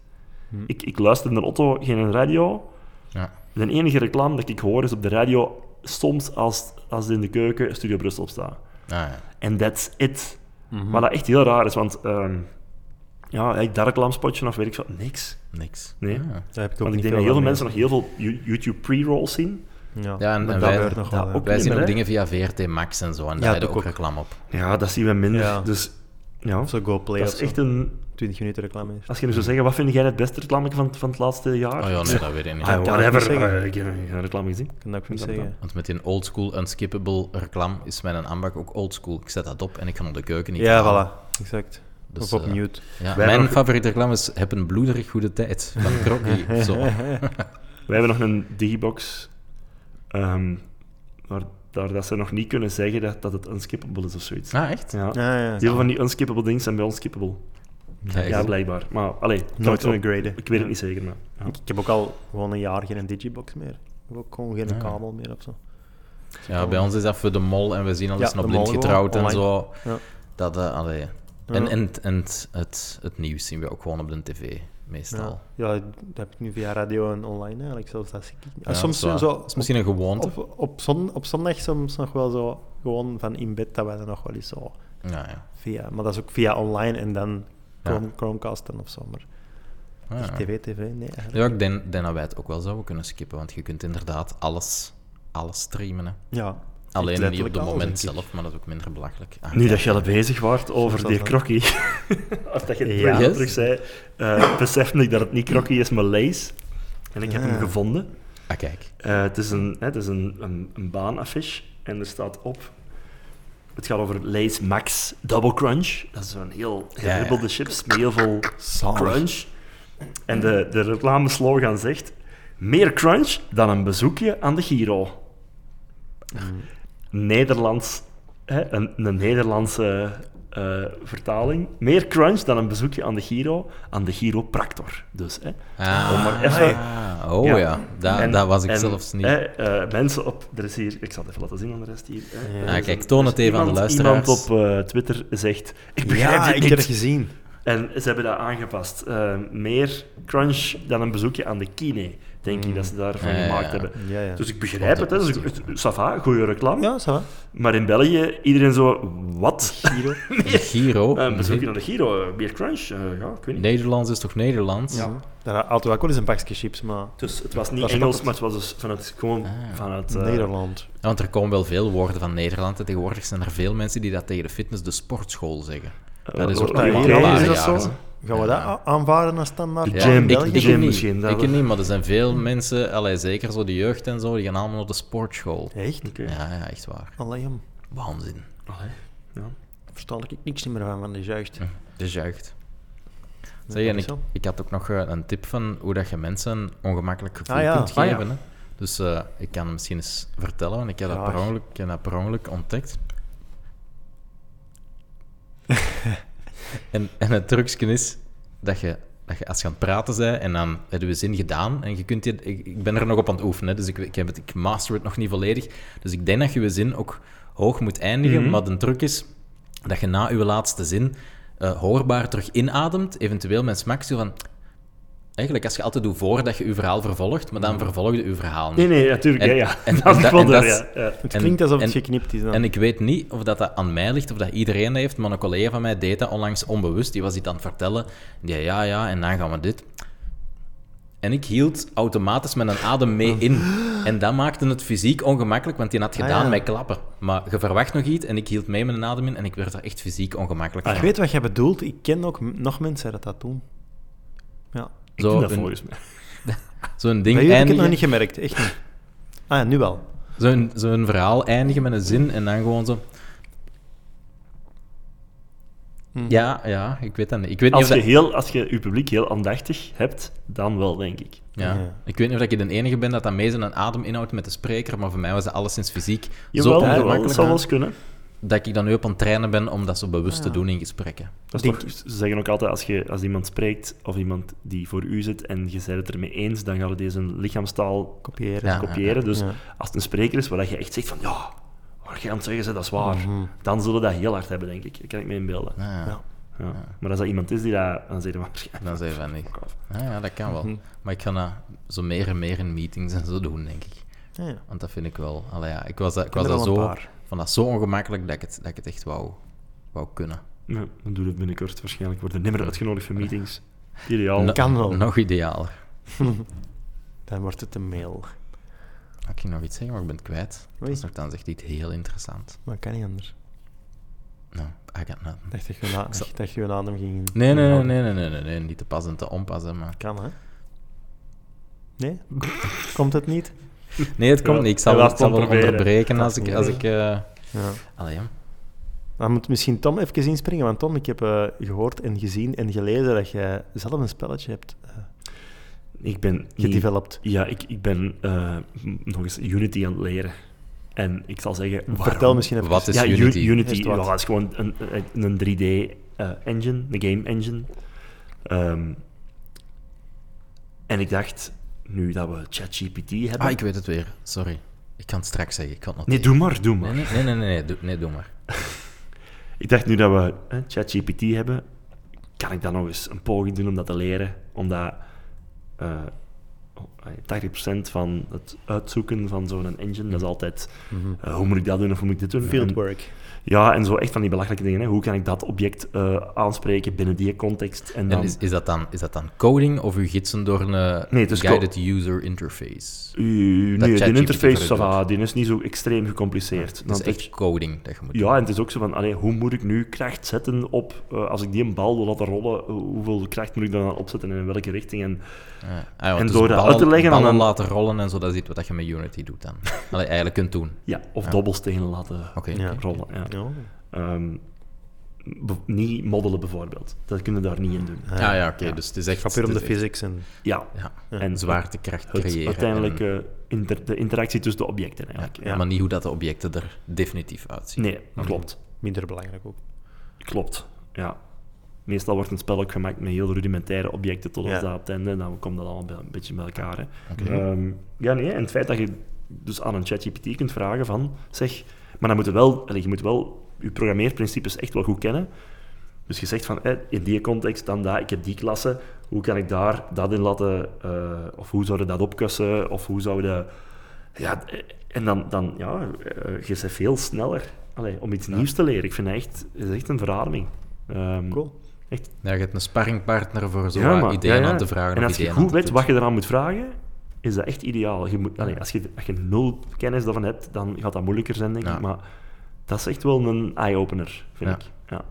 Ik, ik luister naar Otto, geen radio.
Ja.
De enige reclame dat ik hoor is op de radio, soms als, als in de keuken Studio Brussel staat.
Ah, ja.
En that's it.
Mhm.
Maar dat echt heel raar is, want ehm ja, ik dat reclamespotje of weet ik wat, niks.
Niks.
Nee.
Ah.
Daar heb ik ook
Want
niet
ik denk
veel
dat heel veel
aan
mensen nog heel veel You- YouTube pre-rolls zien.
mee. Ja,
Ja, en-
maar
en
dat
wij-
gebeurt nog
dat
wel. ja.
ook-
Wij
niet
zien
meer,
ook
hè?
dingen via VRT Max en zo, en daar
Ja,
hebben
dat
ook
ook.
reclame op.
Ja, dat zien we minder.
Ja.
Dus Ja.
Of zo GoPlay
Dat
of
is
zo.
echt een...
20 minuten reclame is.
Als je nu zou zeggen, wat vind jij het beste reclame van, het- van het laatste jaar?
Oh ja, nee, dat weet ik niet.
Ah,
ik
whatever.
niet zeggen.
Eh, ik heb geen reclame gezien.
Ik kan dat ook niet
Dat dan.
zeggen.
Want met die oldschool unskippable reclam is mijn aanbak ook oldschool. Ik zet dat op en ik ga naar de keuken. niet
Ja,
halen.
voilà. Exact.
Dus,
of op
eh,
mute.
Ja,
Wij
mijn
nog-
favoriete reclame is heb een bloederig goede tijd. Van Crocky. Zo.
Wij hebben nog een digibox. ehm, waar, daar dat ze nog niet kunnen zeggen dat, dat het unskippable is of zoiets.
Ah, echt?
Ja. Heel
Ah, ja.
veel van die unskippable dingen zijn wel unskippable.
Kijk,
Ja,
goed.
blijkbaar. Maar allee, ik, kan
Nooit
het
kunnen
op-
graden.
ik weet het niet zeker. Maar, ja.
Ik, ik heb ook al gewoon een jaar geen Digibox meer. Ik heb ook gewoon geen
Ja.
kabel meer of zo.
ja, bij ons is dat voor de mol en we zien alles
Ja,
nog
de
blind
mol gewoon,
getrouwd en
online.
zo.
Ja.
Dat, eh, allee. En, en, en het, het, het nieuws zien we ook gewoon op de tv, meestal.
Ja. ja, dat heb ik nu via radio en online eigenlijk. Zelfs dat zie ik niet. Ah,
Ja,
soms
dat is
zo.
waar. Dat is misschien een gewoonte.
Op, op, zon, op zondag soms nog wel zo gewoon van in bed dat wij dan nog wel eens zo
Ja, ja.
via. Maar dat is ook via online en dan
Ja.
Chrome, Chromecasten of zo. Maar
Ah,
echt
ja.
tv, tv, nee. eigenlijk.
Ja, ik denk, denk dat wij het ook wel zouden kunnen skippen, want je kunt inderdaad alles, alles streamen. Hè.
Ja.
Alleen niet op
letterlijk
het
alles,
moment
denk ik.
zelf, maar dat is ook minder belachelijk. Ah,
Nu
ja.
dat je al bezig waart over
Zo
die
zal
krokkie, als dat je het
Ja.
terug,
Yes.
terug zei, eh besefte ik dat het niet krokkie is, maar lees. En ik heb
Ja.
hem gevonden.
Ah, kijk.
Eh, het is een, hè, het is een, een, een baanaffiche en er staat op. Het gaat over Lay's Max Double Crunch. Dat is zo'n heel
ja.
geribbelde chips met heel veel
Zalig.
crunch. En de, de reclameslogan zegt: meer crunch dan een bezoekje aan de Giro.
Mm.
Nederlands, hè, een, een Nederlandse eh, vertaling. Meer crunch dan een bezoekje aan de Giro, aan de chiropractor. Dus, hè.
Ah,
Om maar even-
oh ja,
Ja.
Dat,
En-
dat was ik
en,
zelfs niet.
hè, eh, mensen op... Er is hier... Ik zal het even laten zien aan de rest hier. hè.
Ja.
Er
Ah,
is
kijk,
een-
toon
er
het
is
even aan de
iemand-
luisteraars.
Iemand op eh, Twitter zegt... Ik begrijp
Ja,
dit
ik
niet.
heb het gezien.
En ze hebben dat aangepast. Eh, meer crunch dan een bezoekje aan de kine, denk ik, dat ze daarvan
Hmm. Ja, ja,
gemaakt
ja.
hebben.
Ja, ja.
Dus ik begrijp het, hè. Dus, ik- het- ça va, goede reclame.
Ja, ça va.
Maar in België, iedereen zo... Wat?
Giro.
De Giro.
Een bezoekje aan de Giro, eh, meer crunch? Eh, ja, ik weet niet.
Nederlands is toch Nederlands?
Ja. Daar hadden we ook wel eens een pakje chips, maar...
Dus het was niet
Dat is
Engels,
het.
maar het was dus vanuit, gewoon
Ah.
vanuit... eh,
Nederland.
Ja, Want er komen wel veel woorden van Nederland. En tegenwoordig zijn er veel mensen die dat tegen de fitness, de sportschool zeggen. Dat is
eh,
ook
eh,
al
hier
een
Nederland
paar
is dat
jaren.
zo?
Gaan we dat a- aanvaarden als standaard?
De
Ja,
jam,
in
ik,
België?
ik
Jam
niet,
misschien, dat
ik
wel.
niet, maar er zijn veel mensen, allee, zeker zo de jeugd en zo, die gaan allemaal naar de sportschool.
Echt?
Oké.
Ja, ja, echt waar.
Allee, jam.
Waanzin.
Allee, ja.
Daar verstand ik niks meer van, van de juist.
De juicht. Zeg, en
is
ik,
zo.
ik had ook nog eh, een tip van hoe dat je mensen een ongemakkelijk gevoel
Ah, ja.
kunt
Ah, ja.
geven. hè. Dus eh, ik kan misschien eens vertellen, want ik heb dat
Graag.
per ongeluk, ik heb dat per ongeluk ontdekt. en, en het trucje is dat je, dat je als je aan het praten bent en dan hebben we zin gedaan. En je kunt je, ik, ik ben er nog op aan het oefenen, hè, dus ik, ik, heb het, ik master het nog niet volledig. Dus ik denk dat je je zin ook hoog moet eindigen.
Mhm.
Maar de truc is dat je na je laatste zin eh, hoorbaar terug inademt. Eventueel met smak zo van... Eigenlijk als je altijd doet voordat je je verhaal vervolgt, maar
Mm.
dan vervolgde je verhaal niet.
Nee, nee, natuurlijk.
En-
Ja, ja.
en-
dat
en
is
dat-
wel
en
daar,
dat is-
ja, ja.
Het
en-
klinkt alsof
en-
het geknipt is dan.
En ik weet niet of dat, dat aan mij ligt of dat iedereen heeft, maar een collega van mij deed dat onlangs onbewust. Die was dit aan het vertellen. Die ja, ja, en dan gaan we dit. En ik hield automatisch met een adem mee in. En dat maakte het fysiek ongemakkelijk, want die had gedaan
Mm. Ah, ja.
met klappen. Maar je verwacht nog iets en ik hield mee met een adem in en ik werd er echt fysiek ongemakkelijk van.
Ah, Ik weet wat jij bedoelt. Ik ken ook m- nog mensen dat dat doen. Ja.
Ik doe
Zo'n
dat volgens mij.
zo
Bij
ding
jullie heb ik het nog
eindigen,
niet gemerkt, echt niet. Ah ja, nu wel.
zo'n zo'n verhaal eindigen met een zin en dan gewoon zo... Ja, ja, ik weet dat niet. Ik weet niet
Als
of
je,
dat-
heel, als je je publiek heel aandachtig hebt, dan wel, denk ik.
Ja.
Ja.
Ik weet niet of ik de enige ben dat dat mee zijn adem inhoudt met de spreker, maar voor mij was dat alleszins fysiek
Jawel,
zo
ja, dat
ongemakkelijk
zou wel eens kunnen.
dat ik dan nu op aan het trainen ben om dat zo bewust te doen in gesprekken.
Dat is
Denk
toch, ze zeggen ook altijd, als, je, als iemand spreekt, of iemand die voor u zit, en je bent het ermee eens, dan gaat het deze lichaamstaal
Kopiëren.
Ja.
kopiëren. Dus
Ah, ja.
als het een spreker is waar je echt zegt van, ja, wat je aan het zeggen bent, dat is waar. Dan zullen we dat heel hard hebben, denk ik. Dat kan ik me inbeelden.
Ah, ja.
Ja.
Ja. Maar als dat iemand is die dat... Dan zeggen we waarschijnlijk...
Dan zei van niet.
"Fuck off."
Ah, ja, dat kan wel. Maar ik ga dat zo meer en meer in meetings en zo doen, denk ik.
Ja, ja.
Want dat vind ik wel. Allee, ja, ik was dat, ik was
er
dat
al een
zo,
paar.
vond dat zo ongemakkelijk dat ik het, dat ik het echt wou, wou kunnen.
Ja, dan doe het binnenkort waarschijnlijk. Worden nimmer uitgenodigd voor meetings. Ideaal.
No-
kan wel.
Nog idealer.
Dan wordt het een mail.
Had ik nog iets zeggen, maar ik ben het kwijt.
Oei.
Dat is nogthans echt iets heel interessant.
Maar kan niet anders.
No, I got nothing.
Ik dacht dat je een, a-
zal-
dat je een adem ging...
Nee,
ging
nee, nee,
houden.
nee, nee, nee, nee, nee, niet te pas en te onpas, hè, maar...
Kan, hè? Nee? Komt het niet?
Nee, het komt
Ja,
niet. Ik zal,
hij
wel-
laat
ik zal wel
het proberen.
onderbreken
Dat
als ik...
niet.
Als ik eh,
Ja.
Allee, ja.
Dan moet misschien Tom even inspringen, want Tom, ik heb eh, gehoord en gezien en gelezen dat jij zelf een spelletje hebt eh,
Ik ben... niet-
gedeveloped.
Ja, ik, ik ben eh, m- nog eens Unity aan het leren. En ik zal zeggen...
Vertel
waarom-
misschien even.
Wat is
ja, U-
Unity?
Unity.
Eerst
ja,
wat.
dat is gewoon een, een- een 3D-engine, een game engine. Ehm, en ik dacht, nu dat we ChatGPT hebben.
Ah, ik weet het weer. Sorry. Ik kan het straks zeggen. Ik kan het
Nee, doe maar, doe maar.
Nee, nee, nee, nee, nee, doe, nee, doe maar.
Ik dacht, nu dat we eh, ChatGPT hebben, kan ik dan nog eens een poging doen om dat te leren. Omdat eh, oh, eh, 80% van het uitzoeken van zo'n engine,
Mm.
dat is altijd
Mhm.
eh, hoe moet ik dat doen of hoe moet ik dit doen. En-
Fieldwork.
Ja, en zo echt van die belachelijke dingen. Hè. Hoe kan ik dat object eh, aanspreken binnen die context? En dan...
En is, is, dat dan, is dat dan coding of u gidsen door een eh,
Nee, het is
guided user interface?
Uh,
Dat
nee, die
ChatGPT
interface,
dat
ça va,
doet.
die is niet zo extreem gecompliceerd.
Het is
Dan-
echt coding dat je moet doen.
Ja, en het is ook zo van, allee, hoe moet ik nu kracht zetten op, eh, als ik die een bal wil laten rollen, hoe- hoeveel kracht moet ik dan opzetten en in welke richting? En
Ja. Ah, ja,
En
dus
door dat
ballen-
uit te leggen en
ballen
dan-
laten rollen en zo, dat is iets wat je met Unity doet dan. Allee, eigenlijk kunt doen.
Ja, of
Ja.
dobbelstenen laten
Oké.
Ja.
oké.
rollen. Ja.
Ja.
Ehm, be- niet moddelen bijvoorbeeld. Dat kunnen we daar niet in doen.
Ah,
Ah ja, oké.
Ja.
Dus het is echt...
Gaat weer om
het
de
is echt-
physics en...
Ja,
Ja.
Ja.
En zwaartekracht
het
creëren.
uiteindelijk
en-
eh, inter- de interactie tussen de objecten eigenlijk.
ja,
Ja.
Maar niet hoe dat de objecten er definitief uitzien.
Nee, klopt.
Minder belangrijk ook.
Klopt, ja. Meestal wordt een spel ook gemaakt met heel rudimentaire objecten tot op
Ja.
dat op het einde. En dan komt dat allemaal bij- een beetje bij elkaar. Hè.
Oké.
Ehm, ja, nee, en het feit dat je dus aan een ChatGPT kunt vragen van... Zeg, maar dan moet je wel... allee, je moet wel je programmeerprincipes echt wel goed kennen. Dus je zegt van, eh, in die context, dan dat, ik heb die klasse. Hoe kan ik daar dat in laten? eh, of hoe zouden dat opkussen? Of hoe zouden... Ja, eh, en dan, dan ja, eh, je bent veel sneller allee, om iets nieuws te leren. Ik vind het echt, het is echt een verademing. Ehm,
Cool.
Ja, je hebt een sparringpartner voor zo
ja,
wat
maar-
ideeën
ja, ja.
aan te vragen.
En
of
als je
ideeën aan
goed
te
weet
toetsen.
wat je eraan moet vragen, is dat echt ideaal. Je moet, allee, als, je, als je nul kennis daarvan hebt, dan gaat dat moeilijker zijn, denk
Ja.
ik. Maar dat is echt wel een eye-opener, vind
Ja.
ik. Ja.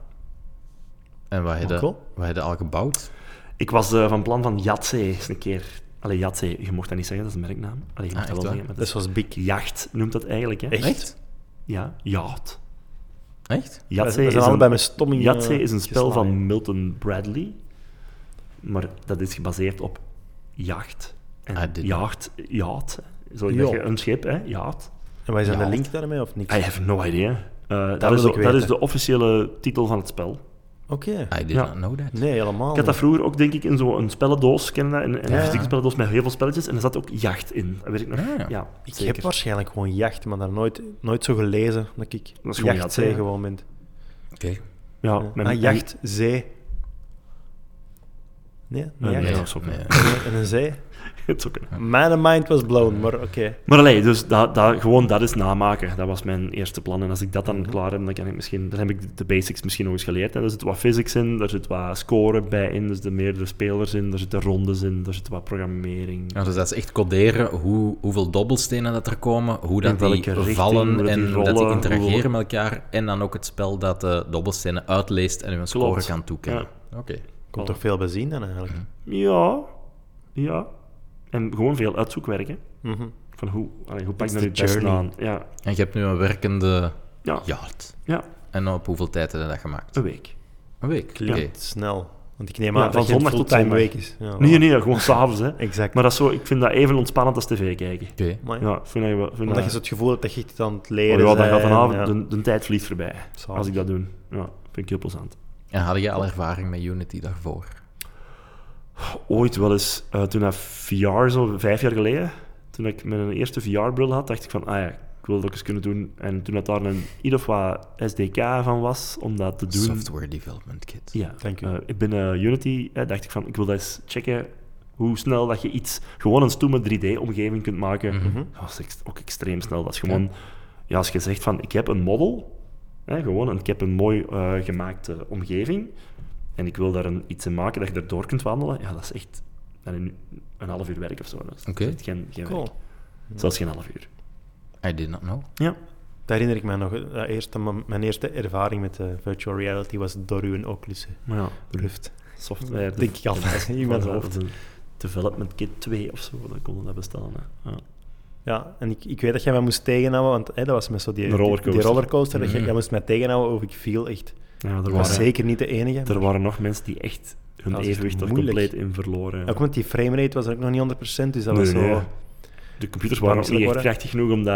En wat heb je,
Cool.
wat heb je al gebouwd?
Ik was eh, van plan van Yatze eens een keer... Allee, Yatze, je mocht dat niet zeggen, dat is een merknaam. Allee, je
Ah,
mag
echt
dat wel
waar?
zeggen, maar
Dat
dat
is zoals Big.
is... Jacht noemt dat eigenlijk, hè?
Echt?
Ja, Jacht.
Echt?
We
Yatze
zijn
is
allebei
een,
met stomming eh,
Yahtzee is een spel
geslagen.
van Milton Bradley, maar dat is gebaseerd op jacht.
I
En
did
jacht, jaat. Zo dat je
Jaat.
een schip, hè? Jaat.
En wij zijn
Ja.
de link daarmee of niks?
I have no idea. Eh, dat,
wil
is
ik
de, dat
weten.
is de officiële titel van het spel.
Oké.
I did
Ah, Ja.
not know that.
Nee, helemaal
Ik had dat
niet.
vroeger ook, denk ik, in zo'n spellendoos kennen. Een, een
Oh. Ja.
fysieke spellendoos met heel veel spelletjes. En er zat ook jacht in. Dat weet ik nog.
Ah, ja.
ja.
Ik
zeker.
heb waarschijnlijk gewoon jacht, maar daar nooit, nooit zo gelezen dat ik
gewoon
jacht
jacht,
zee
hè?
gewoon ben.
Oké.
Ja,
Ja.
mijn-
Ah, jacht, zee. Nee, een
Nee,
jacht.
dat is ook
nee.
Nee, En een zee.
Het is ook een-
Mijn mind was blown, maar oké.
Maar allee, dus dat, dat, gewoon dat is namaken. Dat was mijn eerste plan. En als ik dat dan
Mhm.
klaar heb, dan, kan ik misschien, dan heb ik de- de basics misschien nog eens geleerd. En er zit wat physics in, er zit wat scoren bij in, er zitten meerdere spelers in, er zitten rondes in, er zit wat programmering.
Ja, dus dat is echt coderen hoe, hoeveel dobbelstenen dat er komen, hoe
In
dat die
welke richting,
vallen
hoe dat die
en hoe dat die
rollen,
interageren
hoeveel-
met elkaar. En dan ook het spel dat de dobbelstenen uitleest en u een score
Klopt.
kan toekennen. Oké.
Komt toch veel bij zien dan eigenlijk?
Ja, ja. En gewoon veel uitzoekwerken.
Mhm.
Van hoe, allee, hoe pak
It's
je
the
dat het beste
journey.
aan? Ja,
En je hebt nu een werkende
ja, ja.
yard. En op hoeveel tijd heb je dat gemaakt?
een week.
Een week. Oké.
Klinkt snel. Want ik neem
Ja,
aan dat
van
je een
zondag tot
fulltime
zondag.
week is. Ja,
Nee, nee, gewoon s'avonds, hè.
Exact.
Maar dat is zo, ik vind dat even ontspannend als tv kijken.
Oké.
Amai.
Ja, ik vind dat, je- vind
Omdat
dat-
je zo het gevoel hebt dat je echt aan het
Oh
leren
ja, dan gaat
bent,
vanavond,
ja.
de, de tijd vliegt voorbij.
Zalig.
Als ik dat doe. Ja, vind ik heel plezant.
En had je al ervaring met Unity daarvoor?
Ooit wel eens, eh, toen dat VR, zo vijf jaar geleden, toen ik mijn eerste VR-bril had, dacht ik van, ah ja, ik wil dat ook eens kunnen doen. En toen dat daar een ieder of wat SDK van was om dat te doen.
Software Development Kit.
Ja,
Dank u.
eh, binnen Unity eh, dacht ik van, ik wil dat eens checken hoe snel dat je iets, gewoon een stoeme 3D-omgeving kunt maken.
Mhm.
Mhm.
Dat is ex- ook extreem snel. Dat is gewoon, ja. als je zegt van, ik heb een model, hè, gewoon, een, ik heb een mooi eh, gemaakte omgeving, en ik wil daar een, iets in maken dat je erdoor kunt wandelen, ja, dat is echt een, een half uur werk of zo. Dat is
Oké.
echt geen, geen
Cool.
werk. Zelfs geen half uur.
I did not know.
Ja.
Dat herinner ik mij nog. Dat eerste, mom- mijn eerste ervaring met eh, virtual reality was door uw Oculus
Maar ja,
Rift.
software. de-
Denk ik altijd in mijn
voilà,
hoofd.
de Development Kit 2 of zo, dan konden we dat bestellen. Hè. Ja.
Ja, en ik, ik weet dat jij mij moest tegenhouden, want hè, dat was met zo die,
Een
die- die
rollercoaster.
rollercoaster. Dat jij,
Mhm.
jij moest mij tegenhouden of ik viel echt.
ja, er,
Ik
waren,
was zeker niet de enige.
er
maar-
waren nog mensen die echt hun
Dat is
evenwicht er
moeilijk.
compleet in verloren.
Ook want die framerate was er ook nog niet 100%, dus dat
Nee,
was zo...
nee. De computers waren ook
Waarom zou
niet echt
dat
krachtig genoeg om dat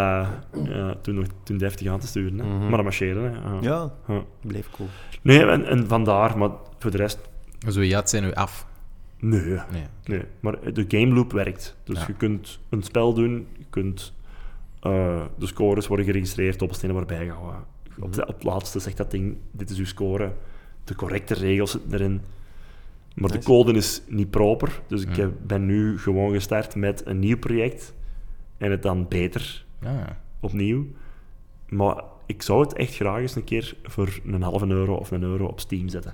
ja, toen, nog, toen deftig aan te sturen. Hè.
Mhm.
Maar dat marcheerde. Hè. Ja.
Ja,
Ja.
bleef cool.
Nee, en, en vandaar, maar voor de rest,
Zo, ja, het Dus zijn nu af.
nee.
Nee.
nee. Maar de game loop werkt. Dus
Ja.
je kunt een spel doen, je kunt, eh, de scores worden geregistreerd, dobbelstenen worden bijgehouden. Op,
Mhm.
de, op het laatste zegt dat ding, dit is uw score. De correcte regels zitten erin. Maar de
Nice.
code is niet proper, dus ik
Ja.
heb- ben nu gewoon gestart met een nieuw project en het dan beter
Ah.
opnieuw. Maar ik zou het echt graag eens een keer voor een halve euro of een euro op Steam zetten.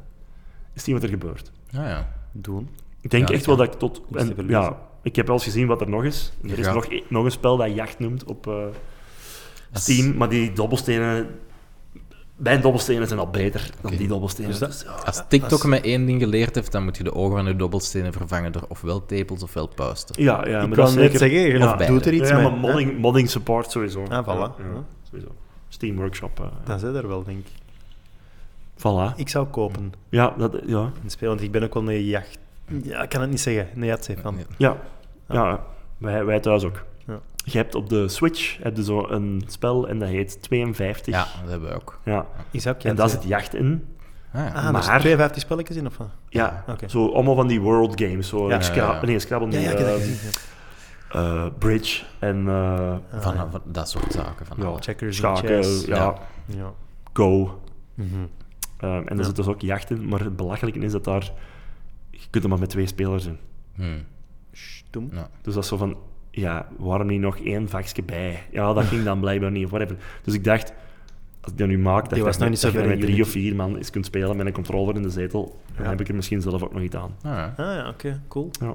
Eens zien wat er gebeurt.
Ah, ja.
Doen.
Ik denk
Ja,
echt
ik
wel
kan
dat ik tot...
niks te
En,
verliezen.
ja, ik heb wel eens gezien wat er nog is. Er is
Ja.
nog, e- nog een spel dat Jacht noemt op eh,
Dat is-
Steam, maar die dobbelstenen... Mijn dobbelstenen zijn al beter dan
Oké.
die dobbelstenen.
Dus dat-
Dus ja.
Als TikTok
Als-
me één ding geleerd heeft, dan moet je de ogen van je dobbelstenen vervangen door ofwel tepels ofwel puisten.
ja, ja,
ik
maar
kan
dat
net
is zeker...
zeggen, je
ja.
of doet er iets
ja,
mee.
maar modding, modding support sowieso.
Ah, voilà.
Ja, ja,
Ja.
sowieso. Steam Workshop. eh,
hè? Dan zit er wel, denk ik.
Voilà.
Ik zou kopen
Ja, dat, ja.
een speel, want ik ben ook wel een jacht... Ja, ik kan het niet zeggen. Een jachtzeef van.
Nee.
Ja,
Ja.
ja wij, wij thuis ook.
Ja.
Je hebt op de Switch heb je zo een spel en dat heet 52.
Ja, dat hebben we ook.
Ja.
Is dat ook
En daar
jachtzeef?
zit jacht in.
Ah, ja.
Ah, maar...
maar-
52 spelletjes in, of wat?
Ja,
Oké.
zo allemaal van die world games. Zo
Ja.
Scra-
Ja, ja.
Nee, Scrabble
Ja,
niet.
ja, ik heb dat
eh,
gezien. ja.
eh, Bridge en eh,
Ah,
Van,
ja.
van dat soort zaken. Van
Ja.
alle-
Checkers en
schaken.
chess.
Ja,
Ja.
Ja.
Go.
Mhm.
Ehm, en daar
Ja.
zit dus ook jacht in. Maar het belachelijke is dat daar... Je kunt er maar met twee spelers in.
Hmm.
Stom.
Ja.
Dus dat is zo van, ja, waarom niet nog één vakje bij? Ja, dat ging dan blijkbaar niet, of whatever. Dus ik dacht, als ik dat nu maak, dat
Die
ik
was
dat
nog
met-
niet zo
dat je
ver
met
in
drie of
Unity.
vier man eens kunt spelen met een controller in de zetel, dan
Ja.
heb ik er misschien zelf ook nog iets aan.
Ah, ja.
Ah ja, oké, cool.
Ja,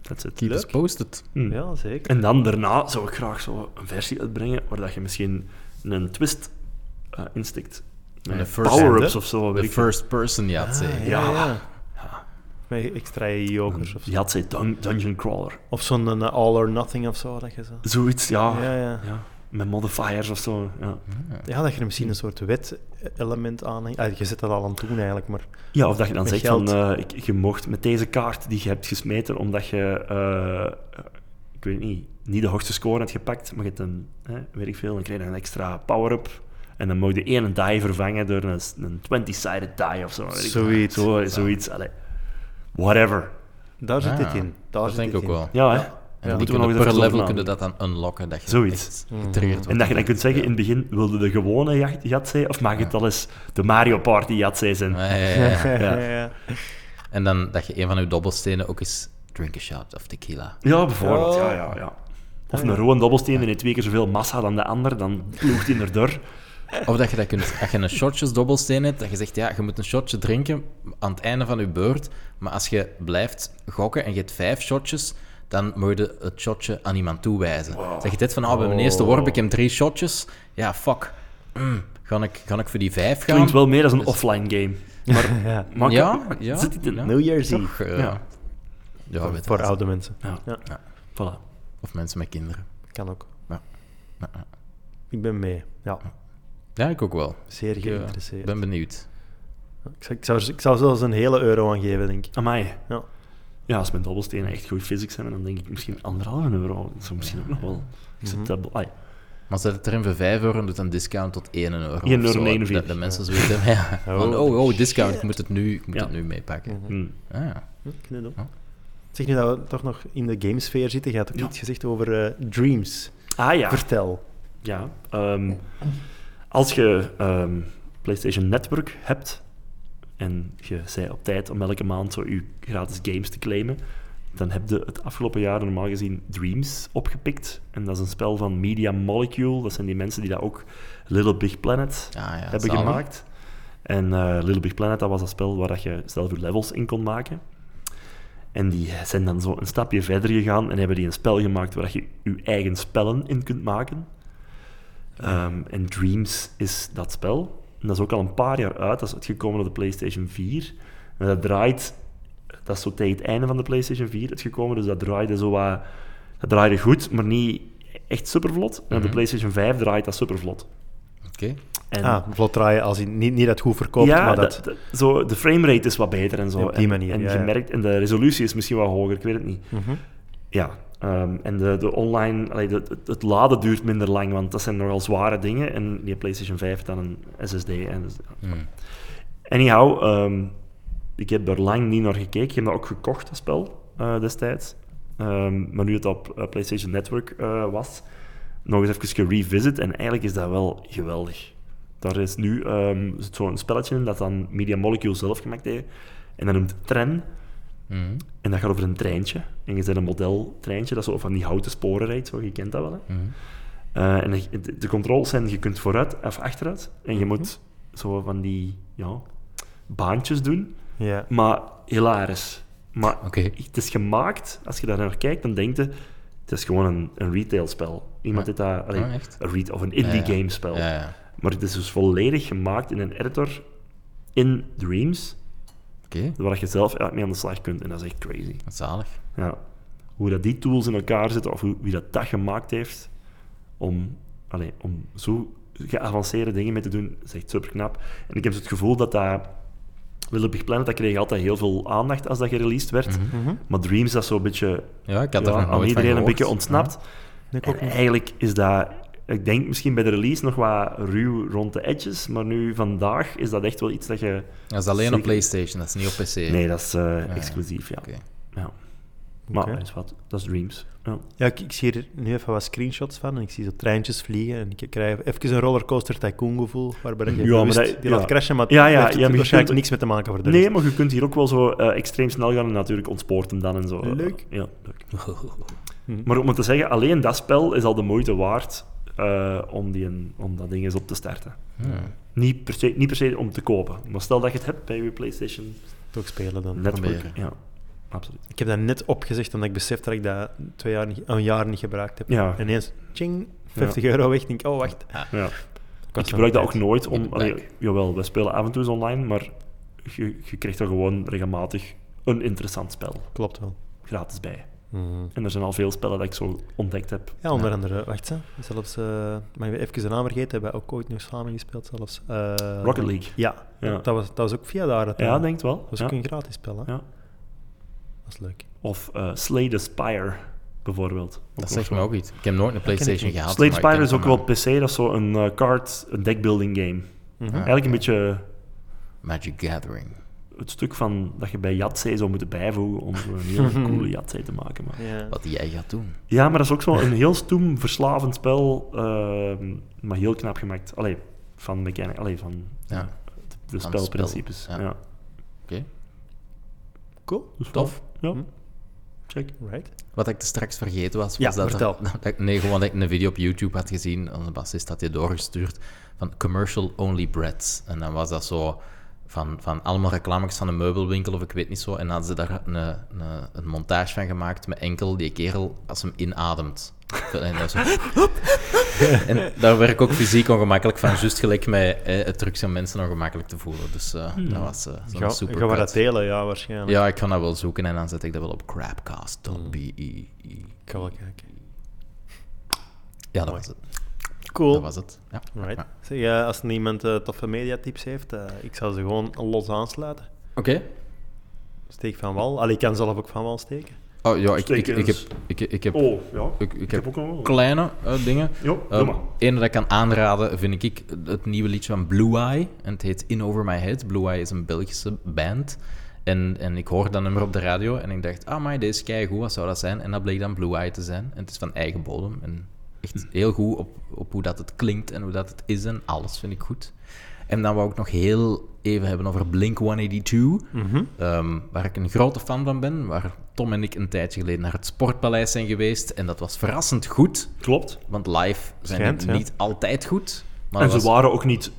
that's it.
Keep us
Leuk.
posted.
Hm.
Ja, zeker.
En dan daarna zou ik graag zo een versie uitbrengen waar dat je misschien een twist eh, instikt.
Een
Met
first-
Power-ups of zo, weet
De
ik veel.
first person, eh, ja, het
Ah,
zeggen.
ja,
Ja.
ja. Met extra jokers of zo.
Je had zei dun- Dungeon Crawler.
Of zo'n eh, all or nothing of zo, dat je zo...
Zoiets, ja.
Ja, ja.
ja. Met modifiers of zo, ja.
Ah.
Ja, dat je er misschien een soort wet-element aan hangt. Ah, je zit dat al aan het doen eigenlijk, maar...
Ja, of dat je dan
Met
zegt
geld.
van, eh, ik- je mocht met deze kaart die je hebt gesmeten, omdat je, eh, ik weet niet, niet de hoogste score hebt gepakt, maar je hebt een, hè, weet ik veel, dan krijg je een extra power-up. En dan mocht je één die vervangen door een, s- een 20-sided die of zo. weet ik veel.
Zoiets.
Zo, zoiets, allee. Whatever.
Daar zit
Ah,
dit in. Daar
Dat
zit
denk ik
dit
ook
in.
wel.
Ja, hè.
En
Ja.
die
Moeten we
kunnen
nog eens
per
even
level
over
kunnen dat dan unlocken, dat je
Zoiets.
echt
Mhm.
getriggerd wordt.
En dat je dan
Ja.
kunt zeggen, in het begin wilde de gewone jacht- Yatzee, of mag het al eens de Mario Party Yatzee zijn.
Ja, ja, ja, ja.
ja,
Ja.
ja.
En dan dat je een van je dobbelstenen ook eens drink a shot of tequila.
Ja, bijvoorbeeld.
Oh.
Ja, ja, ja. Of
Ah, ja.
een rode dobbelsteen die heeft twee keer zoveel massa dan de ander, dan ploegt hij erdoor.
Of dat je dat kunt, als je een shotjes dobbelsteen hebt, dat je zegt, ja, je moet een shotje drinken aan het einde van je beurt. Maar als je blijft gokken en je hebt vijf shotjes, dan moet je het shotje aan iemand toewijzen. Zeg je dit van, oh, bij mijn eerste worp, ik heb drie shotjes. Ja, fuck. Mm, ga, ik, ga ik voor die vijf gaan?
Klinkt wel meer als een offline game. Maar,
Ja.
maar
Ja, ja.
Zit het in?
ja.
New Year's Eve.
Toch, eh,
Ja.
ja, weet je
Voor
wel.
oude mensen.
Ja.
Ja.
Ja.
Voilà.
Of mensen met kinderen.
Kan ook.
Ja. Ja, ja.
Ik ben mee. Ja,
Ja, ik ook wel.
zeer
Ik eh,
geïnteresseerd.
ben benieuwd.
Ik, zou, ik, zou, er- ik zou zelfs een hele euro aan geven, denk ik.
Amai.
Ja.
Ja, als mijn dobbelstenen echt goede physics hebben, dan denk ik misschien anderhalve euro. Dat is misschien ook nog wel
Mhm.
acceptabel. Ai,
Maar zet het erin voor 5 euro en doet een discount tot 1 euro. of
1,49
zo,
euro.
Dat de mensen zoiets hebben. Ja.
Oh,
Van, oh, oh, discount, ik moet het nu, ik moet
Ja.
het nu meepakken.
Mhm.
hm.
Ah, ja.
Hm, kunnen we doen.
Ja.
Zeg nu dat we toch nog in de gamesfeer zitten. Je had ook
Ja.
iets gezegd over eh, dreams.
Ah ja.
Vertel.
Ja, ehm, als je ehm, PlayStation Network hebt en je zei op tijd om elke maand zo je gratis games te claimen, dan heb je het afgelopen jaar normaal gezien Dreams opgepikt. En dat is een spel van Media Molecule. Dat zijn die mensen die dat ook Little Big Planet
Ah, ja,
hebben
zalig.
gemaakt. En eh, Little Big Planet, dat was dat spel waar dat je zelf je levels in kon maken. En die zijn dan zo een stapje verder gegaan en hebben die een spel gemaakt waar dat je je eigen spellen in kunt maken. Ehm, en Dreams is dat spel. En dat is ook al een paar jaar uit. Dat is uitgekomen op de PlayStation 4. En dat draait... Dat is zo tegen het einde van de PlayStation 4 uitgekomen. Dus dat draaide zo wat... Dat draaide goed, maar niet echt supervlot. En op de
Mhm.
PlayStation 5 draait dat supervlot.
Oké.
En
Ah, vlot draaien als hij niet, niet dat het goed verkoopt,
ja,
maar
dat,
dat...
dat- zo, de framerate is wat beter en zo.
Op die
En-
manier,
En,
ja,
je
ja.
merkt, en de resolutie is misschien wat hoger, ik weet het niet.
Mhm.
Ja, ehm, en de, de online, allee, de- het- het laden duurt minder lang, want dat zijn nogal zware dingen. En die PlayStation 5 heeft dan een SSD. En dus,
Hmm.
anyhow, ehm, ik heb er lang niet naar gekeken. Ik heb dat ook gekocht, dat spel, eh, destijds. Ehm, maar nu het op eh, PlayStation Network eh, was, nog eens even gerevisit. En eigenlijk is dat wel geweldig. Daar is nu ehm, zit zo'n spelletje in dat dan Media Molecule zelf gemaakt heeft. En dat noemt Tren.
Mhm.
En dat gaat over een treintje. En je zet een modeltreintje dat zo van die houten sporen rijdt. Zo, je kent dat wel, hè?
Mhm.
Eh, en de- de, de controls zijn, je kunt vooruit of achteruit. En je moet zo van die ja, baantjes doen.
Ja.
Maar hilarisch. Maar
Oké.
het is gemaakt, als je daar naar kijkt, dan denk je... Het is gewoon een, een retailspel. Iemand
Ja.
heeft dat... allee,
Ah, echt?
een re- of een indie
Ja, ja.
game spel.
Ja, ja.
Maar het is dus volledig gemaakt in een editor in Dreams,
Oké.
waar je zelf mee aan de slag kunt. En dat is echt crazy.
Zalig.
Ja. Hoe dat die tools in elkaar zitten, of hoe, wie dat, dat gemaakt heeft, om, allee, om zo geavanceerde dingen mee te doen, is echt super knap. En ik heb zo het gevoel dat dat... Little Big Planet, dat kreeg altijd heel veel aandacht als dat gereleased werd.
Mhm.
Maar Dreams, dat is zo'n beetje...
Ja, ik had
ja,
er nog
aan
nooit van
iedereen een beetje
gehoord.
ontsnapt.
Ik ook
En
niet.
eigenlijk is dat... Ik denk misschien bij de release nog wat ruw rond de edges, maar nu vandaag is dat echt wel iets dat je...
Ja. Dat is alleen op
Zeker.
PlayStation, dat is niet op PC.
Nee, dat is eh,
ja.
exclusief, ja.
Oké.
ja. Maar
Oké.
dat is wat, dat is Dreams. Ja.
Ja, ik, ik zie er nu even wat screenshots van en ik zie zo treintjes vliegen en ik krijg even een rollercoaster tycoon gevoel, waarbij je
Ja,
bewust
maar dat-
die
ja.
laat crashen, maar
Ja, ja,
daar
ja,
heeft het
maar je
waarschijnlijk
kunt-
niks mee te maken voor de
Nee,
rest.
maar je kunt hier ook wel zo eh, extreem snel gaan en natuurlijk ontspoort hem dan en zo.
Eh, Leuk.
Ja, leuk.
Hm.
Maar om het te zeggen, alleen dat spel is al de moeite waard eh, om, die een, om dat ding eens op te starten.
Hmm.
Niet per, se, niet per se om te kopen, maar stel dat je het hebt bij je PlayStation
Toch spelen dan.
Network.
proberen.
Ja, absoluut.
Ik heb dat net opgezegd, omdat ik besef dat ik dat twee jaar, niet- een jaar niet gebruikt heb.
Ja.
En ineens, ching, 50 euro weg. denk ik, oh wacht.
Ja.
kost
Ik gebruik dat ook
tijd.
nooit om.
Back.
allee, jawel, we spelen af en toe eens online, maar je, je krijgt er gewoon regelmatig een interessant spel
Klopt wel.
gratis bij.
Mhm.
En er zijn al veel spellen dat ik zo ontdekt heb.
Ja, onder
Ja.
andere, wacht hè. Zelfs, eh mag ik even de naam vergeten, hebben we ook ooit nog samen gespeeld zelfs. Eh,
Rocket League.
Ja,
Ja.
Dat, was, dat was ook via daar.
Ja, denk het wel.
Dat eh, was
Ja.
ook een gratis spel, hè?
Ja.
Dat is leuk.
Of eh, Slay the Spire, bijvoorbeeld. Ook
Dat
nog
zegt
zo.
me ook iets. Ik heb nooit een PlayStation
niet.
gehad.
Slay the
maar ik
Spire
ken
is ook
van
wel PC, dat is zo een eh card, een deckbuilding game.
Mhm.
Ah.
Eigenlijk een beetje
Magic Gathering.
het stuk van dat je bij Yatzee zou moeten bijvoegen om zo een heel coole Yatzee te maken. Maar...
Ja.
Wat jij gaat doen.
Ja, maar dat is ook zo een heel stoem, verslavend spel, ehm, maar heel knap gemaakt. Allee, van mechanic, allee, van
Ja.
de,
het spel,
spelprincipes.
ja.
ja.
Oké.
Cool.
Dus
Tof.
Ja,
Hm.
check.
Right.
Wat ik te straks vergeten was, was
Ja,
dat,
vertel.
dat, dat ik- nee, gewoon dat ik een video op YouTube had gezien. Onze bassist had die doorgestuurd van commercial only breads. En dan was dat zo van, van allemaal reclames van een meubelwinkel of ik weet niet zo. En dan hadden ze daar een, een, een montage van gemaakt met enkel die kerel als hem inademt. En, dat zo, en daar werd ik ook fysiek ongemakkelijk van, juist gelijk met eh, het trucs om mensen ongemakkelijk te voelen. Dus eh, dat was eh, zo'n
Hmm. Ga,
super.
gaan we dat delen? Ja, waarschijnlijk.
Ja, ik kan dat wel zoeken en dan zet ik dat wel op crapcast.be.
Ik ga wel kijken.
Ja, dat was het.
Cool.
Dat was het. Ja.
Right.
Ja.
Zeg, eh, als niemand eh, toffe mediatips heeft, eh, ik zou ze gewoon los aansluiten.
Oké.
Steek van wal. Allee, ik kan zelf ook van wal steken.
Oh ja, ik, ik, ik,
Steekens.
heb, ik, ik heb,
Oh, ja.
ik, ik heb
ook nog wel.
kleine eh, dingen.
Jo, doe
Eén
maar.
ene dat ik kan aanraden vind ik het nieuwe liedje van Blue Eye. En het heet In Over My Head. Blue Eye is een Belgische band. En, en ik hoorde dat nummer op de radio en ik dacht, ah, maar deze kei goed, wat zou dat zijn? En dat bleek dan Blue Eye te zijn. En het is van eigen bodem. En echt
Hm.
heel goed op, op hoe dat het klinkt en hoe dat het is en alles vind ik goed. En dan wou ik nog heel even hebben over Blink 182.
Mhm.
Ehm, waar ik een grote fan van ben, waar Tom en ik een tijdje geleden naar het Sportpaleis zijn geweest. En dat was verrassend goed,
Klopt.
want live zijn
Schijnt,
die
ja.
niet altijd goed. Maar
en
dat
ze
was-
waren ook niet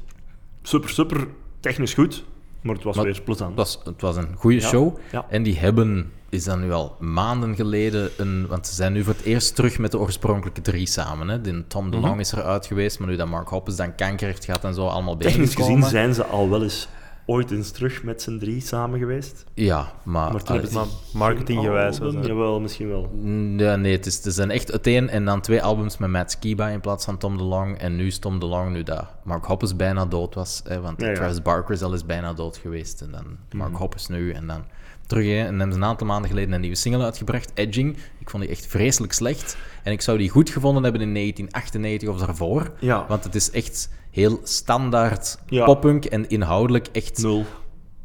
super, super technisch goed. Maar het was
Maar-
weer plezant.
Het was, het was een goede
Ja,
show.
ja.
En die hebben, is dan nu al maanden geleden, een, want ze zijn nu voor het eerst terug met de oorspronkelijke drie samen. Hè. Die Tom
Mhm.
DeLong is eruit geweest, maar nu dat Mark Hoppus dan kanker heeft gehad en zo, allemaal bij
Technisch gezien
gekomen.
zijn ze al wel eens ooit eens terug met z'n drie samen geweest.
Ja, Ah, maar...
Maar toen hebben ze
Maar
geen
marketinggewijs
album.
was het-
Jawel, misschien wel.
Ja, nee, het, is, er zijn echt het een en dan twee albums met Matt Skiba in plaats van Tom DeLong. En nu is Tom DeLong, nu dat Mark Hoppus bijna dood was. Hè, want
Ja, Mhm. ja.
Travis Barker is al eens bijna dood geweest. En dan Mark Hoppus nu. En dan terug. hè, en dan hebben ze een aantal maanden geleden een nieuwe single uitgebracht, Edging. Ik vond die echt vreselijk slecht. En ik zou die goed gevonden hebben in 1998 of daarvoor.
Ja.
Want het is echt heel standaard
Ja.
poppunk en inhoudelijk echt
Nul.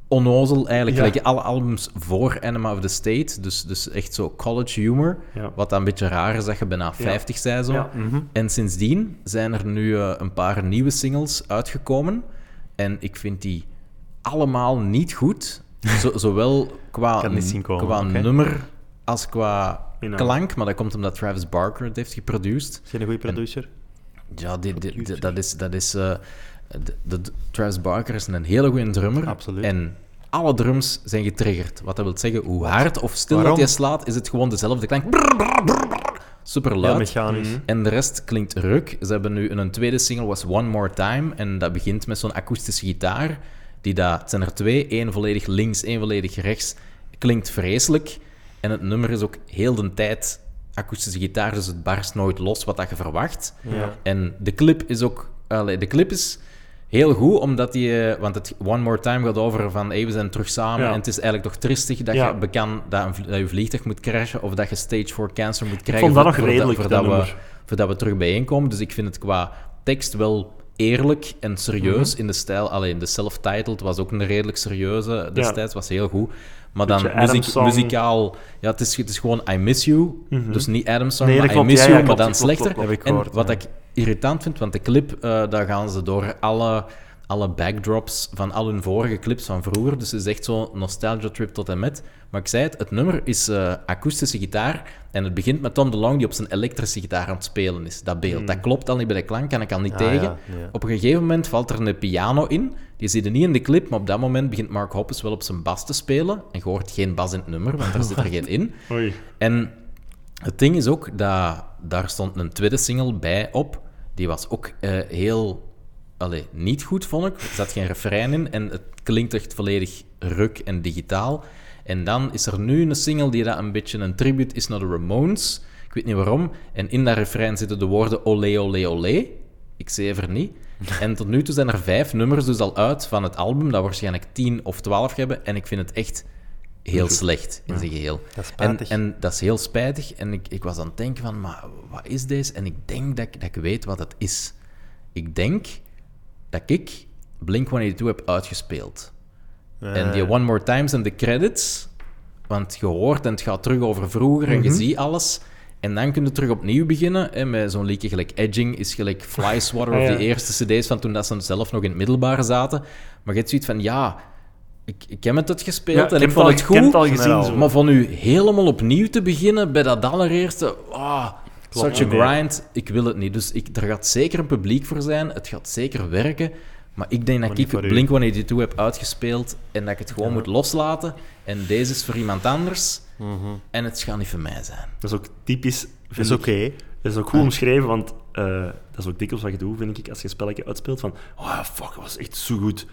onnozel eigenlijk.
Ja.
Gelijk alle albums voor Anima of the State. Dus, dus echt zo college humor.
Ja.
Wat dan een beetje raar is dat je bijna 50 zei zo.
Ja.
Mhm.
En sindsdien zijn er nu eh, een paar nieuwe singles uitgekomen. En ik vind die allemaal niet goed. Zo- zowel qua,
had het niet zien komen,
qua
oké.
nummer als qua
Inhoud.
klank. Maar dat komt omdat Travis Barker het heeft geproduceerd.
Is hij een goede producer?
Ja, dit, dit- dit- dat is. Dat is eh, de, de, Travis Barker is een hele goede drummer.
Absoluut.
En alle drums zijn getriggerd. Wat dat wil zeggen, hoe hard of stil
Waarom?
dat je slaat, is het gewoon dezelfde klank. Brrr, brrr, brrr. Super
Ja,
luid.
mechanisch.
en de rest klinkt ruk. Ze hebben nu een tweede single, was One More Time. En dat begint met zo'n akoestische gitaar. Die dat, het zijn er twee, één volledig links, één volledig rechts. Klinkt vreselijk. En het nummer is ook heel de tijd akoestische gitaar, dus het barst nooit los wat dat je verwacht.
Ja.
En de clip is ook... allee, de clip is heel goed, omdat die... eh, want het One More Time gaat over van... Hey, we zijn terug samen.
Ja.
En het is eigenlijk toch tristig dat
Ja.
je bekan dat, een vlie- dat je vliegtuig moet crashen of dat je stage 4 cancer moet krijgen.
vond dat
voor-
nog
voordat-
redelijk,
voordat,
dat
we,
nummer.
voordat we terug bijeenkomen. Dus ik vind het qua tekst wel eerlijk en serieus
Mhm.
in de stijl. Alleen de self-titled was ook een redelijk serieuze destijds. Was heel goed. Maar dan
Beetje Adam
muziek-
Song. Mhm.
muzikaal... Ja, het is, het is gewoon I Miss You. Dus niet Adam Song,
Nee,
maar
dat klopt.
I Miss
Ja,
You,
ja,
maar
klopt,
dan
klopt, klopt,
slechter.
klopt. Heb ik
En
gehoord,
wat
ja.
ik irritant vind, want de clip, eh, daar gaan ze door alle, alle backdrops van al hun vorige clips van vroeger. Dus het is echt zo'n nostalgia trip tot en met. Maar ik zei het, het nummer is eh, akoestische gitaar. En het begint met Tom DeLong die op zijn elektrische gitaar aan het spelen is. Dat beeld. Dat klopt al niet bij de klank, kan ik al niet
Hmm. Ah,
tegen.
ja, ja.
Op een gegeven moment valt er een piano in. Die zit er niet in de clip, maar op dat moment begint Mark Hoppus wel op zijn bas te spelen. En je hoort geen bas in het nummer, want daar zit er geen in.
Oei.
En het ding is ook dat daar stond een tweede single bij op. Die was ook eh, heel allee, niet goed, vond ik. Er zat geen refrein in en het klinkt echt volledig ruk en digitaal. En dan is er nu een single die dat een beetje een tribute is naar de Ramones. Ik weet niet waarom. En in dat refrein zitten de woorden ole, ole, ole. Ik zever niet. En tot nu toe zijn er vijf nummers dus al uit van het album, dat waarschijnlijk tien of twaalf hebben. En ik vind het echt heel slecht in zijn geheel.
Dat is
en,
spijtig.
en dat is heel spijtig. En ik, ik was aan het denken van, maar wat is deze? En ik denk dat ik, dat ik weet wat het is. Ik denk dat ik Blink-182 heb uitgespeeld.
Eh.
Eh,
En die One More Time zijn de credits. Want je hoort en het gaat terug over vroeger en je
Mhm.
ziet alles. En dan kun je terug opnieuw beginnen. Hè, met zo'n liedje gelijk Edging is gelijk Fly Swatter
Ah,
of
ja.
die eerste cd's van toen dat ze zelf nog in het middelbaar zaten. Maar je hebt zoiets van, ja, ik, ik heb het het gespeeld
Ja, ik
en
heb
ik
het al-
vond het
ik heb het al
goed.
gezien.
Maar-
zo.
Maar van nu helemaal opnieuw te beginnen bij dat allereerste. Ah,
Klopt
such a
niet meer.
grind. Ik wil het niet. Dus ik, er gaat zeker een publiek voor zijn. Het gaat zeker werken. Maar ik denk dat
niet voor
ik
u.
Blink 182 heb uitgespeeld en dat ik het gewoon moet loslaten. En deze is voor iemand anders. En het gaat niet voor mij zijn.
Dat is ook typisch.
is
vind ik.
oké.
Dat is ook goed omschreven, want eh, dat is ook dikwijls wat je doet, vind ik, als je een spelletje uitspeelt van oh ja, fuck, dat was echt zo goed.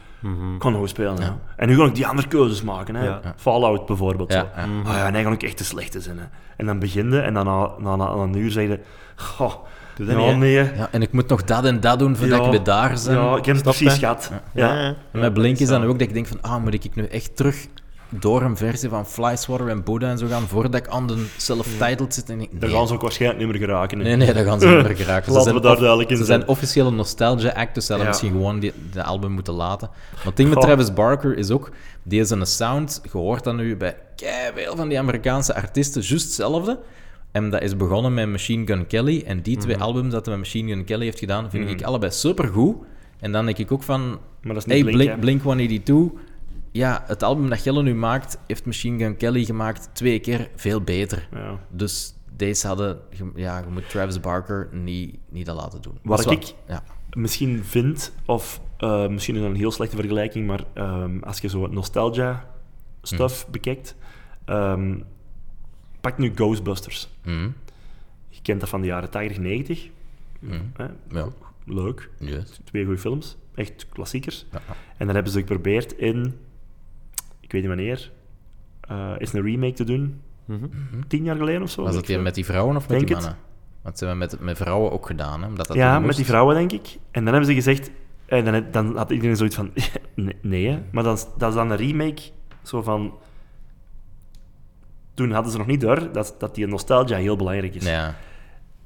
Ik kan nog spelen. hè. En nu ga ik die andere keuzes maken. Hè.
Mhm. Ja. Ja.
Fallout bijvoorbeeld.
Ja,
zo.
ja.
Oh ja, nee, ga ik echt de slechte zijn. Hè. En dan begin je en dan na, na, na, na een uur zeg je, goh,
Doe dat
ja,
niet, hè.
nee.
Ja, en ik moet nog dat en dat doen voordat
Ja.
ik bij daar zijn.
Ja, ik heb het
Snap
precies
je?
gehad. Ja.
En met Blink is dan ook dat ik denk van, ah, moet ik nu echt terug door een versie van Fly Swatter en Buddha en zo gaan voordat ik aan de self-titled zit? En ik,
Daar
nee.
gaan ze ook waarschijnlijk niet meer geraken. hè.
Nee, nee, daar gaan ze niet meer geraken. Ze
Laten
zijn
we daar
of-
duidelijk in
Ze
zijn.
zijn officieel een nostalgia-act, dus ze hadden
Ja.
misschien gewoon die, de album moeten laten. Maar het ding met
Goh.
Travis Barker is ook, die is een sound, je hoort dat nu bij veel van die Amerikaanse artiesten, juist hetzelfde. En dat is begonnen met Machine Gun Kelly. En die
Mhm.
twee albums dat hij met Machine Gun Kelly heeft gedaan, vind ik allebei supergoed. En dan denk ik ook van,
Maar dat is
hey,
niet Blink,
Blink,
hè.
Blink 182... Ja, het album dat Gelle nu maakt, heeft Machine Gun Kelly gemaakt twee keer veel beter.
Ja.
Dus Deze hadden... je- Ja, je moet Travis Barker niet, niet dat laten doen.
Wat
Dat is
ik-
Ja.
misschien vindt, of eh, misschien is dat een heel slechte vergelijking, maar ehm, als je zo nostalgia stuff
Hm.
bekijkt, ehm, pak nu Ghostbusters.
Mhm.
Je kent dat van de jaren 80, 90.
Mhm.
Hè?
Ja.
Leuk,
Yes.
twee goede films, echt klassiekers.
Ja.
En dan hebben ze geprobeerd in, ik weet niet wanneer, eh is een remake te doen,
Mhm.
tien jaar geleden of zo.
Hm? Was
weet
dat
ik
die
veel.
met die vrouwen of met
Denk
die
het.
mannen? Want ze hebben met, met vrouwen ook gedaan, hè? Omdat dat
Ja,
toen
met
moest.
die vrouwen, denk ik. En dan hebben ze gezegd... En dan, dan had iedereen zoiets van... nee, nee, hè. Maar dat is, dat is dan een remake zo van... Toen hadden ze nog niet door dat, dat die nostalgia heel belangrijk is.
Ja.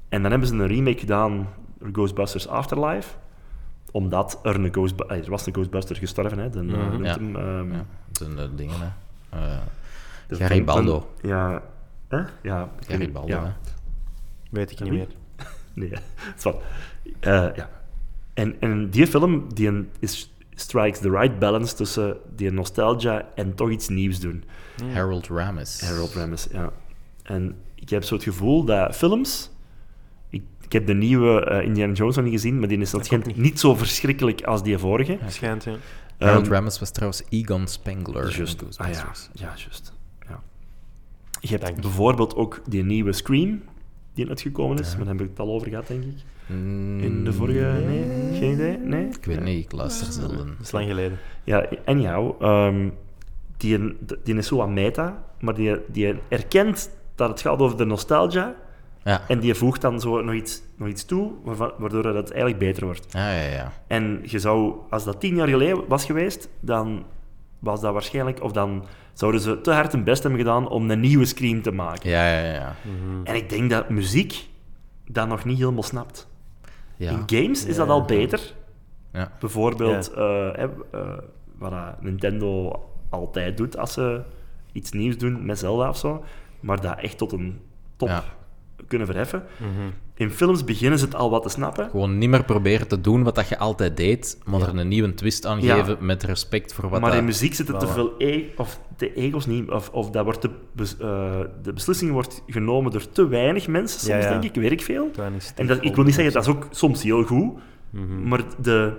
En dan hebben ze een remake gedaan, Ghostbusters Afterlife. Omdat er, een Ghostbu- eh, er was een Ghostbuster gestorven, hè. De, eh,
Mhm.
noemt
Ja.
hem, ehm,
ja. Toen de dingen, hè. Eh,
de-
Garibaldo.
Ja. Hè? Ja. ik weet niet,
Garibaldo,
ja.
hè.
Weet ik niet
Wie?
meer.
Nee, het is wat. Eh, ja. En, en die film die een, is, strikes the right balance tussen die nostalgia en toch iets nieuws doen.
Harold Ramis.
Mm. Harold Ramis, ja. En ik heb zo het gevoel dat films... Ik, ik heb de nieuwe eh, Indiana Jones nog niet gezien, maar die is
ook
waarschijnlijk
niet.
niet zo verschrikkelijk als die vorige.
Schijnt, ja.
Harold
Ehm,
Ramis was trouwens Egon Spengler. in
Just, ah ja,
Ghostbusters.
ja, juist. Ja. Je hebt
Dank je.
bijvoorbeeld ook die nieuwe Scream, die uitgekomen is. Maar daar heb ik het al over gehad, denk ik.
Mm,
In de vorige... Nee? Geen idee? Nee?
Ik weet niet, ik luister zelden.
Dat is lang geleden.
Ja, anyhow, ehm die, die is zo aan meta, maar die, die erkent dat het gaat over de nostalgia
Ja.
en die voegt dan zo nog iets, nog iets toe, waarvan- waardoor dat het eigenlijk beter wordt.
Ah, ja, ja.
En je zou, als dat tien jaar geleden was geweest, dan was dat waarschijnlijk, of dan zouden ze te hard hun best hebben gedaan om een nieuwe Scream te maken.
Ja, ja, ja.
En ik denk dat muziek dat nog niet helemaal snapt.
Ja,
In games is dat al beter,
ja.
Bijvoorbeeld
Ja.
eh, hè, eh, wat eh, Nintendo altijd doet als ze iets nieuws doen met Zelda of zo, maar dat echt tot een top
Ja.
kunnen verheffen. In films beginnen ze het al wat te snappen.
Gewoon niet meer proberen te doen wat dat je altijd deed, maar er een nieuwe twist aan
Ja.
geven met respect voor wat
maar
dat...
in muziek zitten te
Voilà.
veel e- of de ego's niet, of, of dat wordt te bes- eh, de beslissing wordt genomen door te weinig mensen. Soms
Ja, ja.
denk ik, weet ik veel.
Toen is het
En dat, ik wil niet zeggen, dat is ook soms heel goed,
Mhm.
maar de,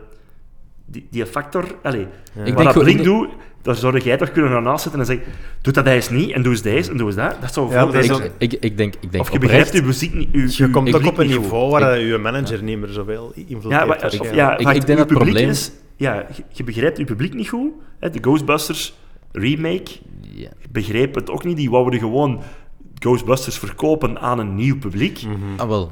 die, die factor... Allee,
Ik
wat
denk
dat
gewoon-
Blink doet, daar zou jij toch kunnen gaan naast zitten en zeggen doe dat eens niet, en doe eens deze, en doe eens dat. Dat zou
Ja, maar dat is
voorbeeld-
ook-
Ik, ik, ik denk, ik denk
Of je begrijpt je
oprecht-
muziek niet. uw-
Je
uw
komt ook
publiek
op een
niet goed.
niveau waar je manager niet meer zoveel invloed heeft.
Ja, maar, of,
waarschijnlijk.
ja,
Ik-
wacht,
ik denk dat
uw
het
publiek
probleem-
is... Ja, je, je begrijpt je publiek niet goed. Hè, de Ghostbusters remake
Ja.
begreep het ook niet. Die wouden gewoon Ghostbusters verkopen aan een nieuw publiek.
Hmm.
Ah, wel.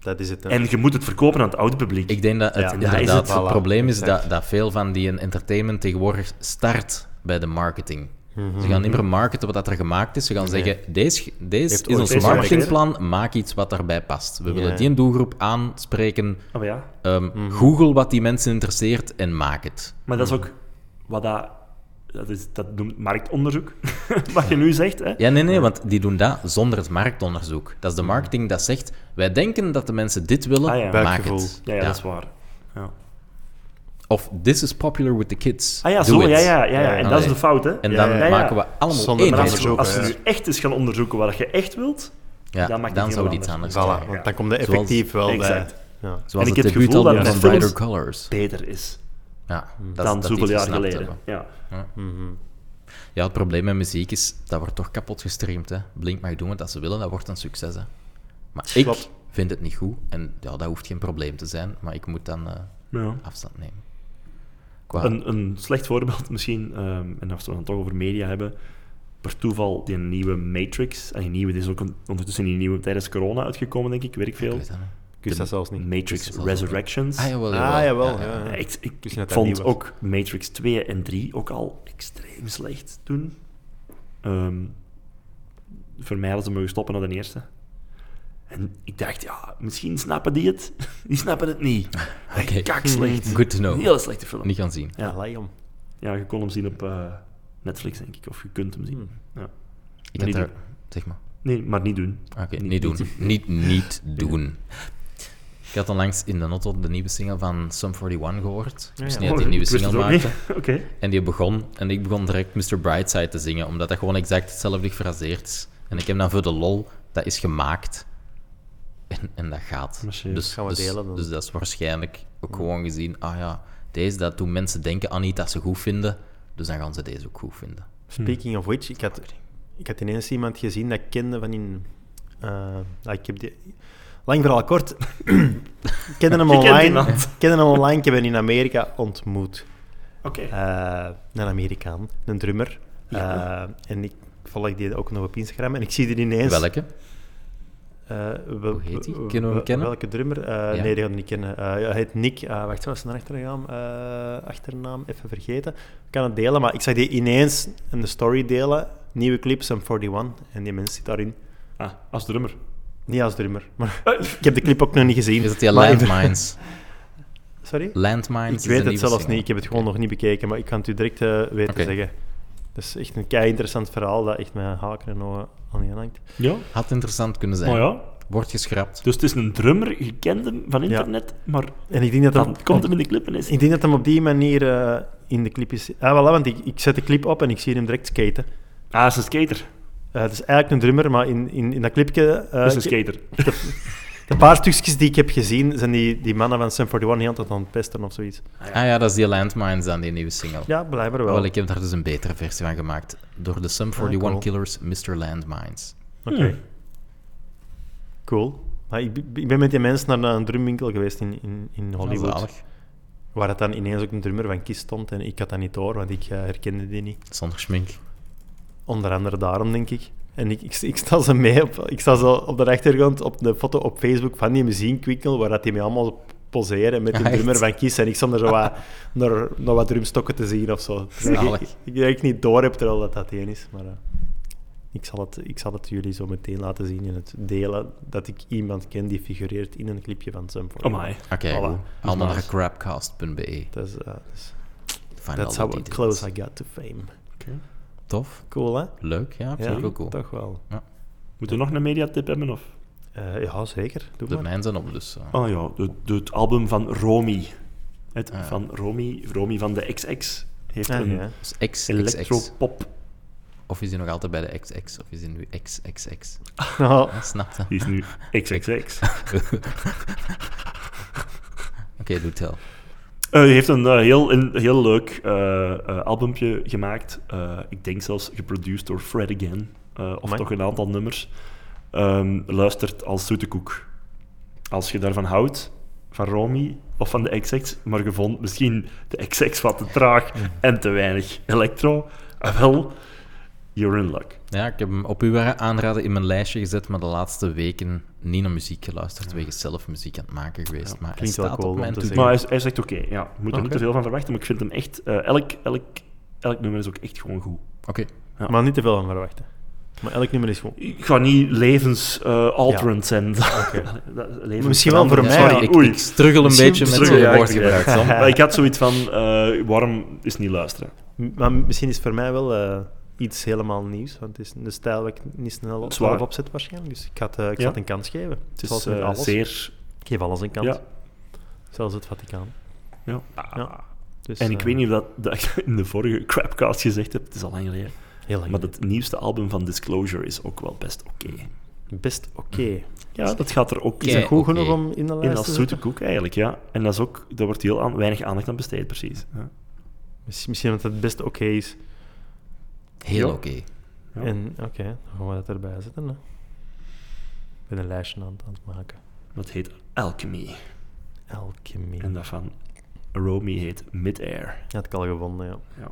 Dat is het. hè.
En je moet het verkopen aan het oude publiek.
Ik denk dat het
Ja, dat is
inderdaad...
het.
het,
Voilà,
probleem is
exact.
dat, dat veel van die entertainment tegenwoordig start bij de marketing.
Mhm.
Ze gaan niet meer marketen wat dat er gemaakt is. Ze gaan zeggen, deze, deze is
ooit
ons
deze
marketingplan, maak iets wat daarbij past. We willen die doelgroep aanspreken.
Oh ja.
Ehm,
Mhm.
Google wat die mensen interesseert en maak het.
Maar dat is ook wat dat... Dat, is, dat noemt marktonderzoek, wat je nu zegt. Hè?
Ja, nee, nee, want die doen dat zonder het marktonderzoek. Dat is de marketing dat zegt, wij denken dat de mensen dit willen,
Ah, ja.
maak
Buikgevoel.
het.
Ja, ja,
Ja.
dat is waar. Ja.
Of this is popular with the kids,
Ah ja,
do
zo,
it.
ja, ja, ja, ja. En
Ja,
dat is
nee.
de fout, hè?
En
Ja,
dan
ja, ja.
maken we allemaal
Zonder
één
Maar als,
Anders
we,
ook,
als we
ja.
nu echt eens gaan onderzoeken wat je echt wilt,
Ja,
dan
dan,
maakt het heel
zou het iets
anders.
anders
Voilà,
zijn.
want dan komt dat
Zoals-
effectief wel
Exact.
bij. Ja.
Zoals
En ik
het
heb het gevoel
debuutalbum
dat
van
met films-
Brighter Colors.
beter is
Ja, dat,
dan
dat
zoveel
die het
jaar
gesnapt
geleden.
hebben.
Ja.
Mhm.
Ja, het probleem met muziek is, dat wordt toch kapot gestreamd. Hè. Blink mag doen wat ze willen, dat wordt een succes. Hè. Maar ik
Klopt.
vind het niet goed. En ja, dat hoeft geen probleem te zijn, maar ik moet dan eh,
Ja.
afstand nemen. Qua...
Een, een slecht voorbeeld misschien, ehm, en als we het dan toch over media hebben, per toeval die nieuwe Matrix, en die nieuwe, die is ook on- ondertussen die nieuwe tijdens corona uitgekomen, denk ik, weet ik veel.
Ik weet Ah, dat niet.
Ik wist dat zelfs niet.
Matrix
dat is al-
Resurrections. Eh,
Ah, jawel,
Ah,
jawel.
jawel,
Ja, ja.
ja.
Ik, ik,
wist
ik
niet dat dat nieuw
vond
was.
ook Matrix 2 en 3 ook al extreem slecht toen. Ehm, voor mij hadden ze mogen stoppen na de eerste. En ik dacht, ja, misschien snappen die het. Die snappen het niet.
Oké.
Kak slecht.
Good to know.
Een hele slechte film.
Niet gaan zien.
Ja,
Ja.
laai om.
Ja, je kon hem zien op eh, Netflix, denk ik. Of je kunt hem zien.
Hmm.
Ja.
Ik had
Niet
daar...
doen.
Zeg maar. Ah,
Nee, maar niet doen.
Oké, niet doen. niet, niet doen. Ik had onlangs in de auto de nieuwe single van Sum 41 gehoord. Ik
ja.
wist niet dat die een nieuwe
Oh, ik wist
single
het ook
maakte.
niet. Oké.
En die begon, en ik begon direct Mr. Brightside te zingen, omdat dat gewoon exact hetzelfde gefraseerd is. En ik heb dan voor de lol dat is gemaakt en, en dat gaat.
Misschien.
Dus,
Gaan we
dus,
delen dan.
dus dat is waarschijnlijk ook gewoon gezien, ah ja, deze, dat doen mensen denken aan iets dat ze goed vinden, dus dan gaan ze deze ook goed vinden.
Speaking of which, ik had, ik had ineens iemand gezien dat ik kende van in... eh, ah, ik heb die... Lang verhaal kort. ik kende hem
Je kent
online.
iemand.
Ik kende hem online. Ik heb hem in Amerika ontmoet.
Oké.
Eh, een Amerikaan, een drummer.
Ja.
Eh, en ik volg die ook nog op Instagram. En ik zie die ineens...
Welke?
Eh, wel-
Hoe heet die?
wel-
Kunnen we hem
wel-
kennen?
Welke drummer? Eh,
Ja.
Nee, die gaan we niet kennen. Eh, hij heet Nick. Eh, wacht, wat is zijn achternaam? Eh, achternaam, even vergeten. Ik kan het delen, maar ik zag die ineens in de story delen. Nieuwe clip, Sum 41. En die mens zit daarin.
Ah, als drummer.
Niet als drummer, maar ik heb de clip ook nog niet gezien.
Is dat die
Maar ik-
Landmines?
Sorry?
Landmines
Ik
is
weet
de
het
nieuwe
zelfs
single.
niet. Ik heb het gewoon nog niet bekeken, maar ik kan het u direct eh, weten
Oké.
zeggen. Dat is echt een kei interessant verhaal dat echt mijn haken en ogen aan hangt.
Ja.
Had interessant kunnen zijn.
Maar Oh ja.
Wordt geschrapt.
Dus het is een drummer, je kent hem van internet, maar
En ik denk dat dat
dan komt hem in de clip en is
Ik denk dat hem op die manier eh, in de clip is. Ah, voilà, want ik, ik zet de clip op en ik zie hem direct skaten.
Ah, hij is een skater.
Eh, het is eigenlijk een drummer, maar in, in, in dat clipje... eh,
Hij is een
ik-
skater.
de paar stukjes die ik heb gezien, zijn die, die mannen van Sum 41 heel altijd aan het pesten of zoiets.
Ah ja, dat is die Landmines dan, die nieuwe single.
Ja, blijkbaar
Wel,
wel.
ik heb daar dus een betere versie van gemaakt. Door de Sum 41
cool.
Killers, Mr. Landmines.
Oké.
Hmm.
Cool. Maar ik, b- ik ben met die mensen naar een drumwinkel geweest in, in, in Hollywood.
Zalig.
waar het dan ineens ook een drummer van Kiss stond en ik had dat niet door, want ik eh, herkende die niet.
Zonder schmink.
Onder andere daarom, denk ik. En ik, ik, ik sta ze mee op, ik sta ze op de achtergrond op de foto op Facebook van die muziekwinkel, waar dat die mij allemaal poseren met een
Ah, echt?
drummer van Kiss. En ik stond er zo wat, naar, naar wat drumstokken te zien of zo. Terwijl Ik,
Zalig.
ik, ik niet door heb terwijl dat dat één is, maar... eh, ik zal, het, ik zal het jullie zo meteen laten zien in het delen dat ik iemand ken die figureert in een clipje van Sum 41.
Oh my.
Oké,
Voilà. Dus
goed. Allemaal naar
Nice.
crapcast.be.
Dat is, eh, dat is-
Find
that's
all the
how
details.
close I got to fame.
Tof,
Cool, hè?
leuk, ja, vind
Ja,
ik ook cool.
toch wel.
Moeten we nog een mediatip hebben? Of?
Eh, ja, zeker. Doe
De
maar.
mijnen zijn op, dus... eh,
Oh ja, de, de- het album van Romy. Het
Ah.
van Romy, Romy van de XX, heeft
Ah,
een
ja.
dus X, X, X.
electropop.
Of is hij nog altijd bij de XX? Of is hij nu XXX?
Nou,
Ah, snap je?
Die is nu XXX.
Oké, doe tel.
Eh, Hij heeft een eh, heel, een heel leuk eh, eh, albumpje gemaakt. Eh, ik denk zelfs geproduced door Fred Again. eh, of
Amai.
toch een aantal nummers. Ehm, luistert als zoete koek. Als je daarvan houdt, van Romy of van de XX, maar je vond misschien de XX wat te traag en te weinig electro. Ah, wel, you're in luck.
Ja, ik heb hem op uw aanraden in mijn lijstje gezet, maar de laatste weken niet naar muziek geluisterd, wegens zelf muziek aan het maken geweest. maar hij
klinkt wel
staat
cool
op
om
mijn
te
to-do.
zeggen.
Maar hij is, hij is echt oké. Ja, je moet er niet
Oké.
te veel van verwachten, maar ik vind hem echt... eh, elk, elk, elk nummer is ook echt gewoon goed.
Oké,
Ja.
maar niet te veel van verwachten. Maar elk nummer is goed.
Ik ga niet levens-alterend zijn. Dat- levens-
Misschien wel voor
Ja,
mij,
Sorry,
ja.
ik,
oei.
ik struggle een
Misschien
beetje met
struggle,
zo'n
ja,
woordgebruik.
ik-
Sam.
Maar ik had zoiets van, eh, waarom is niet luisteren?
M- Maar misschien is voor mij wel eh, iets helemaal nieuws, want het is een stijl waar ik niet snel op,
Zwaar.
zelf op zet waarschijnlijk. Dus ik ga het, eh, ik
Ja.
ga het een kans geven.
Het is
Zoals met
eh,
alles.
zeer...
Ik geef alles een kans.
Ja,
Zelfs het Vaticaan.
ja.
Ja. Dus,
En ik
eh,
weet niet of dat, dat ik in de vorige crapcast gezegd heb, het is al lang geleden,
Heel lang.
maar het nieuwste album van Disclosure is ook wel best oké.
Best oké.
Ja, dat gaat er ook
Is
Oké,
dat goed
oké.
genoeg om in de lijst
Mm. in
te
als
zetten?
zoete koek eigenlijk, ja. En dat is ook, daar wordt heel aan, weinig aandacht aan besteed, precies. Ja.
Misschien, misschien omdat het best oké is.
Heel
Ja.
oké.
Ja.
En oké, dan gaan we dat erbij zetten. Hè. Ik ben een lijstje aan, aan het maken.
Dat heet Alchemy.
Elke
En
minuut.
dat van Romy heet Midair.
Dat had ik al gevonden, ja.
Ja.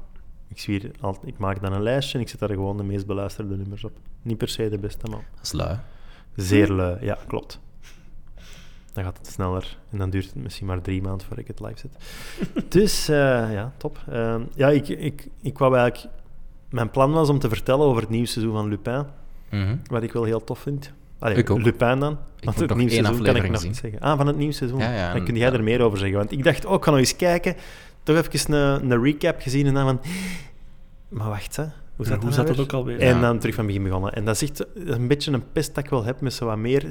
Ik, zwier altijd, ik maak dan een lijstje en ik zet daar gewoon de meest beluisterde nummers op. Niet per se de beste, maar
Dat is lui.
zeer lui. Ja, klopt. Dan gaat het sneller en dan duurt het misschien maar drie maanden voordat ik het live zet. Dus eh, ja, top. Ehm, ja, ik, ik, ik wou eigenlijk... Mijn plan was om te vertellen over het nieuwe seizoen van Lupin,
Mhm.
wat ik wel heel tof vind. Allee,
Ik ook.
Lupin dan. Want
moet
het
nog
nieuwe
één
seizoen kan ik
aflevering
nog
zien.
niet zeggen. Ah, van het nieuwe seizoen.
Ja, ja,
dan
en-
kun jij er meer over zeggen. Want ik dacht, oh, ik ga nog eens kijken. Toch even een, een recap gezien en dan van... Maar wacht, hè. Hoe
Ja,
zat
hoe
dat,
zat
nou
dat
weer?
ook alweer?
Ja.
En dan terug van begin begonnen. En dat is echt een beetje een pest dat ik wel heb met zo wat meer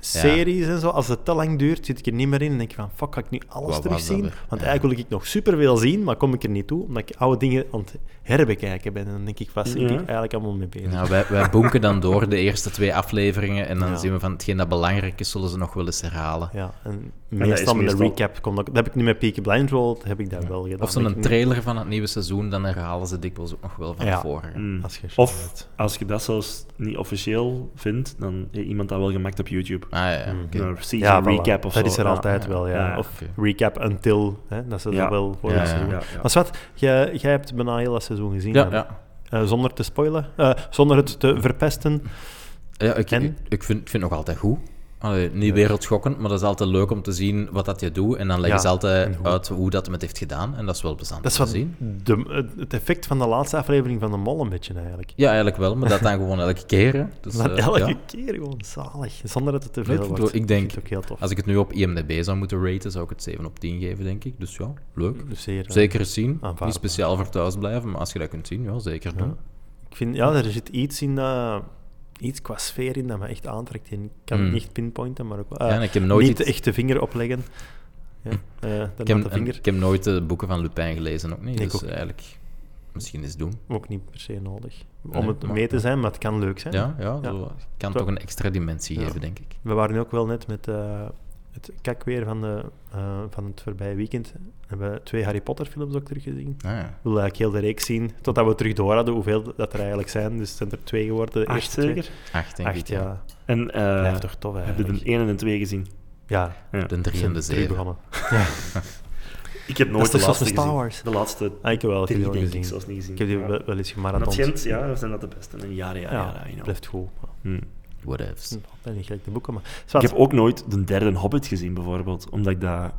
series en zo. Als het te lang duurt, zit ik er niet meer in en denk ik van, fuck, ga ik nu alles
Wat was dat
terugzien?
weer?
Want
Ja.
eigenlijk wil ik nog superveel zien, maar kom ik er niet toe, omdat ik oude dingen aan het herbekijken ben. En dan denk ik, wat zit
Ja.
ik eigenlijk allemaal mee bezig?
Nou, wij, wij bonken dan door de eerste twee afleveringen en dan
Ja.
zien we van hetgeen dat belangrijk is, zullen ze nog wel eens herhalen.
Ja, en
dat is
meestal met een
meestal-
recap komt dat... Dat heb ik nu met Peaky Blind Roll, dat heb ik daar wel gedaan.
Of
Dat
zo'n
ik-
trailer van het nieuwe seizoen, dan herhalen ze dikwijls ook nog wel van
Ja.
voren.
Mm.
Als je
Of als je dat zelfs niet officieel vindt, dan heeft iemand dat wel gemaakt op YouTube.
Ah ja, ja, oké.
Een season
Mm. Ja, voilà.
recap of zo.
Dat is er
Ja.
altijd
ja.
wel, ja.
Ja,
Of
oké.
recap until, hè, dat ze
Ja.
dat wel voor
Ja,
het
ja,
seizoen.
Ja,
Maar Swat, jij, jij hebt bijna heel dat seizoen gezien.
Ja,
dan.
ja.
Eh, zonder te spoilen, eh, zonder het te verpesten.
ja ik,
En?
ik, ik vind, ik vind het nog altijd goed. Allee, niet wereldschokkend, maar dat is altijd leuk om te zien wat dat je doet. En dan
Ja,
leggen ze
en
altijd
hoe.
uit hoe dat hem het heeft gedaan. En dat is wel plezant
Dat is
om
wat
te zien.
de, het- het effect van de laatste aflevering van de Mol een beetje eigenlijk.
Ja, eigenlijk wel, maar dat dan gewoon elke keer. hè. Dus,
Dat
eh,
elke
ja.
keer gewoon zalig, zonder dat het te
Nee, ik
veel
vind
wordt.
wel- ik denk-
vind het ook heel tof.
Als ik het nu op IMDb zou moeten raten, zou ik het 7 op 10 geven, denk ik. Dus ja, leuk.
Dus zeer, eh,
Zeker eens zien.
aanvaardbaar.
Niet speciaal voor thuis blijven, maar als je dat kunt zien, ja, zeker doen.
Ik vind, ja, er zit iets in, eh, iets qua sfeer in dat me echt aantrekt. En ik kan het
Mm.
niet pinpointen, maar ook wel... eh,
Ja, en ik heb nooit
niet
iets-
de echte vinger opleggen. Ja, eh, de
Ik heb,
natte vinger.
ik heb nooit de boeken van Lupin gelezen, ook niet.
Ik
dus
ook niet.
eigenlijk, misschien eens doen.
Ook niet per se nodig. Om
Nee,
het
maar-
mee te zijn, maar het kan leuk zijn.
Ja, ja,
Ja.
zo kan
Zo.
toch een extra dimensie
Ja.
geven, denk ik.
We waren ook wel net met eh, het kakweer van, de, eh, van het voorbije weekend. Hebben we twee Harry Potter films ook teruggezien.
Ah, ja.
Ik wil eigenlijk heel de reeks zien, totdat we terug door hadden hoeveel dat er eigenlijk zijn. Dus het zijn er twee geworden. de
Acht
eerste twee.
zeker?
Acht, denk ik.
Acht,
Ja.
ja.
En eh
Blijft toch tof
heb je
eigenlijk.
de 1 en de 2 gezien?
Ja,
Ja.
De drie en
zijn
de
terug
zeven.
begonnen.
Ik heb
Dat is
nooit de
toch zoals
laatste
met Star
gezien.
Wars?
De laatste
Ah, ik heb wel, ik heb die
drie
wel
denk ik
gezien.
zelfs niet gezien.
Ik heb die
Ja.
wel, wel eens
Maar dat
gemarathond.
schijnt, ja, zijn dat de beste. En jaren, jaren,
Ja,
jaren. you know.
blijft goed.
Hmm.
Whatevs.
Ik ben niet gelijk de boeken, maar...
Ik
Zwart.
heb ook nooit de derde Hobbit gezien, bijvoorbeeld. Omdat ik daar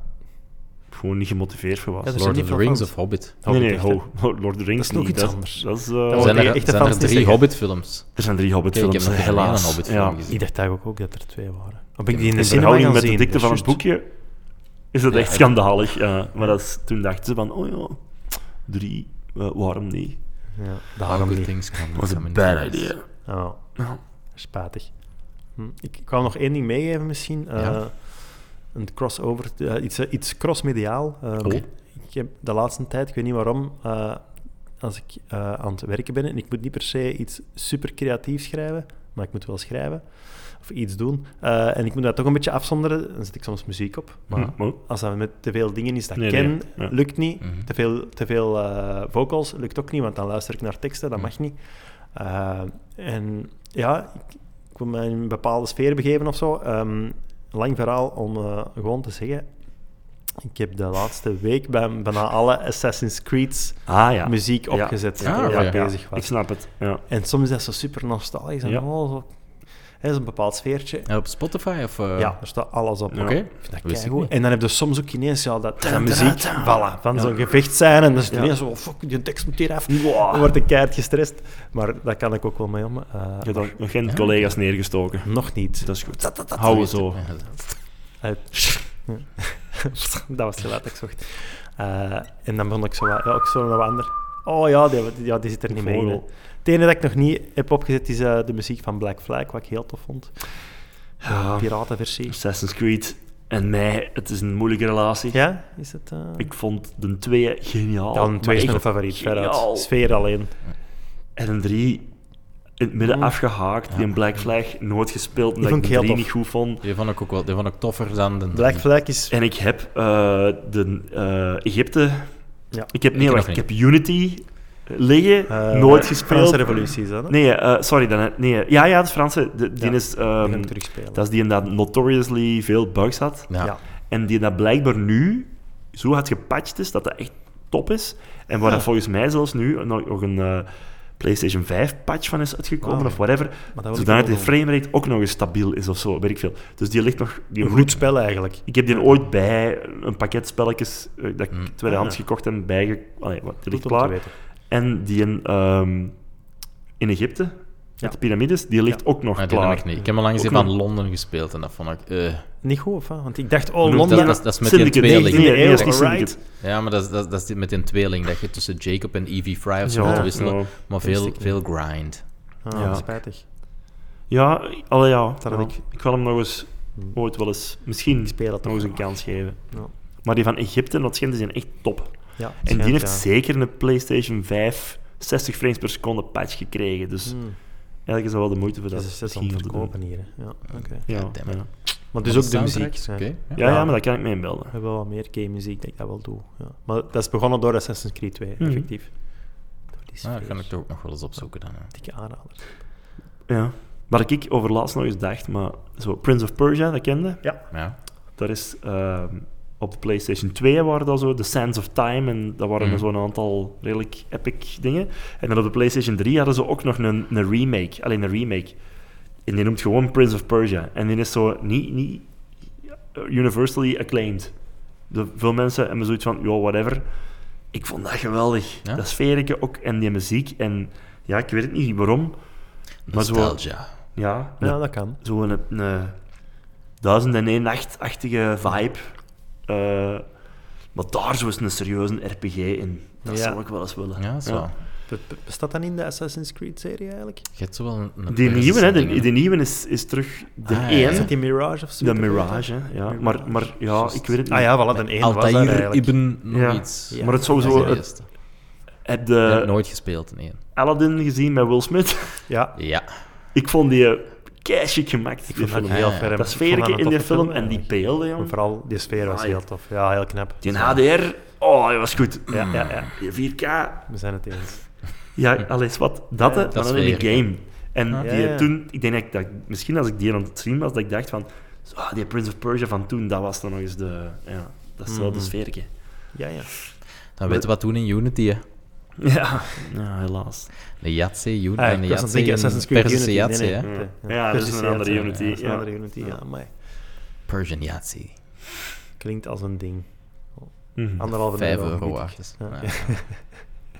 gewoon niet gemotiveerd voor was.
Ja, dat is
Lord
niet
of the
veel
Rings
fans.
of Hobbit.
nee,
Hobbit
nee,
echt,
ho,
hè.
ho, Lord of the Rings
Dat is nog
niet.
iets
dat,
anders.
Dat is, eh,
Dat wordt
zijn er,
echte
zijn
fans niet
er drie
zeggen.
Hobbit-films?
Er zijn drie Hobbit-films,
Kijk, ik heb nog
helaas.
geen Hobbit-film
ja.
gezien.
Ik dacht eigenlijk ook dat er twee waren. Of ben ik die in
In
de
de
cinema
verhouding
gaan
met de
zien?
dikte
Dat is
van het
juist.
boekje is dat
Ja,
echt
ja.
schandalig. ja. maar dat is, toen dachten ze van, oh ja, drie, eh, waarom niet?
Ja,
Ah,
How
daarom
Good
niet.
Things Come
Dat was
Come
een
in
bad
Hands.
idea.
Oh,
Ja.
spijtig. Hm, Ik ik wou nog één ding meegeven misschien. Eh,
Ja.
Een crossover, eh, iets, eh, iets crossmediaal. Eh,
Oké.
Ik heb de laatste tijd, ik weet niet waarom, eh, als ik eh, aan het werken ben en ik moet niet per se iets super creatiefs schrijven, maar ik moet wel schrijven of iets doen. eh, en ik moet dat toch een beetje afzonderen, dan zet ik soms muziek op. Maar
Hm, maar-
als dat met te veel dingen is dat
Nee,
ik ken,
nee, ja.
lukt niet.
Mhm.
Te veel, te veel eh, vocals lukt ook niet, want dan luister ik naar teksten, dat mag niet. Eh, en ja, ik, ik wil mij in een bepaalde sfeer begeven of zo. Ehm, lang verhaal om eh, gewoon te zeggen. Ik heb de laatste week bij, bijna alle Assassin's Creed's
Ah ja.
muziek
Ja.
opgezet
Ja,
waar
ja,
ik
Ja,
bezig was.
Ik snap het. Ja.
En soms is dat zo super nostalgisch. En
Ja.
oh, zo. Het is een bepaald sfeertje.
En op Spotify? Of, eh,
Ja, er staat alles op.
Ja.
Oké.
Ik vind dat
Wist ik
keigoed.
niet.
En dan heb je soms ook ineens ja, dat
Ja,
muziek
ja.
voilà, van
Ja.
zo'n gevecht zijn. En dan is het
Ja.
ineens zo, oh, fuck, die tekst moet hier af. Ah.
Wow.
Dan word ik keihard gestrest. Maar daar kan ik ook wel mee om. eh,
Je hebt
maar
nog- nog geen collega's neergestoken.
Nog niet.
Dat is goed.
Dat, dat, dat.
Hou zo.
Ja,
Uit. Ja. dat was het laat ik zocht. Eh, en dan begon ik zo wat, ja, ook zo naar wat ander. Oh ja die, die- ja, die zit er niet mee in. hè.
Vogel.
Het ene dat ik nog niet heb opgezet is eh, de muziek van Black Flag, wat ik heel tof vond.
Ah. Ja.
Piratenversie.
Assassin's Creed en mij, het is een moeilijke relatie.
Ja, is het... eh,
Ik vond de 2 geniaal.
Ja, een
maar
twee is
echt
mijn favoriet,
geniaal.
veruit. Sfeer alleen.
En een 3 in het midden
Mm.
afgehaakt, die een Black Flag nooit gespeeld, omdat
vond
ik
ik
de
heel tof.
3 niet goed vond.
Die vond ik ook wel die vond ik toffer dan de
Black Flag is...
Mm. En ik heb eh, de eh, Egypte...
Ja.
Ik heb, nee,
Ik
wacht, ik
nog
heb Unity liggen,
eh,
nooit gespeeld.
Franse revolutie is dat, hè?
Nee, eh, sorry, dan, nee, ja, ja, het Franse, de, die
Ja,
is...
Die
ehm,
gaan we terugspelen.
dat is die inderdaad notoriously veel bugs had.
Ja.
Ja.
En die dat blijkbaar nu zo had gepatcht is dat dat echt top is. En waar
Ja.
dat volgens mij zelfs nu nog nog een eh, PlayStation 5 patch van is uitgekomen
Wauw.
of whatever.
Maar Ah. dat wil ik
Zodat de
wel doen.
framerate ook nog eens stabiel is of zo, weet ik veel. Dus die ligt nog. Die
Een goed spel eigenlijk.
Ik heb die ooit bij een pakket spelletjes eh, dat ik
Hmm.
tweedehands
Ah.
gekocht en bijge. Allee, wat,
Goed
die ligt
om te
klaar.
weten.
En die in, ehm, in Egypte.
Ja.
De piramides, die ligt
Ja.
ook nog
Maar die heb
klaar.
ik niet. Ik heb al langs
Ook
even aan
nog.
Londen gespeeld en dat vond ik... eh.
Niet goed, of wat? Want ik dacht, oh,
bedoel,
Londen...
dat, dat, dat is met die
Syndicate,
tweeling.
19e eeuw,
Alright.
is Syndicate.
Ja, maar dat, is- dat, is- dat is die- met een tweeling, dat je tussen Jacob en Evie Fry of
Ja.
zo moet wisselen.
Ja.
Maar
wist
veel,
ik niet.
veel grind.
Ah,
Ja.
spijtig.
Ja, allee, ja.
Dat
ja.
had
Ik,
ik.
ik wil hem nog eens,
Hm.
ooit wel eens, misschien
Ik speel dat toch
nog eens een kans geven.
Ja.
Maar die van Egypte en dat schijnt, die zijn echt top.
Ja, het
En
schijnt,
die heeft
ja.
zeker een PlayStation 5 60 frames per seconde patch gekregen. Dus
Hm.
eigenlijk is dat wel de moeite voor
Dat
dat.
is zes aan
misschien
het
wel te doen.
verkopen hier. hè. Ja, oké.
Ja,
Damn it.
ja.
Maar dus
Maar
ook de muziek.
soundtracks,
ja.
Oké. ja.
Ja, ja, maar dat kan ik me inbeelden.
We hebben wel wat meer game-muziek dat ik dat wel doe. Ja. Maar dat is begonnen door Assassin's Creed 2,
Mhm.
effectief. Door die
Ah, dat kan
sfeer.
ik toch ook nog wel eens opzoeken dan. ja.
Dikke aanrader.
Ja. Waar ik overlaatst nog eens dacht, maar zo Prince of Persia, dat kende.
Ja.
Daar is ehm, op de PlayStation 2 waren dat zo The Sands of Time en dat waren
Mhm.
zo'n aantal redelijk epic dingen. En dan op de PlayStation 3 hadden ze ook nog een, een remake, alleen een remake. En die noemt gewoon Prince of Persia. En die is zo niet, niet eh, universally acclaimed. De, veel mensen hebben zoiets van, yo, whatever. Ik vond dat geweldig.
Ja?
Dat sfeerke ook en die muziek. En ja, ik weet het niet waarom. Maar zo-
Nostalgia.
Ja,
Ja, dat kan.
zo'n een, een duizend en één nacht-achtige vibe. Eh, maar daar zo is een serieuze RPG in. Dat
Ja.
zou ik wel eens willen.
Ja, zo.
Ja.
Be- be- Bestaat dat in de Assassin's Creed-serie eigenlijk?
Je hebt zo wel een... een
Die nieuwe, hè, de,
dingen,
die nieuwe is, is terug de
Ah, ja,
één.
Is
ja.
dat die Mirage of zo?
De Mirage, hè. Ja. Maar, maar ja,
Juist.
ik weet het niet.
Ah ja, voilà, de 1 was dat
Altair
eigenlijk.
Ibn nog
Ja.
iets.
Ja.
Maar het is
Dat is
sowieso...
de
Het, eh,
eerste.
heb
Ik heb
je
nooit gespeeld, nee.
Aladdin gezien met Will Smith?
Ja,
Ja.
ik vond die eh, keisje gemaakt.
ik
die
vond dat
film.
ja,
heel
ja.
ferm.
Dat
Ik vond een
sfeerke in die
toffe
film en die
eigenlijk.
beelden,
Maar
jong.
vooral, die sfeer was
Ah,
heel
ja.
tof. Ja, heel knap.
Die HDR, oh, dat was goed. Ja, ja, ja. Die 4K,
We zijn het eens.
Ja, alles wat. Dat,
Ja,
hè,
dat
maar
is
dan in
weer,
een game. En
Ja.
die
Ah. Ja, ja.
toen, ik denk dat ik dat, misschien als ik die aan het zien was, dat ik dacht van, zo, ah, die Prince of Persia van toen, dat was dan nog eens de, ja, dat is wel de
Mhm.
sfeerke.
Ja, ja.
Dan weten we wat toen in Unity, hè.
Ja, ja helaas.
De Yahtzee, Unity.
Ah,
en de
ik was aan het
Yahtzee,
denken
en
Assassin's Creed
Persische
Unity. Nee,
Yahtzee,
nee,
hè.
nee.
Ja, dat is
Persische
een andere
Yahtzee,
Unity,
Ja, dat is een
ja.
andere Unity, ja.
Ja.
amai.
Persian Yahtzee.
Klinkt als een ding.
Mhm.
Anderhalve
5
euro.
euro
bied ik.
waard is.
Ja.
Ja.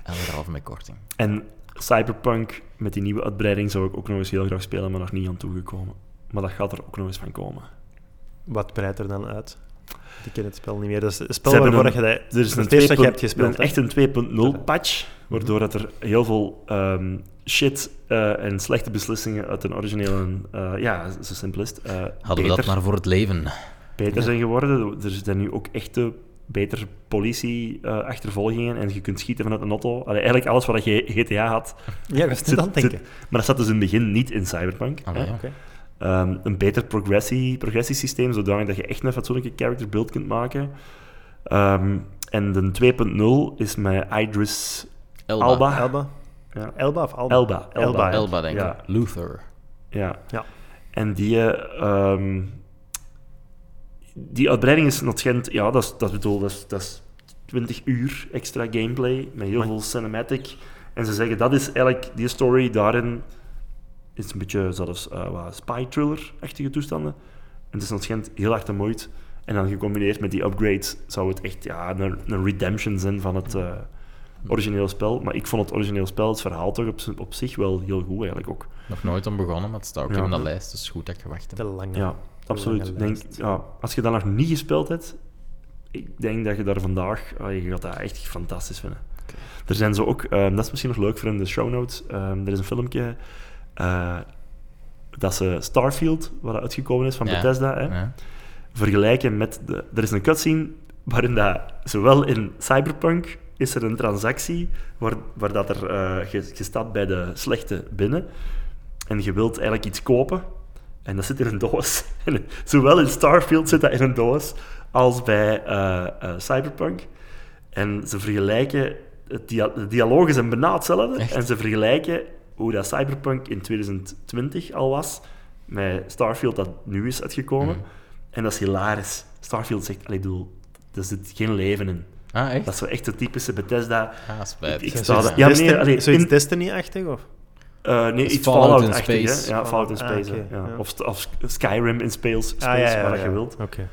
Anderhalf met korting.
En Cyberpunk, met die nieuwe uitbreiding, zou ik ook nog eens heel graag spelen, maar nog niet aan toegekomen. Maar dat gaat er ook nog eens van komen.
Wat breidt er dan uit? Ik ken het spel niet meer. Dat is een spel
Ze hebben
waarvoor
een-
je dat,
Er is
dat
een,
het eerste dat je
2.0
hebt gespeeld.
een, echt een 2.0 patch, waardoor dat er heel veel ehm, shit eh, en slechte beslissingen uit een originele, eh, ja, zo simpel is het, eh,
Hadden we
beter,
dat maar voor het leven.
beter zijn geworden. Er zijn nu ook echte betere politie-achtervolgingen en je kunt schieten vanuit een auto. Allee, eigenlijk alles wat je GTA had,
Ja, dat is
zit-
het aan het denken.
zit- maar dat zat dus in het begin niet in Cyberpunk.
Allee,
hè.
ja.
Oké.
Ehm, een beter progressie, progressiesysteem, zodanig dat je echt een fatsoenlijke character build kunt maken. Ehm, en de 2.0 is met Idris
Elba.
Alba. Elba.
Elba?
Ja.
Elba of Alba?
Elba.
Elba,
Elba, denk ik.
Ja.
Luther.
Ja.
Ja.
En die, eh, ehm, die uitbreiding is natuurlijk, ja, dat is, dat bedoel, dat is, dat is 20 uur extra gameplay met heel
Amai.
veel cinematic. En ze zeggen dat is eigenlijk die story daarin is een beetje zelfs eh, wat spy thriller-achtige toestanden. En het is natuurlijk heel hard de moeite. En dan gecombineerd met die upgrades zou het echt ja, een, een redemption zijn van het eh, origineel spel. Maar ik vond het origineel spel, het verhaal toch op, z'n- op zich wel heel goed eigenlijk ook.
Nog nooit om begonnen, maar het staat ook
Ja.
in de lijst, dus goed dat ik
De
gewacht heb.
lange.
Ja, absoluut.
lange
Ik Denk,
lijst.
ja, als je dat nog niet gespeeld hebt, ik denk dat je daar vandaag, ah, je gaat dat echt fantastisch vinden.
Oké.
Er zijn zo ook, ehm, dat is misschien nog leuk voor in de show notes, ehm, er is een filmpje eh, dat ze Starfield, wat dat uitgekomen is van
Ja.
Bethesda, hè,
Ja.
vergelijken met, de, er is een cutscene waarin dat, zowel in Cyberpunk is er een transactie waar, waar dat er, eh je, je staat bij de slechte binnen en je wilt eigenlijk iets kopen en dat zit in een doos. En zowel in Starfield zit dat in een doos als bij eh, eh, Cyberpunk. En ze vergelijken, het dia- de dialogen zijn bijna hetzelfde
Echt?
en ze vergelijken hoe dat Cyberpunk in 2020 al was met Starfield dat nu is uitgekomen.
Mhm.
En dat is hilarisch. Starfield zegt, allee, ik bedoel, er zit geen leven in.
Ah, echt?
Dat is zo echt de typische Bethesda.
Ah, spijt.
Ik- ik
Ja,
sta
zoiets
daar- ja, nee,
Destiny-
allee,
zoiets
in-
Destiny-achtig, of?
eh, nee,
is
iets
Fallout
Fallout
in
in
space.
space. Ja, Fallout in
Ah,
space.
oké,
hè, ja.
ja. Ah,
Of, st- of Skyrim in space, space waar dat je wilt.
Oké.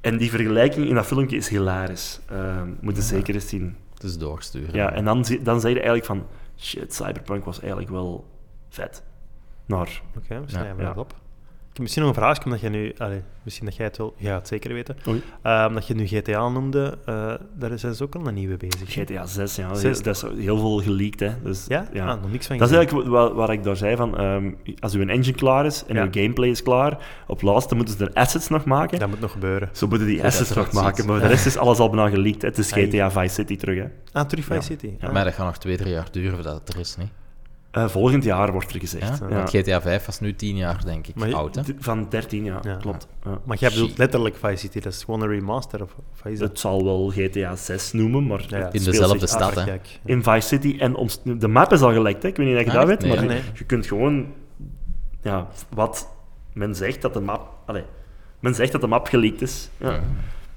En die vergelijking in dat filmpje is hilarisch. Ehm moet je zeker eens zien.
Het is doorsturen.
Ja, en dan, zie- dan zei je eigenlijk van... Shit, Cyberpunk was eigenlijk wel vet. naar.
Oké, we snijden
Ja.
dat op. Ik heb misschien nog een vraagje, omdat jij nu... Allee, misschien dat jij het wel... Jij gaat het zeker weten.
Oei.
Eh, omdat je nu GTA noemde, eh, daar zijn ze ook al een nieuwe bezig. hè?
GTA 6, ja.
Zes.
Dat is heel veel geleakt, hè. Dus,
Ja? Ah, nog niks van
Dat is
gezien.
eigenlijk wat, wat ik daar zei, van, ehm, als uw engine klaar is en
Ja.
uw gameplay is klaar, op laatste moeten ze de assets nog maken.
Dat moet nog gebeuren.
Zo moeten die
dat
assets
er
nog
assets.
maken, maar de rest is alles al bijna geleakt. hè. Het is
Ai.
GTA Vice City terug, hè.
Ah, terug Vice
Ja.
City.
Ja.
Ah.
Maar dat gaat nog twee, drie jaar duren voordat het er is, niet?
Eh, volgend jaar wordt er
Ja?
gezegd. eh, Ja?
Want GTA 5 was nu tien jaar, denk ik,
Maar je-
oud, hè?
D- Van 13, ja,
Ja.
klopt. Ja.
Maar jij bedoelt
Shit.
letterlijk Vice City, dat is gewoon een remaster, of, of wat is dat?
Het zal wel GTA 6 noemen, maar
Ja.
het
In
speelt
dezelfde
zich
stad,
af
hè.
Kijk.
In Vice City en om, de map is al gelekt, hè? ik weet niet of je
Ah,
dat
echt?
weet, maar
Nee.
Nee.
Je, je kunt gewoon... Ja, wat men zegt dat de map... Allee, men zegt dat de map geleakt is. Ja.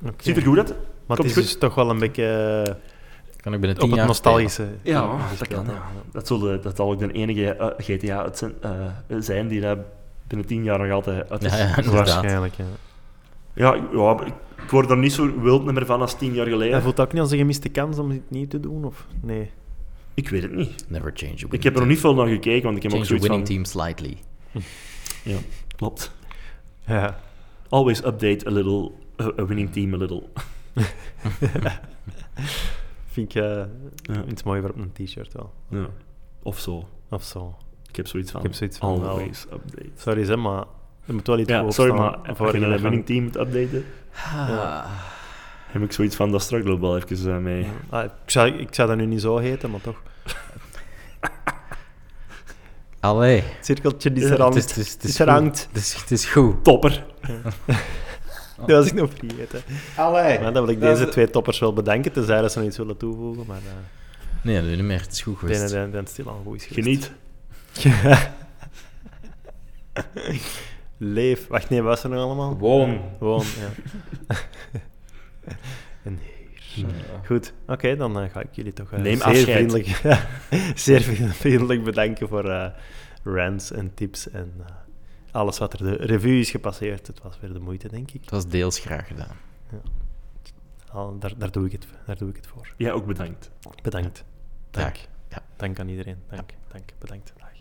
Oké.
Ziet er goed uit.
Maar het
Komt
is
goed.
dus toch wel een beetje eh,
Kan ik binnen
op
tien
het
jaar
nostalgische...
Ja,
eh,
dat
gespeeld,
kan,
hè.
ja. Dat, zal de, dat zal ook de enige eh, GTA uitzen- eh, zijn die daar binnen tien jaar nog altijd uit is.
Ja, ja, inderdaad.
Waarschijnlijk, ja.
Ja, ik- ja, maar ik ik word er niet zo wild meer van als tien jaar geleden.
Hij voelt dat ook niet als een gemiste kans om dit niet te doen, of? Nee.
Ik weet het niet.
spelen. Never change your
Ik heb er nog niet veel naar gekeken, want ik heb
Change
ook
your
zoiets van...
winning team slightly.
Ja, klopt.
Ja.
Always update a little, a a winning team a little.
Vind ik eh,
Ja.
iets mooier voor op een t-shirt wel.
Ja. Of zo.
Of zo.
Ik heb zoiets van.
Ik heb zoiets van, wel.
Always update.
Sorry, zeg maar. Er moet wel iets
Ja,
voor
sorry,
opstaan
maar
voor
voor
je
je een
van-
winning team moet updaten, Ah. heb ik zoiets van, dat struggle ook wel even eh, mee.
Ah, ik, zou, ik zou dat nu niet zo heten, maar toch.
Allee.
Het cirkeltje die
Ja,
er
het
hangt.
Het is, het is, het is
Die
goed.
hangt.
Het is, het is goed.
Topper.
Dat was ik nog vergeten.
Allee.
Maar dan wil ik deze twee toppers wel bedanken, tenzij dat ze nog iets willen toevoegen. Maar eh,
Nee, dat doe je niet meer. Het is goed
ik denk dat
geweest.
het- dat het stilaan goed is geweest.
Geniet.
Leef. Wacht, nee, wat was er nog allemaal?
Gewoon.
Gewoon, ja. en heer. Goed, oké, dan eh, ga ik jullie toch eh,
Neem
zeer,
afscheid.
vriendelijk, zeer vriendelijk bedanken voor eh, rants en tips en eh, alles wat er de revue is gepasseerd. Het was weer de moeite, denk ik.
Het was deels graag gedaan.
Al, daar, daar, doe ik het, daar doe ik het voor.
Jij ook bedankt.
Bedankt. Dank.
Dag. Ja.
Dank aan iedereen. Dank, dank. Bedankt. Dag.